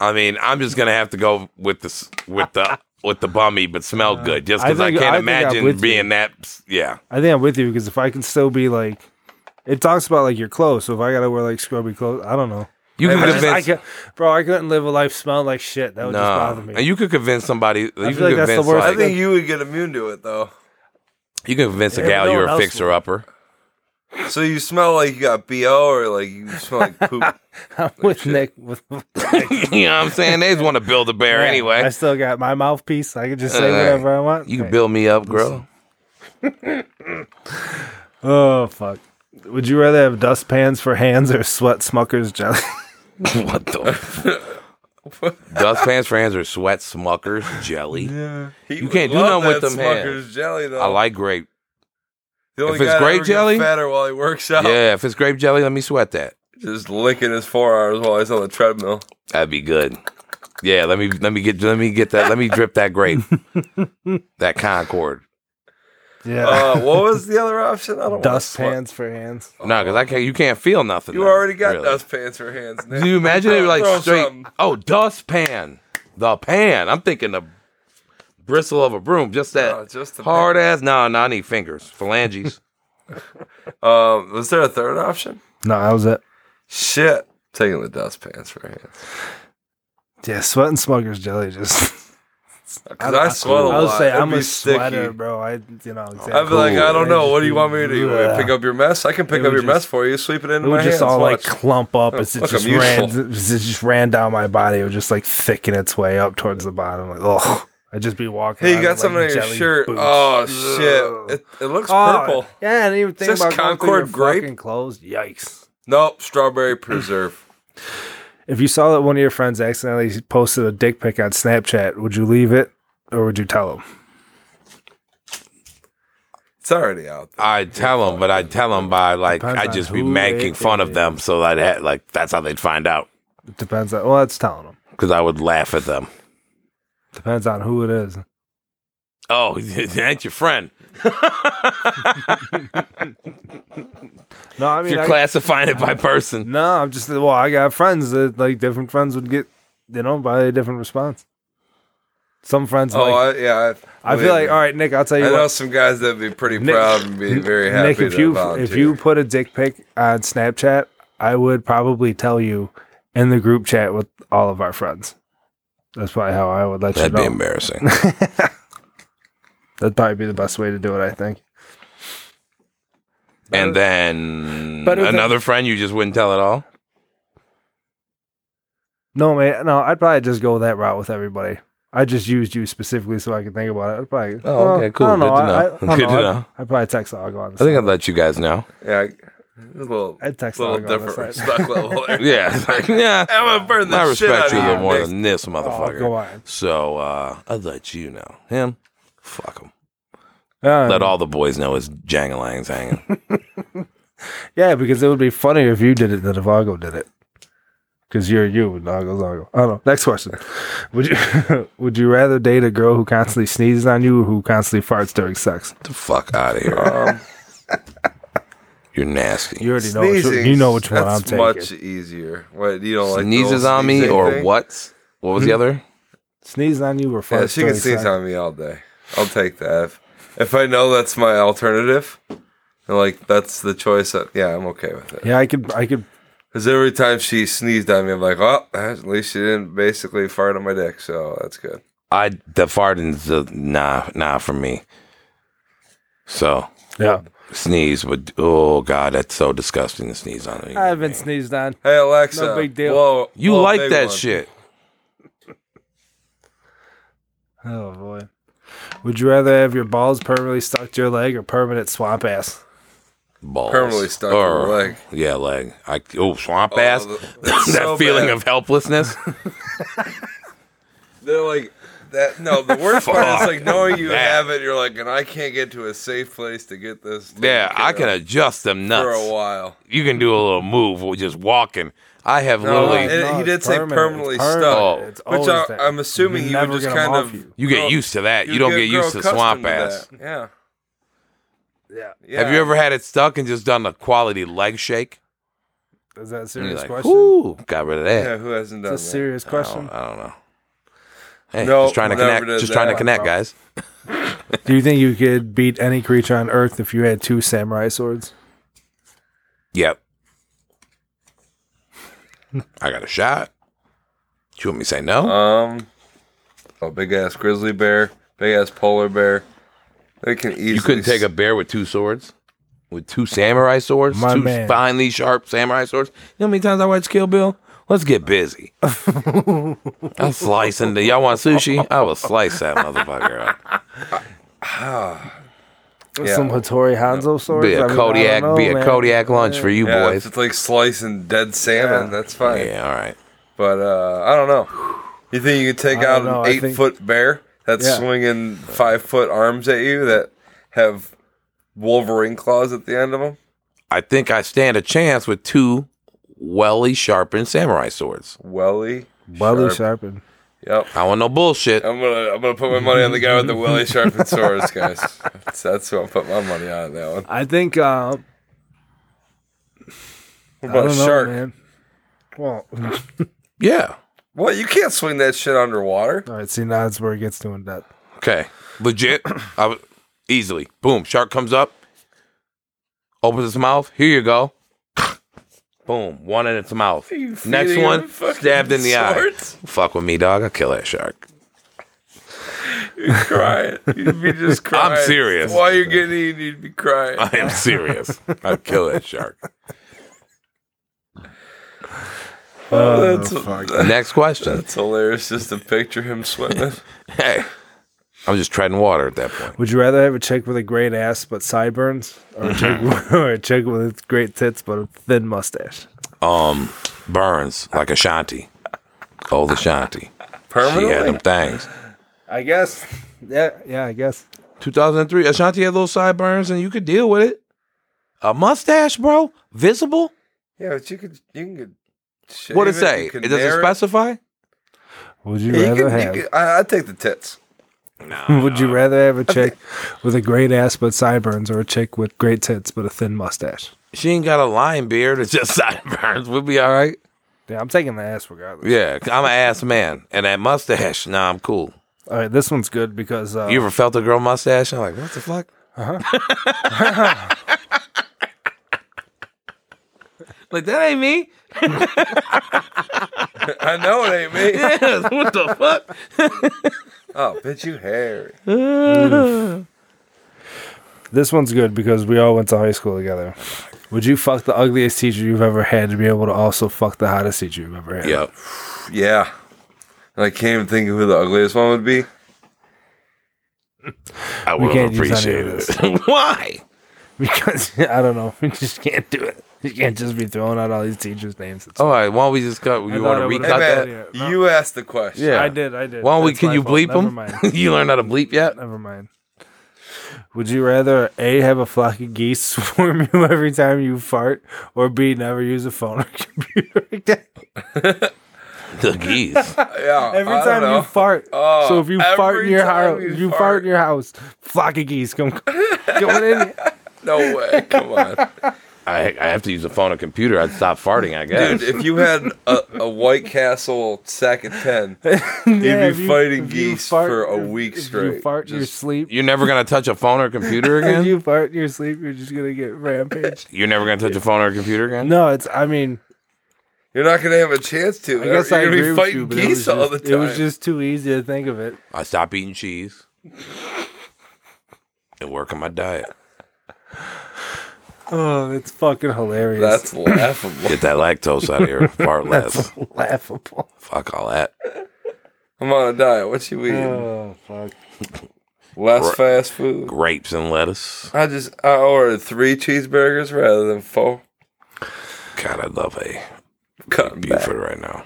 Speaker 4: I mean, I'm just gonna have to go with this with the with the bummy, but smell good, just
Speaker 1: I
Speaker 4: because I,
Speaker 1: think-
Speaker 4: can't
Speaker 1: I think I'm
Speaker 4: imagine
Speaker 1: with you.
Speaker 4: being that. Yeah,
Speaker 1: I think I'm with you because if I can still be like, it talks about like your clothes. So if I gotta wear like scrubby clothes, I don't know.
Speaker 4: you can
Speaker 1: I just, I
Speaker 4: convince.
Speaker 1: can, bro, I couldn't live a life smelling like shit. That would just bother
Speaker 4: No,
Speaker 1: me.
Speaker 4: and you could convince somebody. You could
Speaker 1: feel like that's the
Speaker 4: convince
Speaker 1: worst
Speaker 5: I
Speaker 4: like,
Speaker 5: think you would get immune to it though.
Speaker 4: you could convince a
Speaker 1: Yeah, but
Speaker 4: gal
Speaker 1: no
Speaker 4: you're
Speaker 1: one
Speaker 4: a
Speaker 1: else
Speaker 4: fixer upper.
Speaker 5: So you smell like you got bo, or like you smell like poop.
Speaker 1: I'm with Nick. With,
Speaker 4: you know what I'm saying? They just want to build a bear anyway.
Speaker 1: I still got my mouthpiece. I can just say
Speaker 4: Uh,
Speaker 1: whatever I want.
Speaker 4: You can build me up, girl.
Speaker 1: Oh fuck. Would you rather have dustpans for hands or sweat smuckers jelly?
Speaker 4: What the? Dust pants for hands are sweat smuckers jelly.
Speaker 5: He
Speaker 4: You can't
Speaker 5: would
Speaker 4: do
Speaker 5: love
Speaker 4: nothing with
Speaker 5: that
Speaker 4: them hands.
Speaker 5: Smucker's jelly though.
Speaker 4: I like grape.
Speaker 5: The only
Speaker 4: If it's
Speaker 5: guy that
Speaker 4: grape
Speaker 5: ever gets
Speaker 4: jelly?
Speaker 5: fatter while he works out.
Speaker 4: Yeah, if it's grape jelly, let me sweat that.
Speaker 5: Just licking his forearms while he's on the treadmill.
Speaker 4: That'd be good. Yeah, let me let me get let me get that let me drip that grape. that Concord.
Speaker 1: Yeah.
Speaker 5: Uh, what was the other option? I don't wanna
Speaker 1: Dust
Speaker 5: sweat.
Speaker 1: pants for hands.
Speaker 4: No, because I can't. You can't feel nothing.
Speaker 5: You
Speaker 4: now,
Speaker 5: already got
Speaker 4: really.
Speaker 5: dust pants for hands. Nick.
Speaker 4: Do you imagine it
Speaker 5: Throw-
Speaker 4: like
Speaker 5: throw
Speaker 4: straight?
Speaker 5: something.
Speaker 4: Oh, dust pan. The pan. I'm thinking the bristle of a broom. Just that
Speaker 5: No, Oh, just the
Speaker 4: hard ass. No, no, I need fingers, phalanges.
Speaker 5: Um, was there a third option?
Speaker 1: No, that was it.
Speaker 5: Shit, taking the dust pants for hands.
Speaker 1: Yeah, sweat and smuggler's jelly just.
Speaker 5: Because I, sweat a lot.
Speaker 1: I would say
Speaker 5: It'd
Speaker 1: I'm
Speaker 5: be
Speaker 1: a
Speaker 5: sticky.
Speaker 1: sweater, bro. I, you know, exactly.
Speaker 5: I'd be like, I don't know. What do you want me to do?
Speaker 1: Yeah.
Speaker 5: Pick up your mess? I can pick
Speaker 1: It
Speaker 5: up
Speaker 1: would
Speaker 5: your mess
Speaker 1: just-
Speaker 5: for you. Sweep it into
Speaker 1: It would
Speaker 5: my
Speaker 1: just
Speaker 5: hands.
Speaker 1: all
Speaker 5: Watch.
Speaker 1: like clump up as it
Speaker 5: Look,
Speaker 1: just
Speaker 5: I'm
Speaker 1: ran,
Speaker 5: useful.
Speaker 1: as it just ran down my body. It would just like thicken its way up towards the bottom. Like, oh, I'd just be walking.
Speaker 5: hey,
Speaker 1: around
Speaker 5: you got
Speaker 1: with,
Speaker 5: something
Speaker 1: like,
Speaker 5: on your
Speaker 1: jelly
Speaker 5: shirt.
Speaker 1: boots.
Speaker 5: Oh shit! It, it looks
Speaker 1: Oh,
Speaker 5: purple.
Speaker 1: Yeah, I didn't even think
Speaker 5: this
Speaker 1: about going through your
Speaker 5: Concord grape?
Speaker 1: fucking clothes. Yikes!
Speaker 5: Nope, strawberry preserve.
Speaker 1: If you saw that one of your friends accidentally posted a dick pic on Snapchat, would you leave it or would you tell them?
Speaker 5: It's already out. There.
Speaker 4: I tell them, but I tell them by like
Speaker 1: Depends
Speaker 4: I
Speaker 1: on
Speaker 4: just be
Speaker 1: who
Speaker 4: making
Speaker 1: it
Speaker 4: fun of them, so that had, like that's how they'd find out
Speaker 1: It depends on. Well, it's telling them.
Speaker 4: because I would laugh at them.
Speaker 1: Depends on who it is.
Speaker 4: Oh, ain't your friend.
Speaker 1: No, I
Speaker 4: If
Speaker 1: mean,
Speaker 4: you're
Speaker 1: I-
Speaker 4: classifying it by person.
Speaker 1: no, I'm just well. I got friends that like different friends would get, you know, by a different response. Some friends
Speaker 5: Oh,
Speaker 1: like
Speaker 5: I, yeah.
Speaker 1: I feel like,
Speaker 5: believe me.
Speaker 1: all right, Nick, I'll tell
Speaker 5: I
Speaker 1: you
Speaker 5: know
Speaker 1: what.
Speaker 5: some guys that'd be pretty
Speaker 1: Nick-
Speaker 5: proud and be very happy.
Speaker 1: Nick, if
Speaker 5: to
Speaker 1: you
Speaker 5: volunteer.
Speaker 1: if you put a dick pic on Snapchat, I would probably tell you in the group chat with all of our friends. That's probably how I would let
Speaker 4: That'd
Speaker 1: you
Speaker 4: be
Speaker 1: know.
Speaker 4: embarrassing.
Speaker 1: That'd probably be the best way to do it, I think.
Speaker 4: and then
Speaker 1: better than-
Speaker 4: another friend you just wouldn't tell at all.
Speaker 1: No, man, no, I'd probably just go that route with everybody. I just used you specifically so I could think about it. I'd probably,
Speaker 4: Oh, okay, cool.
Speaker 1: I don't know.
Speaker 4: Good to know.
Speaker 1: I, I, I don't
Speaker 4: Good to
Speaker 1: I'd-
Speaker 4: know.
Speaker 1: I'd probably text Oggo on the
Speaker 4: I think
Speaker 1: side.
Speaker 4: I'd let you guys know.
Speaker 5: yeah, I- a little,
Speaker 1: I'd text
Speaker 5: little
Speaker 1: Oggo on the
Speaker 5: different
Speaker 1: side.
Speaker 5: respect level. there.
Speaker 4: Yeah, it's like, yeah.
Speaker 5: I'm gonna burn the
Speaker 4: I
Speaker 5: shit
Speaker 4: respect
Speaker 5: out
Speaker 4: you a
Speaker 5: of
Speaker 4: little
Speaker 5: you,
Speaker 4: more
Speaker 5: Nick.
Speaker 4: than this
Speaker 1: Oh,
Speaker 4: motherfucker.
Speaker 1: go on.
Speaker 4: So uh, I'd let you know him. Fuck him.
Speaker 1: Yeah,
Speaker 4: Let all the boys know his jangalang's hanging.
Speaker 1: Yeah, because it would be funnier if you did it than if Oggo did it. Because you're you and Oggo's Oggo. I don't know. Next question. Would you would you rather date a girl who constantly sneezes on you or who constantly farts during sex?
Speaker 4: the fuck out of here.
Speaker 5: Um,
Speaker 4: You're nasty.
Speaker 1: You already know. Which,
Speaker 5: sneezing,
Speaker 1: you know which one I'm
Speaker 5: that's
Speaker 1: taking.
Speaker 5: much easier. What you don't like? the
Speaker 4: Sneezes
Speaker 5: whole
Speaker 4: on me
Speaker 5: sneezing
Speaker 4: or
Speaker 5: thing?
Speaker 4: what? What was the other?
Speaker 1: Sneezes on you or farts
Speaker 5: Yeah, she
Speaker 1: during
Speaker 5: can sneeze
Speaker 1: sex?
Speaker 5: on me all day. I'll take that. If, if I know that's my alternative, and like that's the choice, that, yeah, I'm okay with it.
Speaker 1: Yeah, I could. I could.
Speaker 5: Because every time she sneezed on me, I'm like, well, at least she didn't basically fart on my dick, so that's good.
Speaker 4: I the farting's the nah nah for me. So
Speaker 1: Yeah.
Speaker 4: sneeze would oh god that's so disgusting to sneeze on. a human
Speaker 1: I've been
Speaker 4: being.
Speaker 1: sneezed on.
Speaker 5: Hey Alexa,
Speaker 1: No big deal.
Speaker 5: blow-
Speaker 4: You
Speaker 5: blow a
Speaker 4: like
Speaker 5: big
Speaker 4: that
Speaker 5: one.
Speaker 4: shit?
Speaker 1: Oh boy. Would you rather have your balls permanently stuck to your leg or permanent swamp ass?
Speaker 4: Balls.
Speaker 5: Permanently stuck in
Speaker 4: Or-
Speaker 5: the leg.
Speaker 4: Yeah, leg. I oh swamp ass.
Speaker 5: th-
Speaker 4: that
Speaker 5: that's so
Speaker 4: feeling
Speaker 5: bad.
Speaker 4: of helplessness.
Speaker 5: They're like that. No, the worst part is like knowing you
Speaker 4: Fuck.
Speaker 5: have it. You're like, and I can't get to a safe place to get this. taken
Speaker 4: yeah, I
Speaker 5: care
Speaker 4: can
Speaker 5: of
Speaker 4: adjust them
Speaker 5: for a
Speaker 4: nuts.
Speaker 5: while.
Speaker 4: You can do a little move with just walking. I have literally.
Speaker 5: it- he
Speaker 1: it's
Speaker 5: did say
Speaker 1: permanent.
Speaker 5: permanently
Speaker 1: It's permanent.
Speaker 5: stuck,
Speaker 4: Oh.
Speaker 1: It's always
Speaker 5: Which I,
Speaker 1: there.
Speaker 5: I'm assuming
Speaker 1: You're
Speaker 5: you would
Speaker 1: never
Speaker 5: just
Speaker 1: gonna
Speaker 5: kind
Speaker 1: them
Speaker 5: of
Speaker 1: off you.
Speaker 4: you get
Speaker 5: grow-
Speaker 4: used to that. You, don't
Speaker 5: get-
Speaker 4: get
Speaker 5: grow
Speaker 4: used to
Speaker 5: accustomed
Speaker 4: swamp
Speaker 5: that.
Speaker 4: ass.
Speaker 5: Yeah.
Speaker 1: Yeah.
Speaker 5: yeah.
Speaker 4: Have you ever had it stuck and just done a quality leg shake?
Speaker 1: Is that a
Speaker 4: And you're
Speaker 1: serious
Speaker 4: like,
Speaker 1: question?
Speaker 4: ooh, got rid of that.
Speaker 5: Yeah, who hasn't done
Speaker 1: That's a
Speaker 5: that?
Speaker 1: serious
Speaker 4: I don't-
Speaker 1: question.
Speaker 4: I don't, know. Hey,
Speaker 5: No,
Speaker 4: just trying to
Speaker 5: never
Speaker 4: connect.
Speaker 5: did
Speaker 4: Just trying to
Speaker 5: that.
Speaker 4: connect, guys.
Speaker 1: Do you think you could beat any creature on Earth if you had two samurai swords?
Speaker 4: Yep. I got a shot. You want me to say no?
Speaker 5: Um, a big ass grizzly bear, big ass polar bear. They can easily.
Speaker 4: you couldn't take a bear with two swords, with two samurai swords,
Speaker 1: My
Speaker 4: two
Speaker 1: man.
Speaker 4: finely sharp samurai swords. You know how many times I watched Kill Bill? Let's get busy. I'm slicing. The, y'all want sushi? I will slice that motherfucker up.
Speaker 5: Yeah.
Speaker 1: Some Hattori Hanzo swords?
Speaker 4: Be
Speaker 1: I
Speaker 4: a
Speaker 1: mean, I
Speaker 4: Kodiak.
Speaker 1: don't know,
Speaker 4: be a
Speaker 1: man.
Speaker 4: Kodiak lunch for you
Speaker 5: Yeah, if
Speaker 4: boys.
Speaker 5: it's like slicing dead salmon.
Speaker 1: Yeah.
Speaker 5: That's fine.
Speaker 4: Yeah, all right.
Speaker 5: But uh, I don't know. You think you could take
Speaker 1: I don't
Speaker 5: out
Speaker 1: know,
Speaker 5: an
Speaker 1: I
Speaker 5: eight
Speaker 1: think-
Speaker 5: foot bear that's
Speaker 1: Yeah.
Speaker 5: swinging five foot arms at you that have Wolverine claws at the end of them?
Speaker 4: I think I stand a chance with two welly sharpened samurai swords.
Speaker 5: Welly.
Speaker 1: Welly
Speaker 5: Sharp.
Speaker 1: sharpened.
Speaker 5: Yep.
Speaker 4: I want no bullshit.
Speaker 1: Oh.
Speaker 5: I'm gonna I'm gonna put my money on the guy with the Willie sharpened swords, guys. That's, that's who I'm putting my money on that one.
Speaker 1: I think. Uh,
Speaker 5: What
Speaker 1: I
Speaker 5: about
Speaker 1: don't know,
Speaker 5: shark?
Speaker 1: man. Well, all
Speaker 4: Yeah.
Speaker 5: What you can't swing that shit underwater.
Speaker 1: right. See, now that's where it gets to in depth.
Speaker 4: Okay. Legit. I would easily. Boom. Shark comes up. Opens its mouth. Here you go. Boom. One in its mouth. Next
Speaker 5: feeding
Speaker 4: one
Speaker 5: him fucking
Speaker 4: stabbed in the
Speaker 5: swords?
Speaker 4: eye. Fuck with me, dog. I'll kill that shark.
Speaker 5: You'd cry it. You'd be just crying.
Speaker 4: serious.
Speaker 5: While you're getting eaten, you'd be crying.
Speaker 4: I am serious. I'll kill that shark.
Speaker 5: Oh, that's,
Speaker 4: Next question.
Speaker 5: that's hilarious just to picture him swimming.
Speaker 4: Hey. I'm just treading water at that point.
Speaker 1: Would you rather have a chick with a great ass but sideburns, or a chick, or a chick with great tits but a thin mustache?
Speaker 4: Um, burns like Ashanti. Old Ashanti. She had
Speaker 5: Permanently?
Speaker 4: them things.
Speaker 1: I guess. Yeah, yeah, I guess.
Speaker 4: 2003, Ashanti had those sideburns, and you could deal with it. A mustache, bro, visible.
Speaker 5: Yeah, but you could you can get shave
Speaker 4: what it say?
Speaker 5: you can
Speaker 4: It does it
Speaker 5: narrow
Speaker 4: specify?
Speaker 1: Would you
Speaker 5: Yeah, you
Speaker 1: rather
Speaker 5: could- you
Speaker 1: have?
Speaker 5: could- I, I'd take the tits.
Speaker 1: Would you rather have a chick with a great ass but sideburns, or a chick with great tits but a thin mustache?
Speaker 4: She ain't got a lion beard. It's just sideburns. We'll be all right.
Speaker 1: Yeah, I'm taking the ass regardless.
Speaker 4: Yeah, 'cause I'm an ass man, and that mustache. Nah, I'm cool.
Speaker 1: All right, this one's good because uh,
Speaker 4: You ever felt a girl mustache? I'm like, what the fuck? like that ain't me.
Speaker 5: I know it ain't me.
Speaker 4: what the fuck?
Speaker 5: Oh, bitch, you hairy.
Speaker 1: this one's good because we all went to high school together. Would you fuck the ugliest teacher you've ever had to be able to also fuck the hottest teacher you've ever had?
Speaker 4: Yep.
Speaker 5: Yeah. And I can't even think of who the ugliest one would be.
Speaker 4: I
Speaker 1: We
Speaker 4: would
Speaker 1: can't use any
Speaker 4: appreciate
Speaker 1: of
Speaker 4: it. Why?
Speaker 1: because I don't know, we just can't do it. You can't just be throwing out all these teachers' names. It's-
Speaker 4: All right. Why don't we just cut? You
Speaker 1: thought
Speaker 4: want
Speaker 1: I
Speaker 4: to
Speaker 1: would've
Speaker 4: recut
Speaker 5: Hey,
Speaker 4: that?
Speaker 5: man,
Speaker 1: that? Yeah, no.
Speaker 5: You asked the question.
Speaker 4: Yeah.
Speaker 1: I did, I did.
Speaker 4: Why don't we?
Speaker 1: That's
Speaker 4: Can
Speaker 1: my
Speaker 4: you
Speaker 1: fault.
Speaker 4: bleep
Speaker 1: Never
Speaker 4: them?
Speaker 1: mind.
Speaker 4: you learned how to bleep yet?
Speaker 1: Never mind. Would you rather a have a flock of geese swarm you every time you fart, or b never use a phone or computer again?
Speaker 4: The geese.
Speaker 5: Yeah,
Speaker 1: Every
Speaker 5: I
Speaker 1: time
Speaker 5: don't know.
Speaker 1: you fart.
Speaker 5: Oh,
Speaker 1: so if you fart in
Speaker 5: every
Speaker 1: your
Speaker 5: time
Speaker 1: house,
Speaker 5: you
Speaker 1: you, fart in your house, flock of geese come going in.
Speaker 5: No way. Come on.
Speaker 4: I, I have to use a phone or computer. I'd stop farting. I guess.
Speaker 5: Dude, if you had a, a White Castle sack of 10, you'd
Speaker 1: Yeah, if
Speaker 5: be
Speaker 1: you-
Speaker 5: fighting
Speaker 1: if you
Speaker 5: geese
Speaker 1: fart-
Speaker 5: for a
Speaker 1: if-
Speaker 5: week
Speaker 1: if
Speaker 5: straight.
Speaker 1: You fart in your sleep.
Speaker 4: You're never gonna touch a phone or computer
Speaker 1: If
Speaker 4: again.
Speaker 1: you fart in your sleep, you're just gonna get rampaged.
Speaker 4: You're never gonna touch a phone or a computer again.
Speaker 1: No, it's. I mean,
Speaker 5: You're not going to have a chance to.
Speaker 1: I guess
Speaker 5: You're
Speaker 1: I
Speaker 5: gonna
Speaker 1: agree
Speaker 5: be
Speaker 1: with
Speaker 5: fighting
Speaker 1: you, but it was,
Speaker 5: geese all the
Speaker 1: just,
Speaker 5: time.
Speaker 1: it was just too easy to think of it.
Speaker 4: I stop eating cheese and work on my diet.
Speaker 1: Oh, that's fucking hilarious.
Speaker 5: That's laughable.
Speaker 4: Get that lactose out of here. Fart less.
Speaker 1: laughable.
Speaker 4: Fuck all that.
Speaker 5: I'm on a diet. What you eating?
Speaker 1: Oh fuck.
Speaker 5: Less fast food.
Speaker 4: Grapes and lettuce.
Speaker 5: I just I ordered three cheeseburgers rather than four.
Speaker 4: God, I love a
Speaker 5: Cut back.
Speaker 4: Buford right now.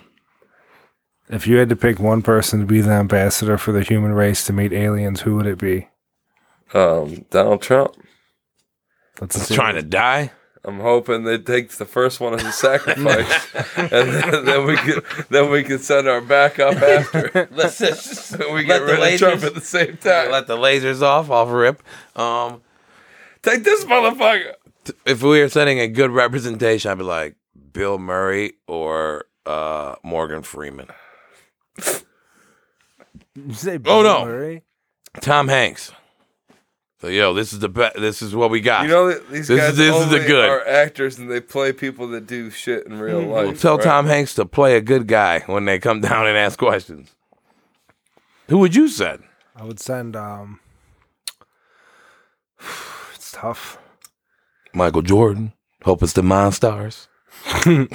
Speaker 1: If you had to pick one person to be the ambassador for the human race to meet aliens, who would it be?
Speaker 5: Um, Donald Trump.
Speaker 1: That's
Speaker 4: It's trying to die.
Speaker 5: I'm hoping they take the first one as a sacrifice, and then, then we can then we can send our backup after.
Speaker 4: Let's
Speaker 5: So we get
Speaker 4: Let the
Speaker 5: rid of Trump
Speaker 4: lasers-
Speaker 5: at the same time.
Speaker 4: let the lasers off. Off rip. Um,
Speaker 5: take this motherfucker.
Speaker 4: if we were sending a good representation, I'd be like Bill Murray or uh, Morgan Freeman.
Speaker 1: say
Speaker 4: Oh, no.
Speaker 1: Murray?
Speaker 4: Tom Hanks. So yo, this is the best. This is what we got.
Speaker 5: You know that these
Speaker 4: This is-
Speaker 5: guys
Speaker 4: this is the
Speaker 5: only
Speaker 4: good.
Speaker 5: are actors, and they play people that do shit in
Speaker 1: Hmm.
Speaker 5: real life.
Speaker 4: Tell
Speaker 5: right?
Speaker 4: Tom Hanks to play a good guy when they come down and ask questions. Who would you send?
Speaker 1: I would send um. It's tough.
Speaker 4: Michael Jordan. Hope it's the Mind Stars.
Speaker 1: No,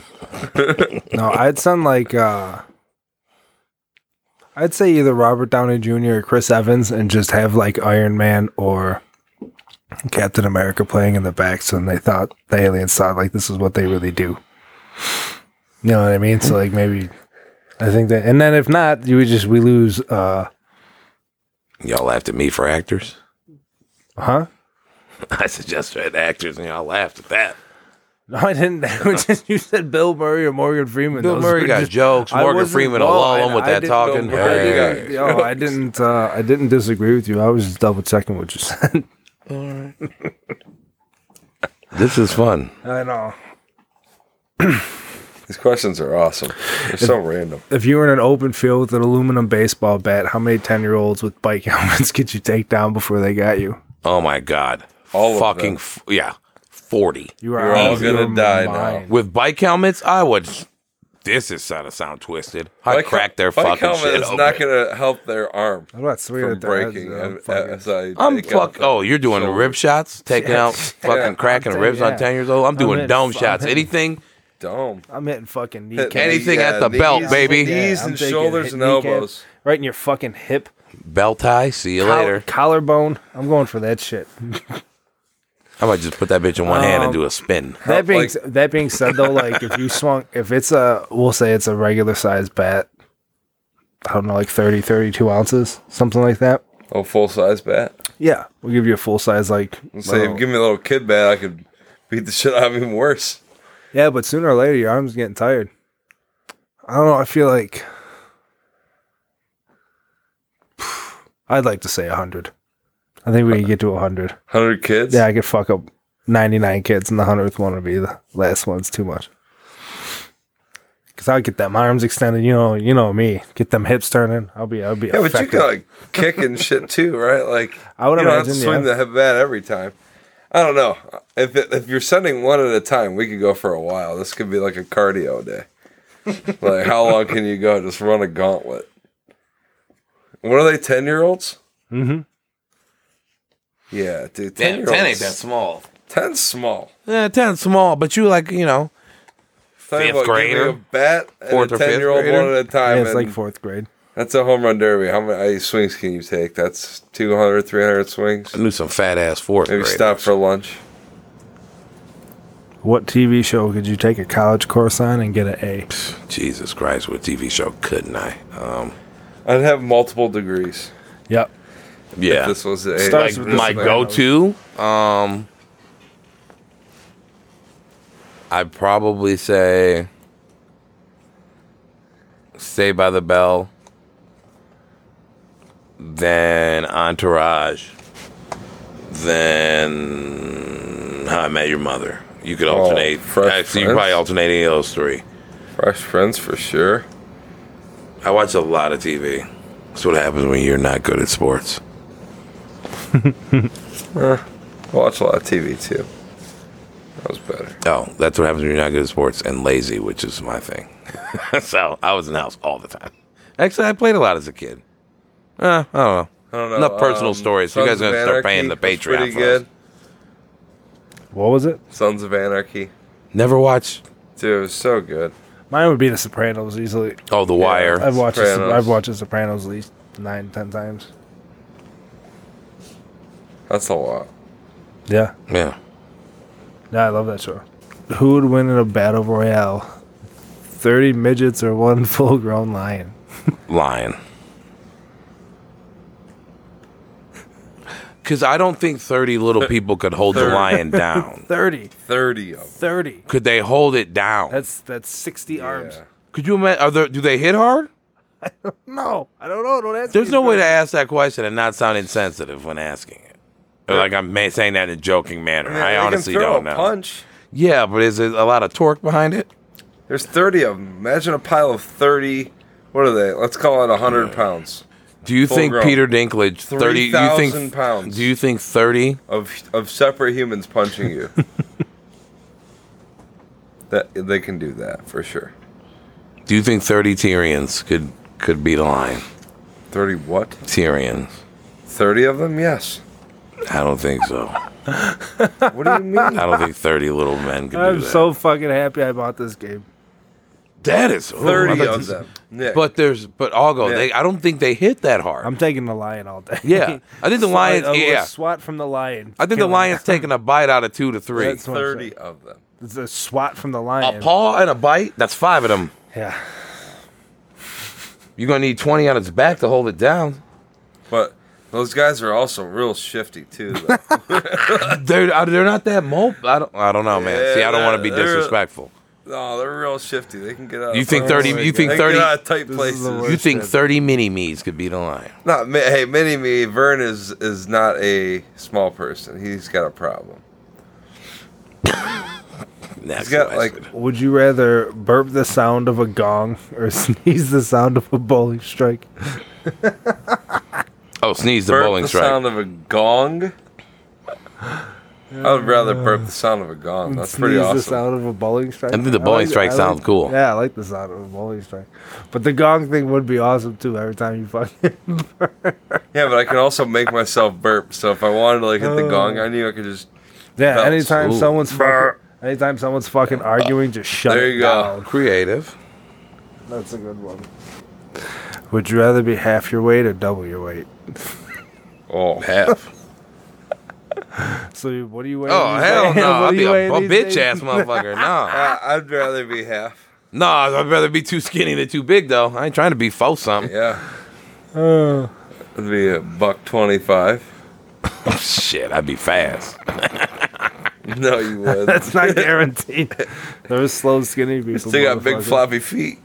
Speaker 1: I'd send like uh. I'd say either Robert Downey Jr. or Chris Evans, and just have like Iron Man or Captain America playing in the back. So then they thought the aliens thought like this is what they really do. You know what I mean? So like maybe I think that, and then if not, you would just we lose. uh
Speaker 4: Y'all laughed at me for actors.
Speaker 1: Huh?
Speaker 4: I suggest for the actors, and y'all laughed at that.
Speaker 1: No, I didn't. They were just- you said Bill Murray or Morgan Freeman.
Speaker 4: Bill
Speaker 1: Those
Speaker 4: Murray
Speaker 1: were
Speaker 4: got
Speaker 1: just-
Speaker 4: jokes.
Speaker 1: I
Speaker 4: Morgan
Speaker 1: wasn't-
Speaker 4: Freeman
Speaker 1: well,
Speaker 4: along
Speaker 1: and
Speaker 4: with
Speaker 1: I
Speaker 4: that
Speaker 1: didn't-
Speaker 4: talking.
Speaker 5: Bill Murray
Speaker 4: Hey.
Speaker 5: got-
Speaker 1: Yo, I didn't. Uh, I didn't disagree with you. I was just double checking what you said.
Speaker 4: This is fun.
Speaker 1: I know.
Speaker 5: These questions are awesome. They're so random.
Speaker 1: If you were in an open field with an aluminum baseball bat, how many ten-year-olds with bike helmets could you take down before they got you?
Speaker 4: Oh my god.
Speaker 5: All of
Speaker 4: fucking
Speaker 5: them.
Speaker 4: f- yeah. 40.
Speaker 1: You
Speaker 5: You're all gonna die now.
Speaker 4: With bike helmets, I would this is sort of sound twisted. I
Speaker 5: Bike-
Speaker 4: cracked their fucking
Speaker 5: bike helmet
Speaker 4: shit
Speaker 5: is
Speaker 4: open.
Speaker 5: not going to help their arm
Speaker 1: What about three
Speaker 5: from
Speaker 1: of the-
Speaker 5: breaking.
Speaker 1: uh,
Speaker 5: and-
Speaker 1: fucking-
Speaker 5: as I
Speaker 4: I'm
Speaker 5: take out
Speaker 4: fuck.
Speaker 5: the-
Speaker 4: Oh, you're doing rib shots, taking out fucking
Speaker 5: Yeah.
Speaker 4: cracking
Speaker 1: I'm
Speaker 4: ribs
Speaker 1: saying,
Speaker 4: on
Speaker 1: yeah.
Speaker 4: ten years old. I'm, doing
Speaker 1: hitting
Speaker 4: dome
Speaker 1: fu-
Speaker 4: shots.
Speaker 1: I'm hitting-
Speaker 4: Anything,
Speaker 5: dome.
Speaker 1: I'm hitting fucking
Speaker 5: Hit
Speaker 1: kneecaps.
Speaker 4: anything
Speaker 5: Yeah,
Speaker 4: at the belt,
Speaker 5: knees-
Speaker 4: baby.
Speaker 5: knees
Speaker 1: Yeah, I'm
Speaker 5: and
Speaker 1: taking
Speaker 5: shoulders
Speaker 1: hit
Speaker 5: and
Speaker 1: kneecap,
Speaker 5: elbows.
Speaker 1: Right in your fucking hip.
Speaker 4: bell tie. See you
Speaker 1: coll-
Speaker 4: later.
Speaker 1: collarbone. I'm going for that shit.
Speaker 4: I might just put that bitch in one hand and
Speaker 1: Um,
Speaker 4: do a spin.
Speaker 1: That being
Speaker 5: like-
Speaker 1: s- that being said though, like if you swung, if it's a, we'll say it's a regular sized bat. I don't know, like 30, 32 ounces, something like that.
Speaker 5: Oh, full size bat.
Speaker 1: Yeah, we'll give you a full size like.
Speaker 5: Say, if you give me a little kid bat, I could beat the shit out of him even worse.
Speaker 1: Yeah, but sooner or later your arm's getting tired. I don't know. I feel like I'd like to say hundred. I think we can get to hundred.
Speaker 5: 100 kids?
Speaker 1: Yeah, I could fuck up ninety nine kids, and the hundredth one would be the last one's too much. Cause I'll get them arms extended, you know, you know me. Get them hips turning. I'll be, I'll be.
Speaker 5: Yeah, but you
Speaker 1: effective.
Speaker 5: can like kick and shit too, right? Like
Speaker 1: I would
Speaker 5: you don't have to
Speaker 1: imagine,
Speaker 5: swing
Speaker 1: yeah.
Speaker 5: the bat every time. I don't know if it, if you're sending one at a time, we could go for a while. This could be like a cardio day. like how long can you go? Just run a gauntlet. What are they? Ten year olds? Mm-hmm. Yeah, dude. Ten year olds.
Speaker 4: small.
Speaker 5: Ten's small.
Speaker 4: Yeah, ten small, but you like you know.
Speaker 5: Tell you
Speaker 4: Fifth
Speaker 5: what, give me
Speaker 4: grader?
Speaker 5: a bat and
Speaker 4: Fourth
Speaker 5: a
Speaker 4: or fifth
Speaker 5: ten year old
Speaker 4: grader?
Speaker 5: one at a
Speaker 1: Yeah,
Speaker 5: time.
Speaker 1: it's like
Speaker 5: and-
Speaker 1: fourth grade.
Speaker 5: That's a home run derby. How many how many swings can you take? That's 200, 300 swings.
Speaker 4: I knew some fat ass fourth
Speaker 5: Maybe
Speaker 4: grade.
Speaker 5: stop for lunch.
Speaker 1: What TV show could you take a college course on and get an A?
Speaker 4: Jesus Christ, what TV show couldn't I? Um,
Speaker 5: I'd have multiple degrees.
Speaker 1: Yep.
Speaker 4: yeah,
Speaker 5: This was a,
Speaker 1: Starts
Speaker 5: like,
Speaker 1: with
Speaker 4: my
Speaker 1: Sopranos.
Speaker 4: go-to um i'd probably say stay by the bell then entourage then how i met your mother you could
Speaker 5: Oh,
Speaker 4: alternate
Speaker 5: Fresh
Speaker 4: actually, you could
Speaker 5: Prince.
Speaker 4: probably alternate any of those three
Speaker 5: Fresh Friends for sure.
Speaker 4: i watch a lot of tv that's what happens when you're not good at sports
Speaker 5: I watch a lot of TV too. That was better.
Speaker 4: Oh, that's what happens when you're not good at sports and lazy, which is my thing. so I was in the house all the time. Actually, I played a lot as a kid. Uh, I don't know.
Speaker 5: don't um,
Speaker 4: Enough personal stories. You
Speaker 5: Sons
Speaker 4: guys
Speaker 5: of
Speaker 4: gonna start paying the
Speaker 5: Anarchy was
Speaker 4: Patreon
Speaker 5: Pretty
Speaker 4: for
Speaker 5: good.
Speaker 4: us.
Speaker 1: What was it?
Speaker 5: Sons of Anarchy.
Speaker 4: Never watched.
Speaker 5: Dude, it was so good.
Speaker 1: Mine would be The Sopranos easily.
Speaker 4: Oh, The Wire.
Speaker 1: I've watched The-
Speaker 5: Sopranos.
Speaker 1: I've watched The Sopranos at least nine, ten times.
Speaker 5: That's a lot.
Speaker 1: Yeah.
Speaker 4: yeah.
Speaker 1: Yeah, I love that show. Who would win in a battle royale? Thirty midgets or one full grown lion?
Speaker 4: Lion. Because I don't think 30 little people could hold the lion down.
Speaker 1: 30.
Speaker 5: 30 of them.
Speaker 1: 30.
Speaker 4: Could they hold it down?
Speaker 1: That's that's sixty arms.
Speaker 5: Yeah.
Speaker 4: could you imagine? Are there, do they hit hard?
Speaker 1: No, I don't know. Don't ask
Speaker 4: There's
Speaker 1: me.
Speaker 4: no way to ask that question and not sound insensitive when asking it. Or like I'm ma- saying that in a joking manner.
Speaker 5: Man, they
Speaker 4: I
Speaker 5: can
Speaker 4: honestly
Speaker 5: throw
Speaker 4: don't
Speaker 5: a
Speaker 4: know.
Speaker 5: punch.
Speaker 4: Yeah, but is there a lot of torque behind it?
Speaker 5: There's 30 of them. Imagine a pile of 30. What are they? Let's call it 100 pounds
Speaker 4: Do you
Speaker 5: Full
Speaker 4: think
Speaker 5: grown.
Speaker 4: Peter Dinklage thirty? you think
Speaker 5: 3,000 pounds.
Speaker 4: Do you think thirty?
Speaker 5: of of separate humans punching you. that they can do that for sure.
Speaker 4: Do you think thirty Tyrians could could beat a lion?
Speaker 5: Thirty what?
Speaker 4: Tyrians?
Speaker 5: Thirty of them? Yes.
Speaker 4: I don't think so.
Speaker 5: What do you mean?
Speaker 4: I don't think thirty little men could do
Speaker 1: I'm
Speaker 4: that.
Speaker 1: so fucking happy I bought this game.
Speaker 4: that is ooh, I
Speaker 5: Thirty
Speaker 4: thought
Speaker 5: of
Speaker 4: this-
Speaker 5: them. Nick.
Speaker 4: But there's but I'll go. They, I don't think they hit that hard.
Speaker 1: I'm taking the lion all day.
Speaker 4: Yeah. I think the
Speaker 1: Lion.
Speaker 4: lions- yeah.
Speaker 1: SWAT from the lion.
Speaker 4: I think the
Speaker 1: Killing-
Speaker 4: lion's taking a bite out of two to three.
Speaker 1: That's what I'm
Speaker 5: thirty
Speaker 1: saying.
Speaker 5: of them.
Speaker 1: It's a SWAT from the
Speaker 4: a
Speaker 1: lion.
Speaker 4: paw and a bite. That's five of them.
Speaker 1: yeah.
Speaker 4: You're gonna need twenty on its back to hold it down.
Speaker 5: But Those guys are also real shifty too. Though.
Speaker 4: They're uh, they're not that mope. I don't I don't know, man.
Speaker 5: Yeah,
Speaker 4: See, I don't want to be
Speaker 5: they're-
Speaker 4: disrespectful.
Speaker 5: no, Oh, they're real shifty. They can get out.
Speaker 4: You
Speaker 5: of
Speaker 4: think
Speaker 5: tight
Speaker 4: 30 you think
Speaker 5: places. They can
Speaker 4: 30
Speaker 5: get out of tight
Speaker 1: is the
Speaker 5: places?
Speaker 1: worst.
Speaker 4: You think
Speaker 1: shit.
Speaker 4: thirty mini me's could beat a lion?
Speaker 5: Not Mi- hey, mini me. Vern is is not a small person. He's got a problem.
Speaker 4: Next
Speaker 5: He's got like
Speaker 1: Would you rather burp the sound of a gong or sneeze the sound of a bowling strike?
Speaker 4: oh, sneeze the
Speaker 5: burp
Speaker 4: bowling
Speaker 5: the
Speaker 4: strike.
Speaker 5: sound of a gong. I would rather burp the sound of a gong. That's pretty
Speaker 1: sneeze the
Speaker 5: awesome.
Speaker 1: sound of a bowling strike.
Speaker 4: I think the bowling strike
Speaker 1: I
Speaker 4: sounds cool.
Speaker 1: Yeah, I like the sound of a bowling strike. But the gong thing would be awesome too. Every time you fucking
Speaker 5: Yeah, but I can also make myself burp. So if I wanted to like hit
Speaker 1: Uh.
Speaker 5: the gong, I knew I could just.
Speaker 1: yeah,
Speaker 5: Belts.
Speaker 1: anytime
Speaker 4: Ooh. Uh,
Speaker 1: someone's fucking, anytime someone's fucking arguing, just shut
Speaker 5: There
Speaker 1: it
Speaker 5: you go.
Speaker 1: down.
Speaker 4: Creative.
Speaker 1: That's a good one. Would you rather be half your weight or double your weight?
Speaker 5: Oh,
Speaker 4: Half.
Speaker 1: So you- what do you weigh?
Speaker 4: Oh hell no! I'd be a, bitch ass
Speaker 1: mother.
Speaker 4: motherfucker. No,
Speaker 5: I- I'd rather be half.
Speaker 4: no, I'd rather be too skinny than too big though. I ain't trying to be faux something.
Speaker 5: Yeah.
Speaker 1: Uh.
Speaker 5: It'd be a buck twenty-five.
Speaker 4: Shit, I'd be fast.
Speaker 5: No, you would.
Speaker 1: That's not guaranteed. Those slow skinny people.
Speaker 5: Still got big
Speaker 1: motherfucker.
Speaker 5: floppy feet.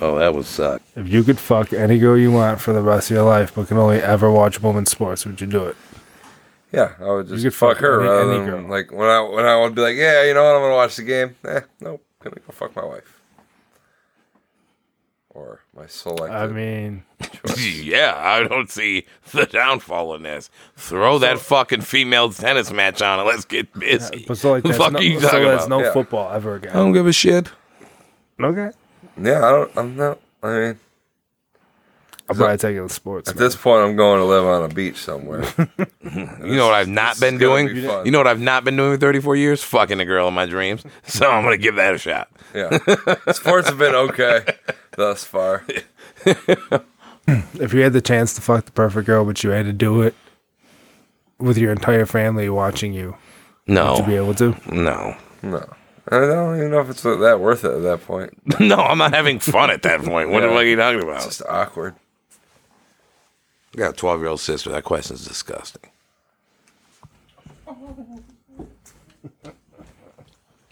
Speaker 4: Oh, that would suck.
Speaker 1: If you could fuck any girl you want for the rest of your life, but can only ever watch women's sports, would you do it?
Speaker 5: Yeah, I would just
Speaker 1: could
Speaker 5: fuck,
Speaker 1: fuck
Speaker 5: her
Speaker 1: any-
Speaker 5: rather
Speaker 1: any
Speaker 5: than
Speaker 1: girl.
Speaker 5: like when I when I would be like, yeah, you know what, I'm gonna watch the game. Eh, nope, gonna go fuck my wife or my selected.
Speaker 1: I mean,
Speaker 4: yeah, I don't see the downfall in this. Throw that fucking female tennis match on and let's get busy.
Speaker 1: but so like
Speaker 4: the
Speaker 1: that's
Speaker 4: fuck
Speaker 1: no,
Speaker 4: are you
Speaker 1: so
Speaker 4: talking
Speaker 1: that's
Speaker 4: about? Oh.
Speaker 1: no
Speaker 5: Yeah.
Speaker 1: football ever
Speaker 4: I
Speaker 1: again.
Speaker 4: don't give a shit.
Speaker 1: Okay,
Speaker 5: yeah, I don't. I'm not. I mean,
Speaker 1: I'm probably taking the sports.
Speaker 5: at
Speaker 1: man.
Speaker 5: this point, I'm going to live on a beach somewhere.
Speaker 4: You know what I've not
Speaker 5: is
Speaker 4: been
Speaker 5: gonna
Speaker 4: doing?
Speaker 5: be fun.
Speaker 4: you know what I've not been doing for 34 years? Fucking a girl in my dreams. So I'm going to give that a shot.
Speaker 5: yeah, sports have been okay thus far.
Speaker 1: If you had the chance to fuck the perfect girl, but you had to do it with your entire family watching you to be
Speaker 4: No.
Speaker 1: able to,
Speaker 4: No.
Speaker 5: No, I don't even know if it's that worth it at that point. It's
Speaker 4: No, I'm not having fun at that point. What the fuck are you talking about?
Speaker 5: just awkward.
Speaker 4: I got a 12 year old sister. That question's disgusting.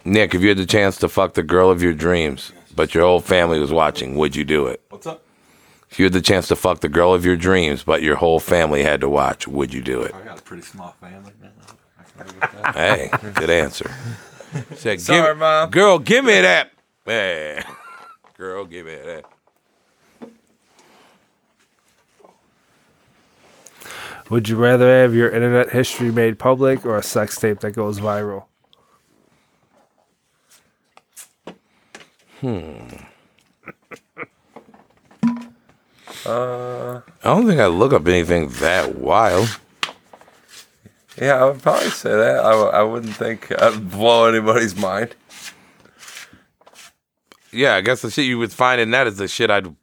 Speaker 4: Nick, if you had the chance to fuck the girl of your dreams, but your whole family was watching, would you do it?
Speaker 5: What's up?
Speaker 4: If you had the chance to fuck the girl of your dreams, but your whole family had to watch, would you do it?
Speaker 8: I got a pretty small family now. I can live with that.
Speaker 4: Hey, good answer. Said, give,
Speaker 5: Sorry, Mom.
Speaker 4: Girl, give me that. Hey, girl, give me that.
Speaker 1: would you rather have your internet history made public or a sex tape that goes viral?
Speaker 4: I don't think I look up anything that wild.
Speaker 5: Yeah, I would probably say that. I, w- I wouldn't think I'd blow anybody's mind.
Speaker 4: Yeah, I guess the shit you would find in that is the shit I'd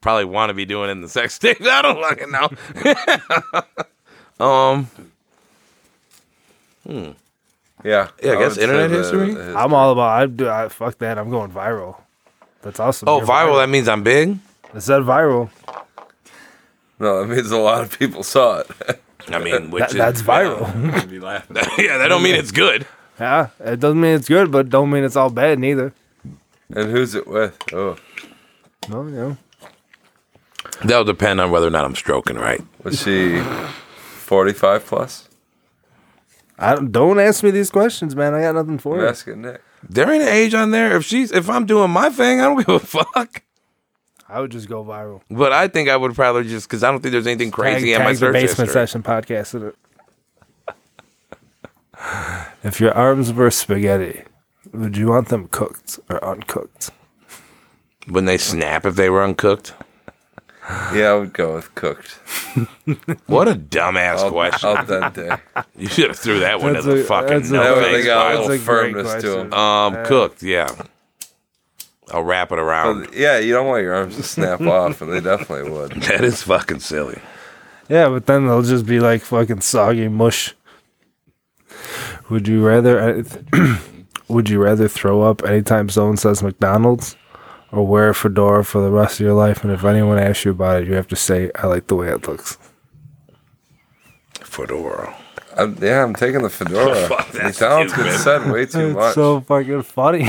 Speaker 4: probably want to be doing in the sex tape. I don't fucking know. um,
Speaker 5: Yeah,
Speaker 4: Yeah, I guess
Speaker 5: would say
Speaker 4: internet
Speaker 5: the-
Speaker 4: history?
Speaker 5: the-
Speaker 1: I'm all about. I do. I fuck that. I'm going viral. That's awesome.
Speaker 4: oh,
Speaker 1: You're
Speaker 4: viral. That means I'm big.
Speaker 1: It said viral.
Speaker 5: No, that means a lot of people saw it.
Speaker 4: I mean, which
Speaker 1: That,
Speaker 4: is
Speaker 1: that's viral.
Speaker 8: I'm gonna be laughing.
Speaker 4: yeah, that don't mean it's good.
Speaker 1: Yeah, it doesn't mean it's good, but don't mean it's all bad neither.
Speaker 5: and who's it with? Oh,
Speaker 1: No, you know.
Speaker 4: That'll depend on whether or not I'm stroking right.
Speaker 5: was she 45 plus?
Speaker 1: I don't, don't ask me these questions, man. I got nothing for
Speaker 5: I'm
Speaker 1: you.
Speaker 5: asking Nick.
Speaker 4: There ain't an age on there. If she's, if I'm doing my thing, I don't give a fuck.
Speaker 1: I would just go viral.
Speaker 4: But I think I would probably just because I don't think there's anything crazy
Speaker 1: tag,
Speaker 4: in my
Speaker 1: tag the
Speaker 4: search
Speaker 1: basement
Speaker 4: history.
Speaker 1: session podcast in it. if your arms were spaghetti, would you want them cooked or uncooked?
Speaker 4: Wouldn't they snap if they were uncooked?
Speaker 5: Yeah, I would go with cooked.
Speaker 4: What a dumbass
Speaker 5: Al,
Speaker 4: question!
Speaker 5: al dente.
Speaker 4: you should have threw that one
Speaker 1: That's
Speaker 4: as a,
Speaker 1: a-
Speaker 4: fucking
Speaker 1: that's a-
Speaker 4: no
Speaker 5: That way
Speaker 4: thanks
Speaker 5: they got a
Speaker 4: pile.
Speaker 1: That's
Speaker 5: little
Speaker 1: a great
Speaker 5: firmness to
Speaker 1: question.
Speaker 5: them.
Speaker 4: Um, cooked, yeah. I'll wrap it around.
Speaker 5: yeah, you don't want your arms to snap off, and they definitely would.
Speaker 4: That is fucking silly.
Speaker 1: Yeah, but then they'll just be like fucking soggy mush. Would you rather? would you rather throw up anytime someone says McDonald's, or wear a fedora for the rest of your life. And if anyone asks you about it, you have to say, I like the way it looks.
Speaker 4: Fedora.
Speaker 5: I'm, yeah, I'm taking the fedora.
Speaker 4: Fuck,
Speaker 5: the
Speaker 4: that's
Speaker 5: sounds
Speaker 4: stupid.
Speaker 5: get said way too much.
Speaker 1: fucking funny.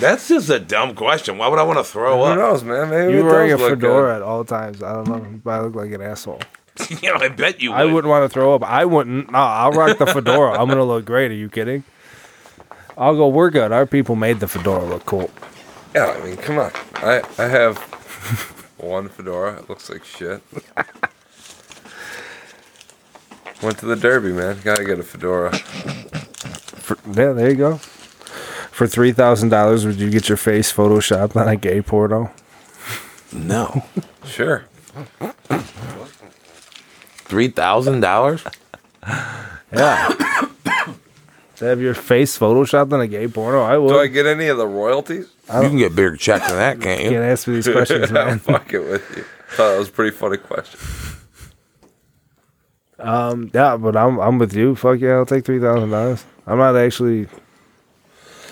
Speaker 4: That's just a dumb question. Why would I want to throw
Speaker 5: Who
Speaker 4: up?
Speaker 5: knows, man? Maybe
Speaker 1: you
Speaker 5: it
Speaker 1: wearing a
Speaker 5: does look
Speaker 1: fedora at all times. I don't know. You probably look like an asshole.
Speaker 4: you know, I bet you. Would.
Speaker 1: I wouldn't want to throw up. I wouldn't. No, I'll rock the fedora. I'm going to look great. Are you kidding? I'll go, we're good. Our people made the fedora look cool.
Speaker 5: good. Yeah, I mean, come on. I I have one fedora. It looks like shit. Went to the derby, man. Gotta get a fedora.
Speaker 1: For, yeah, there you go. For $3,000, would you get your face photoshopped on a gay porno?
Speaker 4: No.
Speaker 5: Sure.
Speaker 4: Three thousand dollars.
Speaker 1: Yeah. to have your face photoshopped on a gay porno? I would.
Speaker 5: Do I get any of the royalties?
Speaker 4: You can get bigger check than that, can't you?
Speaker 1: can't ask me these questions,
Speaker 5: I'll
Speaker 1: man.
Speaker 5: fuck it with you. Thought that was a pretty funny question.
Speaker 1: Um, yeah, but I'm I'm with you. Fuck yeah, I'll take three thousand dollars. I'm not actually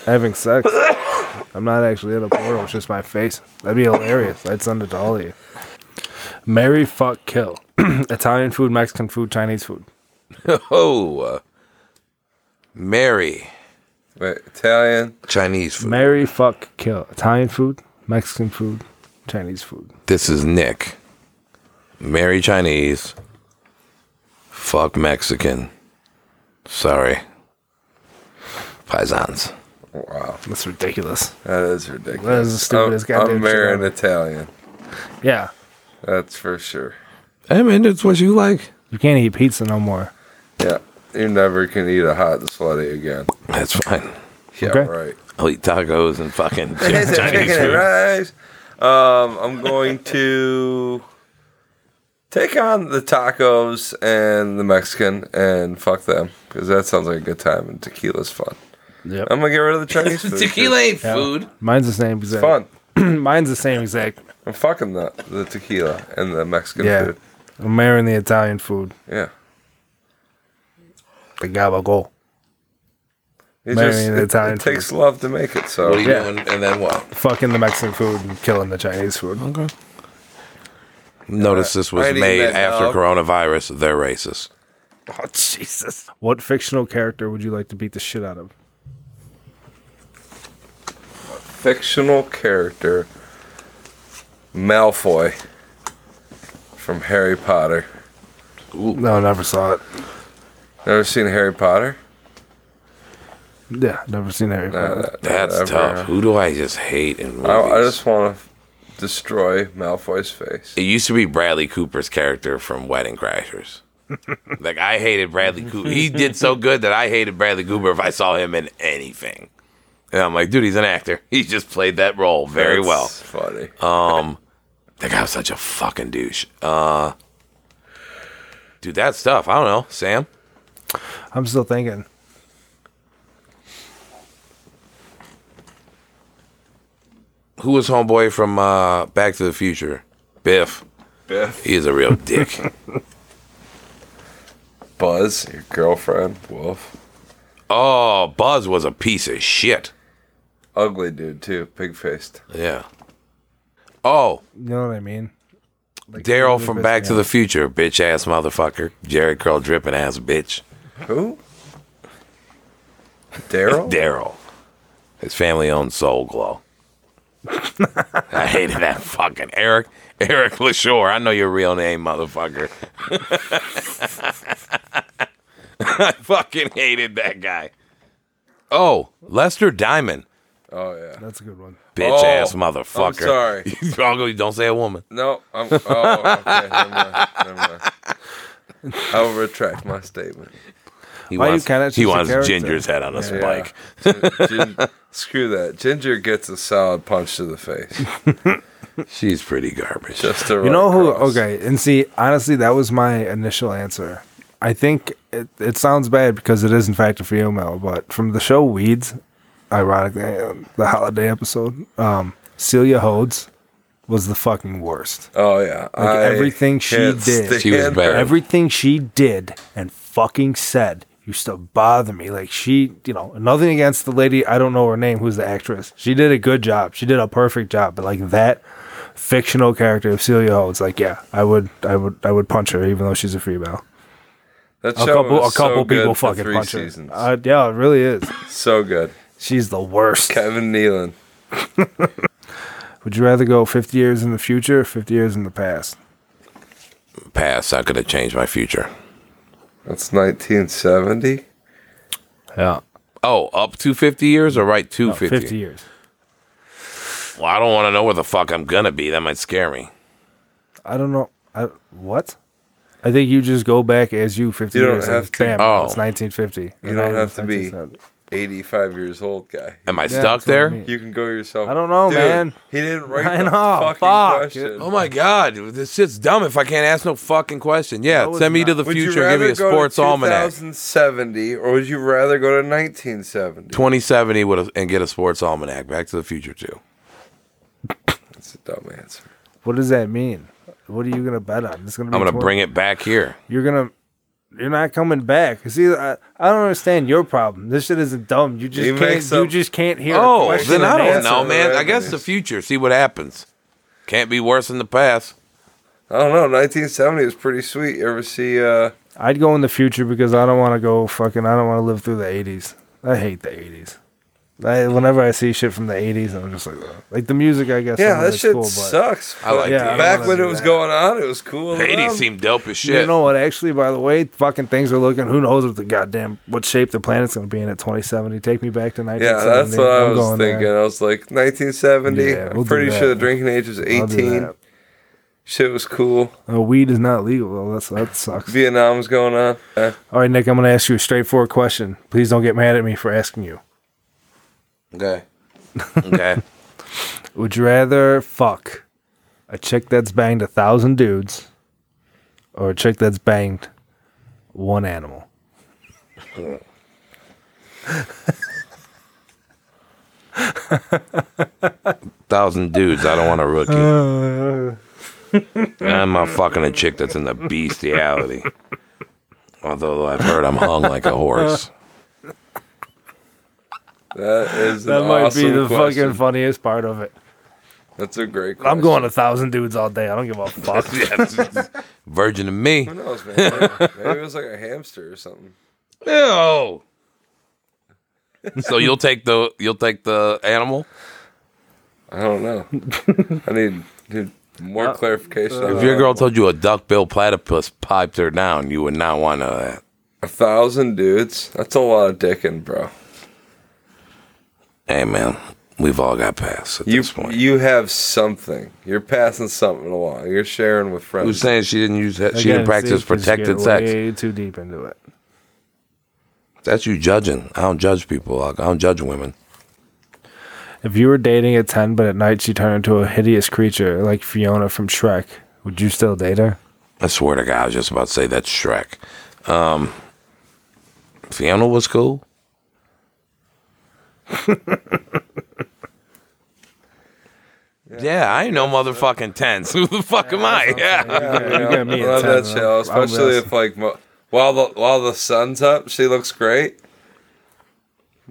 Speaker 1: having sex. I'm not actually at a portal. It's just my face. That'd be hilarious. I'd send it to all of you. Marry, fuck, kill. Italian food, Mexican food, Chinese food.
Speaker 4: Oh, uh, Mary,
Speaker 5: Wait, Italian.
Speaker 4: Chinese food.
Speaker 1: Marry, fuck, kill. Italian food, Mexican food, Chinese food.
Speaker 4: This is Nick. Mary Chinese. Fuck Mexican. Sorry. Paisans.
Speaker 5: Wow,
Speaker 1: That's ridiculous.
Speaker 5: that is ridiculous.
Speaker 1: That is the stupidest
Speaker 5: I'm,
Speaker 1: goddamn
Speaker 5: I'm
Speaker 1: shit
Speaker 5: marrying
Speaker 1: ever.
Speaker 5: Italian.
Speaker 1: Yeah,
Speaker 5: That's for sure.
Speaker 4: Hey man, that's what you like.
Speaker 1: you can't eat pizza no more.
Speaker 5: Yeah, you never can eat a hot and slutty again.
Speaker 4: That's fine.
Speaker 5: Yeah,
Speaker 1: Okay.
Speaker 5: right.
Speaker 4: I'll eat tacos and fucking
Speaker 5: It's a
Speaker 4: Chinese
Speaker 5: chicken and
Speaker 4: food.
Speaker 5: rice. Um, I'm going to take on the tacos and the Mexican and fuck them because that sounds like a good time and tequila's fun.
Speaker 1: Yep.
Speaker 5: I'm gonna get rid of the Chinese food. 'cause
Speaker 4: Tequila ain't
Speaker 1: Yeah.
Speaker 4: food.
Speaker 1: Mine's the same exact.
Speaker 5: It's fun.
Speaker 1: Mine's the same exact.
Speaker 5: I'm fucking the the tequila and the Mexican
Speaker 1: Yeah.
Speaker 5: food.
Speaker 1: I'm marrying the Italian food.
Speaker 5: Yeah.
Speaker 1: The gabagol.
Speaker 5: It
Speaker 1: Marrying
Speaker 5: just
Speaker 1: an
Speaker 5: it, it
Speaker 1: Italian food.
Speaker 5: takes love to make it. So
Speaker 4: What are you
Speaker 1: Yeah.
Speaker 4: doing? And then what?
Speaker 1: fucking the Mexican food and killing the Chinese food.
Speaker 4: Okay. Notice this
Speaker 5: I
Speaker 4: was
Speaker 5: ain't eating
Speaker 4: made
Speaker 5: that
Speaker 4: after
Speaker 5: dog.
Speaker 4: coronavirus. They're racist.
Speaker 1: Oh Jesus! What fictional character would you like to beat the shit out of?
Speaker 5: fictional character Malfoy from Harry Potter.
Speaker 1: No, never saw it.
Speaker 5: Never seen Harry Potter?
Speaker 1: Yeah, never seen Harry Potter.
Speaker 4: That's
Speaker 5: Never.
Speaker 4: tough. Who do I just hate in movies?
Speaker 5: I, I just want to destroy Malfoy's face.
Speaker 4: It used to be Bradley Cooper's character from Wedding Crashers. like I hated Bradley Cooper. He did so good that I hated Bradley Cooper if I saw him in anything. And I'm like, dude, he's an actor. He just played that role very
Speaker 5: That's
Speaker 4: well. Uh,
Speaker 5: Funny.
Speaker 4: That guy was such a fucking douche. Uh, dude, that stuff. I don't know, Sam.
Speaker 1: I'm still thinking.
Speaker 4: Who was homeboy from uh, Back to the Future? Biff.
Speaker 8: Biff.
Speaker 4: He's a real dick.
Speaker 5: Buzz, your girlfriend, Wolf.
Speaker 4: oh, Buzz was a piece of shit.
Speaker 5: Ugly dude, too. Pig faced.
Speaker 4: Yeah. Oh,
Speaker 1: You know what I mean?
Speaker 4: Daryl from
Speaker 1: Davis,
Speaker 4: Back to
Speaker 1: yeah.
Speaker 4: the Future, bitch ass motherfucker. Jerry Curl dripping ass bitch.
Speaker 5: Who? Daryl?
Speaker 4: Daryl. His family owned Soul Glow. I hated that fucking Eric. Eric LaShore. I know your real name, motherfucker. I fucking hated that guy. Oh, Lester Diamond.
Speaker 5: oh, yeah.
Speaker 1: That's a good one.
Speaker 4: Bitch ass
Speaker 5: Oh,
Speaker 4: motherfucker.
Speaker 5: sorry.
Speaker 4: sorry. Don't say a woman.
Speaker 5: No, I'm. Oh, okay. Never mind. Never mind. I'll retract my statement.
Speaker 4: He
Speaker 1: Why you
Speaker 4: wants,
Speaker 1: kinda
Speaker 4: he
Speaker 1: choose a
Speaker 4: wants
Speaker 1: character?
Speaker 4: Ginger's head on a spike.
Speaker 5: Gin- screw that. Ginger gets a solid punch to the face.
Speaker 4: She's pretty garbage.
Speaker 5: Just to
Speaker 1: You know who? Okay, and see, honestly, that was my initial answer. I think it, it sounds bad because it is in fact a female, but from the show Weeds, ironically, uh, the holiday episode, um, Celia Hodes was the fucking worst.
Speaker 5: Oh yeah.
Speaker 1: Like, everything she
Speaker 5: can't
Speaker 1: did.
Speaker 5: stand
Speaker 4: She was
Speaker 5: her.
Speaker 4: bad.
Speaker 1: Everything she did and fucking said used to bother me. Like she, you know, nothing against the lady. I don't know her name, who's the actress. She did a good job. She did a perfect job. But like that fictional character of Celia Ho, it's like, yeah, I would, I would, I would punch her, even though she's a female.
Speaker 5: That
Speaker 1: A
Speaker 5: show
Speaker 1: couple,
Speaker 5: was
Speaker 1: a couple
Speaker 5: so good
Speaker 1: people
Speaker 5: for
Speaker 1: fucking
Speaker 5: three
Speaker 1: punch
Speaker 5: seasons.
Speaker 1: her. Uh, yeah, it really is.
Speaker 5: so good.
Speaker 1: She's the worst.
Speaker 5: Kevin Nealon.
Speaker 1: Would you rather go 50 years in the future or 50 years in the past?
Speaker 4: Past, I could have changed my future.
Speaker 5: That's 1970.
Speaker 1: Yeah.
Speaker 4: Oh, up to 50 years or right to
Speaker 1: 50.
Speaker 4: 50?
Speaker 1: years.
Speaker 4: Well, I don't want to know where the fuck I'm going to be. That might scare me.
Speaker 1: I don't know. I, what? I think you just go back as you 50
Speaker 5: You don't
Speaker 1: years.
Speaker 5: have
Speaker 1: and
Speaker 5: to-
Speaker 1: Bam,
Speaker 4: Oh.
Speaker 1: It's 1950.
Speaker 5: You don't have to be. 85 years old guy.
Speaker 4: Am I
Speaker 1: Yeah,
Speaker 4: stuck
Speaker 1: that's what I
Speaker 4: there?
Speaker 1: mean.
Speaker 5: You can go yourself.
Speaker 1: I don't know, man.
Speaker 5: He didn't write
Speaker 1: I
Speaker 5: the
Speaker 1: know,
Speaker 5: fucking
Speaker 1: fuck.
Speaker 5: question.
Speaker 4: Oh my god, this shit's dumb if I can't ask no fucking question. Yeah,
Speaker 1: No, it's
Speaker 4: send me to
Speaker 1: not.
Speaker 4: the future, give me a sports almanac.
Speaker 5: 2070, or would you rather go to 1970?
Speaker 4: 2070 with a, and get a sports almanac. Back to the future too.
Speaker 5: That's a dumb answer.
Speaker 1: What does that mean? What are you going to bet on? It's gonna be
Speaker 4: I'm gonna
Speaker 1: 20
Speaker 4: bring it back here.
Speaker 1: You're going to. You're not coming back. See, I, I don't understand your problem. This shit isn't dumb. You just
Speaker 5: He
Speaker 1: can't.
Speaker 5: makes
Speaker 1: You
Speaker 5: up-
Speaker 1: just can't hear. a
Speaker 4: Oh,
Speaker 1: question
Speaker 4: then I
Speaker 1: and
Speaker 4: don't
Speaker 1: answer.
Speaker 4: know, man. I
Speaker 5: Right.
Speaker 4: guess the future. See what happens. Can't be worse than the past.
Speaker 5: I don't know. 1970 was pretty sweet. You ever see? uh
Speaker 1: I'd go in the future because I don't want to go fucking. I don't want to live through the eighties. I hate the eighties. I, whenever I see shit from the eighties, I'm just like, ugh. like the music. I guess. some
Speaker 5: Yeah,
Speaker 1: of
Speaker 5: that
Speaker 1: it's
Speaker 5: shit
Speaker 1: cool, but-
Speaker 5: sucks.
Speaker 4: I like
Speaker 5: But
Speaker 4: the- Yeah, I
Speaker 5: back
Speaker 1: don't
Speaker 5: when
Speaker 1: wanna
Speaker 5: it
Speaker 1: do
Speaker 5: was
Speaker 1: that.
Speaker 5: going on, it was cool.
Speaker 4: Haiti
Speaker 5: Um,
Speaker 4: seemed dope as shit.
Speaker 1: You know what? Actually, by the way, fucking things are looking. Who knows what the goddamn what shape the planet's gonna be in at 2070? Take me back to 1970.
Speaker 5: Yeah, that's what I
Speaker 1: I'm
Speaker 5: was
Speaker 1: going there.
Speaker 5: thinking. I was like, 1970.
Speaker 1: Yeah, we'll
Speaker 5: I'm
Speaker 1: do
Speaker 5: pretty
Speaker 1: that.
Speaker 5: sure the drinking age was
Speaker 1: I'll do
Speaker 5: 18.
Speaker 1: that.
Speaker 5: Shit was cool.
Speaker 1: Uh, weed is not legal. Though. That's that sucks.
Speaker 5: Vietnam's going on. Eh.
Speaker 1: All right, Nick, I'm gonna ask you a straightforward question. Please don't get mad at me for asking you.
Speaker 4: Okay. okay.
Speaker 1: Would you rather fuck a chick that's banged a thousand dudes or a chick that's banged one animal?
Speaker 4: Thousand dudes. I don't want a rookie. I'm not fucking a chick that's in the bestiality. Although I've heard I'm hung like a horse.
Speaker 5: That is
Speaker 1: That
Speaker 5: an
Speaker 1: might
Speaker 5: awesome
Speaker 1: be the
Speaker 5: question.
Speaker 1: fucking funniest part of it.
Speaker 5: That's a great. Question.
Speaker 1: I'm going a thousand dudes all day. I don't give a fuck.
Speaker 4: Virgin to me.
Speaker 5: Who knows, man? Maybe, maybe it was like a hamster or something.
Speaker 4: Ew. so you'll take the you'll take the animal.
Speaker 5: I don't know. I need, need more
Speaker 1: Uh,
Speaker 5: clarification. on
Speaker 4: If your
Speaker 5: that.
Speaker 4: girl told you a duckbill platypus piped her down, you would not want to. That.
Speaker 5: a thousand dudes, that's a lot of dicking, bro.
Speaker 4: Hey man, we've all got paths at
Speaker 5: You
Speaker 4: this point.
Speaker 5: you have something. You're passing something along. You're sharing with friends.
Speaker 4: Who's saying she didn't use that? She
Speaker 1: Again,
Speaker 4: didn't practice
Speaker 1: see, just
Speaker 4: protected
Speaker 1: get
Speaker 4: sex.
Speaker 1: Way too deep into it.
Speaker 4: That's you judging. I don't judge people. I don't judge women.
Speaker 1: If you were dating at ten, but at night she turned into a hideous creature like Fiona from Shrek, would you still date her?
Speaker 4: I swear to God, I was just about to say that's Shrek. Um, Fiona was cool. yeah. I ain't no motherfucking tense. Who the fuck am I? Yeah.
Speaker 5: Yeah,
Speaker 1: you got me at
Speaker 5: I love
Speaker 1: 10,
Speaker 5: that
Speaker 1: though.
Speaker 5: show,
Speaker 1: I'm
Speaker 5: especially
Speaker 1: listening.
Speaker 5: if like mo- while the while the sun's up, she looks great.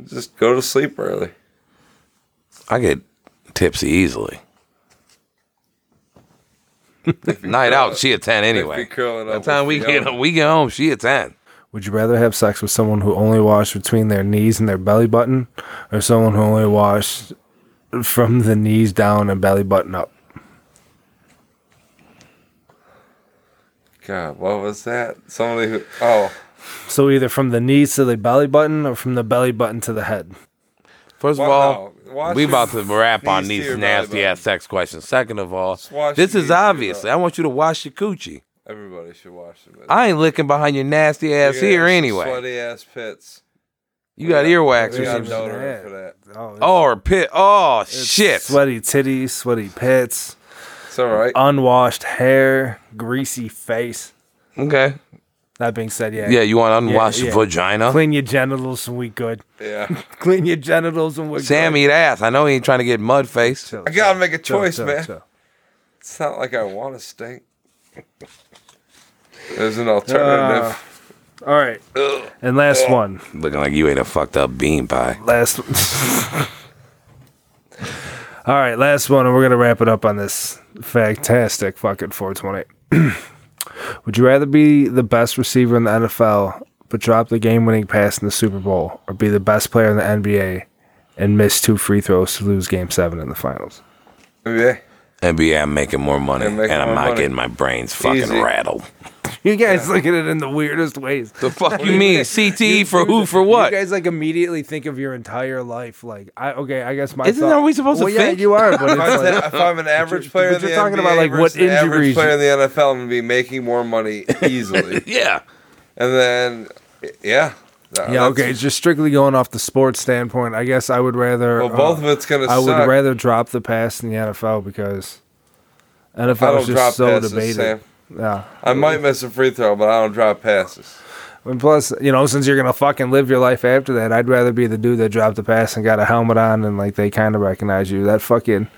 Speaker 5: Just go to sleep early.
Speaker 4: I get tipsy easily. Night out, she a ten anyway.
Speaker 5: If you're curling
Speaker 4: By the
Speaker 5: up
Speaker 4: time we
Speaker 5: with
Speaker 4: get
Speaker 5: Fiona.
Speaker 4: we get home, she a ten.
Speaker 1: Would you rather have sex with someone who only washed between their knees and their belly button, or someone who only washed from the knees down and belly button up?
Speaker 5: God, what was that? Somebody who oh
Speaker 1: So either from the knees to the belly button, or from the belly button to the head.
Speaker 4: First of
Speaker 5: Wow.
Speaker 4: all,
Speaker 5: Watch
Speaker 4: we
Speaker 5: your
Speaker 4: about to wrap on
Speaker 5: knees to
Speaker 4: these
Speaker 5: your
Speaker 4: nasty
Speaker 5: belly
Speaker 4: ass sex questions. Second of all, this
Speaker 5: wash your knees
Speaker 4: is
Speaker 5: to your
Speaker 4: obvious.
Speaker 5: belly.
Speaker 4: I want you to wash your coochie.
Speaker 5: everybody should watch them.
Speaker 4: I ain't licking behind your nasty ass here anyway.
Speaker 5: Sweaty ass pits.
Speaker 4: You got
Speaker 5: We
Speaker 4: earwax or
Speaker 5: got
Speaker 1: even
Speaker 4: something.
Speaker 5: deodorant
Speaker 1: that.
Speaker 5: for that.
Speaker 1: Oh, it's-
Speaker 4: Oh, or pit. Oh shit.
Speaker 1: Sweaty titties, sweaty pits,
Speaker 5: It's all right.
Speaker 4: Uh,
Speaker 1: unwashed hair, greasy face.
Speaker 4: Okay.
Speaker 1: That being said, yeah,
Speaker 4: Yeah, you want unwashed
Speaker 1: yeah.
Speaker 4: vagina?
Speaker 1: Clean your genitals and we good.
Speaker 5: yeah.
Speaker 1: Clean your genitals and we're
Speaker 4: Sam
Speaker 1: good.
Speaker 4: eat ass. I know he ain't trying to get mud faced.
Speaker 1: Chill,
Speaker 5: I gotta
Speaker 1: chill,
Speaker 5: make a
Speaker 1: chill,
Speaker 5: choice,
Speaker 1: chill,
Speaker 5: man.
Speaker 1: chill.
Speaker 5: It's Ah. not like I want to stink. There's an alternative.
Speaker 1: All right. And last one.
Speaker 4: Looking like you ate a fucked up bean pie.
Speaker 1: Last. All right, last one, and we're gonna wrap it up on this fantastic fucking 420. Would you rather be the best receiver in the NFL but drop the game-winning pass in the Super Bowl, or be the best player in the NBA and miss two free throws to lose Game Seven in the finals?
Speaker 5: Yeah.
Speaker 4: NBA, I'm making more money,
Speaker 5: You're making
Speaker 4: and I'm
Speaker 5: more
Speaker 4: not
Speaker 5: money.
Speaker 4: getting my brains fucking
Speaker 5: Easy.
Speaker 4: rattled.
Speaker 1: You guys look at it in the weirdest ways.
Speaker 4: The fuck you mean? CTE for who? For what?
Speaker 1: You guys like immediately think of your entire life. Like, I okay, I guess my
Speaker 4: Isn't
Speaker 1: thought-
Speaker 4: that what we're supposed to
Speaker 1: Well,
Speaker 4: think?
Speaker 1: Yeah, you are. But it's
Speaker 5: If I'm,
Speaker 1: like,
Speaker 5: if I'm an average player
Speaker 1: but
Speaker 5: in the
Speaker 1: you're talking
Speaker 5: NBA
Speaker 1: about, like, what
Speaker 5: versus an
Speaker 1: injuries
Speaker 5: average player in the NFL, I'm gonna be making more money easily.
Speaker 4: Yeah.
Speaker 5: and then, yeah, Uh,
Speaker 1: Yeah,
Speaker 5: that's-
Speaker 1: okay. It's just strictly going off the sports standpoint. I guess I would rather. uh,
Speaker 5: Well, both of it's gonna.
Speaker 1: I would
Speaker 5: suck.
Speaker 1: rather drop the pass in the NFL because
Speaker 5: I
Speaker 1: NFL
Speaker 5: don't
Speaker 1: is
Speaker 5: drop
Speaker 1: just so
Speaker 5: passes,
Speaker 1: debated.
Speaker 5: Sam.
Speaker 1: Yeah,
Speaker 5: I might miss a free throw, but I don't drop passes.
Speaker 1: and plus, you know, since you're gonna fucking live your life after that, I'd rather be the dude that dropped the pass and got a helmet on and like they kind of recognize you. That fucking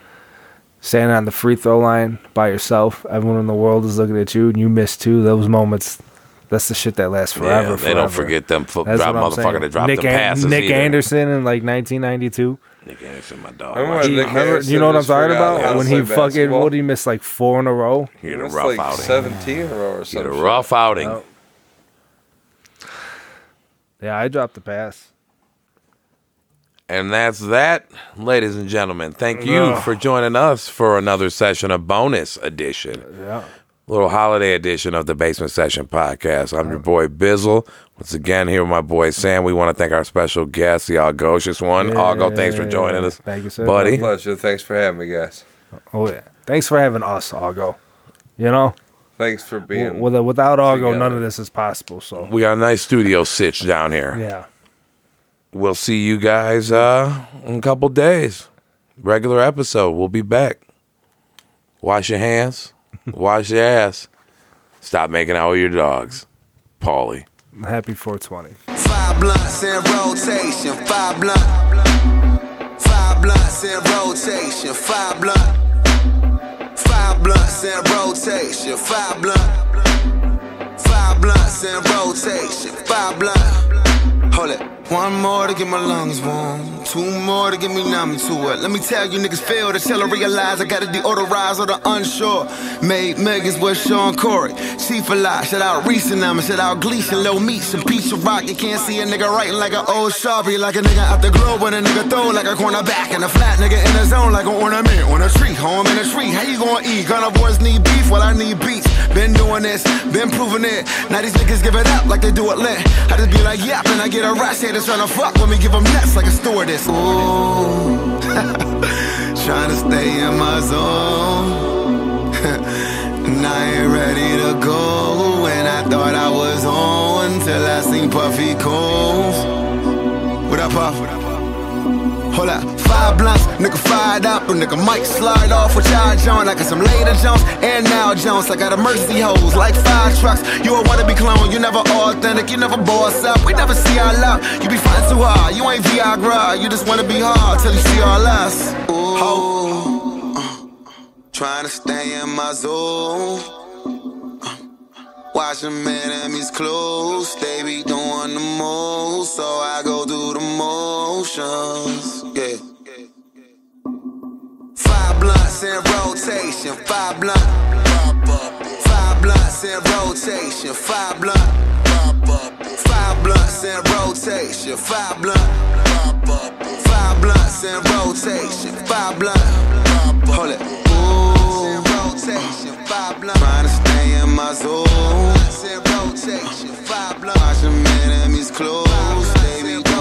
Speaker 1: standing on the free throw line by yourself, everyone in the world is looking at you, and you miss two. Those moments, that's the shit that lasts
Speaker 4: Yeah,
Speaker 1: forever.
Speaker 4: they don't
Speaker 1: forever.
Speaker 4: forget them fo-
Speaker 1: That's
Speaker 4: drop
Speaker 1: what I'm
Speaker 4: motherfucker
Speaker 1: saying.
Speaker 4: that dropped
Speaker 1: Nick
Speaker 4: them
Speaker 1: An-
Speaker 4: passes.
Speaker 1: Nick
Speaker 4: either.
Speaker 1: Anderson in like 1992.
Speaker 4: Nick Anderson, my dog.
Speaker 5: Remember
Speaker 4: Watch
Speaker 5: when
Speaker 4: him.
Speaker 5: Nick
Speaker 1: Remember,
Speaker 5: Harrison
Speaker 1: you know what I'm
Speaker 5: just
Speaker 1: talking
Speaker 5: forgot how
Speaker 1: about?
Speaker 5: to
Speaker 1: When
Speaker 5: play
Speaker 1: he fucking
Speaker 5: basketball?
Speaker 1: what he missed like four in a row.
Speaker 4: He had
Speaker 5: It
Speaker 4: a
Speaker 5: was
Speaker 4: rough
Speaker 5: like
Speaker 4: outing.
Speaker 5: 17 in a row or
Speaker 4: He had a
Speaker 5: something.
Speaker 4: rough outing.
Speaker 1: Yeah, I dropped the pass.
Speaker 4: And that's that, ladies and gentlemen. Thank you for joining us for another session, a bonus edition,
Speaker 1: Yeah.
Speaker 4: little holiday edition of the Basement Session podcast. I'm your boy Bizzle. Once again, here with my boy Sam. We want to thank our special guest, the Algocious one. Algo, thanks for joining us,
Speaker 1: Thank you, sir.
Speaker 4: buddy.
Speaker 5: Pleasure. Thanks for having me, guys.
Speaker 1: Oh yeah. Thanks for having us, Argo. You know,
Speaker 5: Thanks for being.
Speaker 1: with, without Argo,
Speaker 5: together.
Speaker 1: none of this is possible. So
Speaker 4: We got a nice studio sitch down here.
Speaker 1: yeah.
Speaker 4: We'll see you guys uh, in a couple days. Regular episode. We'll be back. Wash your hands. Wash your ass. Stop making out with your dogs. Paulie.
Speaker 1: Happy 420.
Speaker 3: Five blunts in rotation. Five blunt. Five blunts in rotation. Five blunt. Five blunts in rotation. Five blunt. Five blunts in rotation. Five blunt. Hold it. One more to get my lungs warm. Two more to get me numb to it. Let me tell you niggas fail to tell her realize I gotta deodorize or the unsure. Made Megan's with Sean Corey. Chief a lot. Shout out Reese and them. Shout out Gleason, Lil Meats and Pizza Rock. You can't see a nigga writing like an old Sharpie. Like a nigga out the glow when a nigga throw like a cornerback. And a flat nigga in the zone like an ornament on a tree. Home in a tree. How you gonna eat? Gunna boys need beef while I need beats. Been doing this, been proving it. Now these niggas give it up like they do it lit. I just be like, yep, and I get a rush. Haters tryna fuck with me, give them nuts like a stewardess. Ooh, tryna stay in my zone. and I ain't ready to go. And I thought I was on till I seen Puffy Combs. What up, Puff? What up, Puff? Hold up, five blunts, nigga fired up, a nigga mic slide off with y'all Jones. I got some later Jones and now Jones. I got emergency hoes like fire trucks. You a wannabe clone, you never authentic, you never boss up. We never see our love. You be fighting too hard, you ain't Viagra, you just wanna be hard till you see all us. Ooh, trying to stay in my zone. Watching enemies close, they be doing the most, so I go through the motions. Yeah. Five blunts in rotation, five blunt. Five blunts in rotation, five blunt. Five blunts in rotation, five blunt. Five blunts in rotation, five blunt. Hold it. Ooh. Trying to stay in my zone. Watching enemies close, they be doing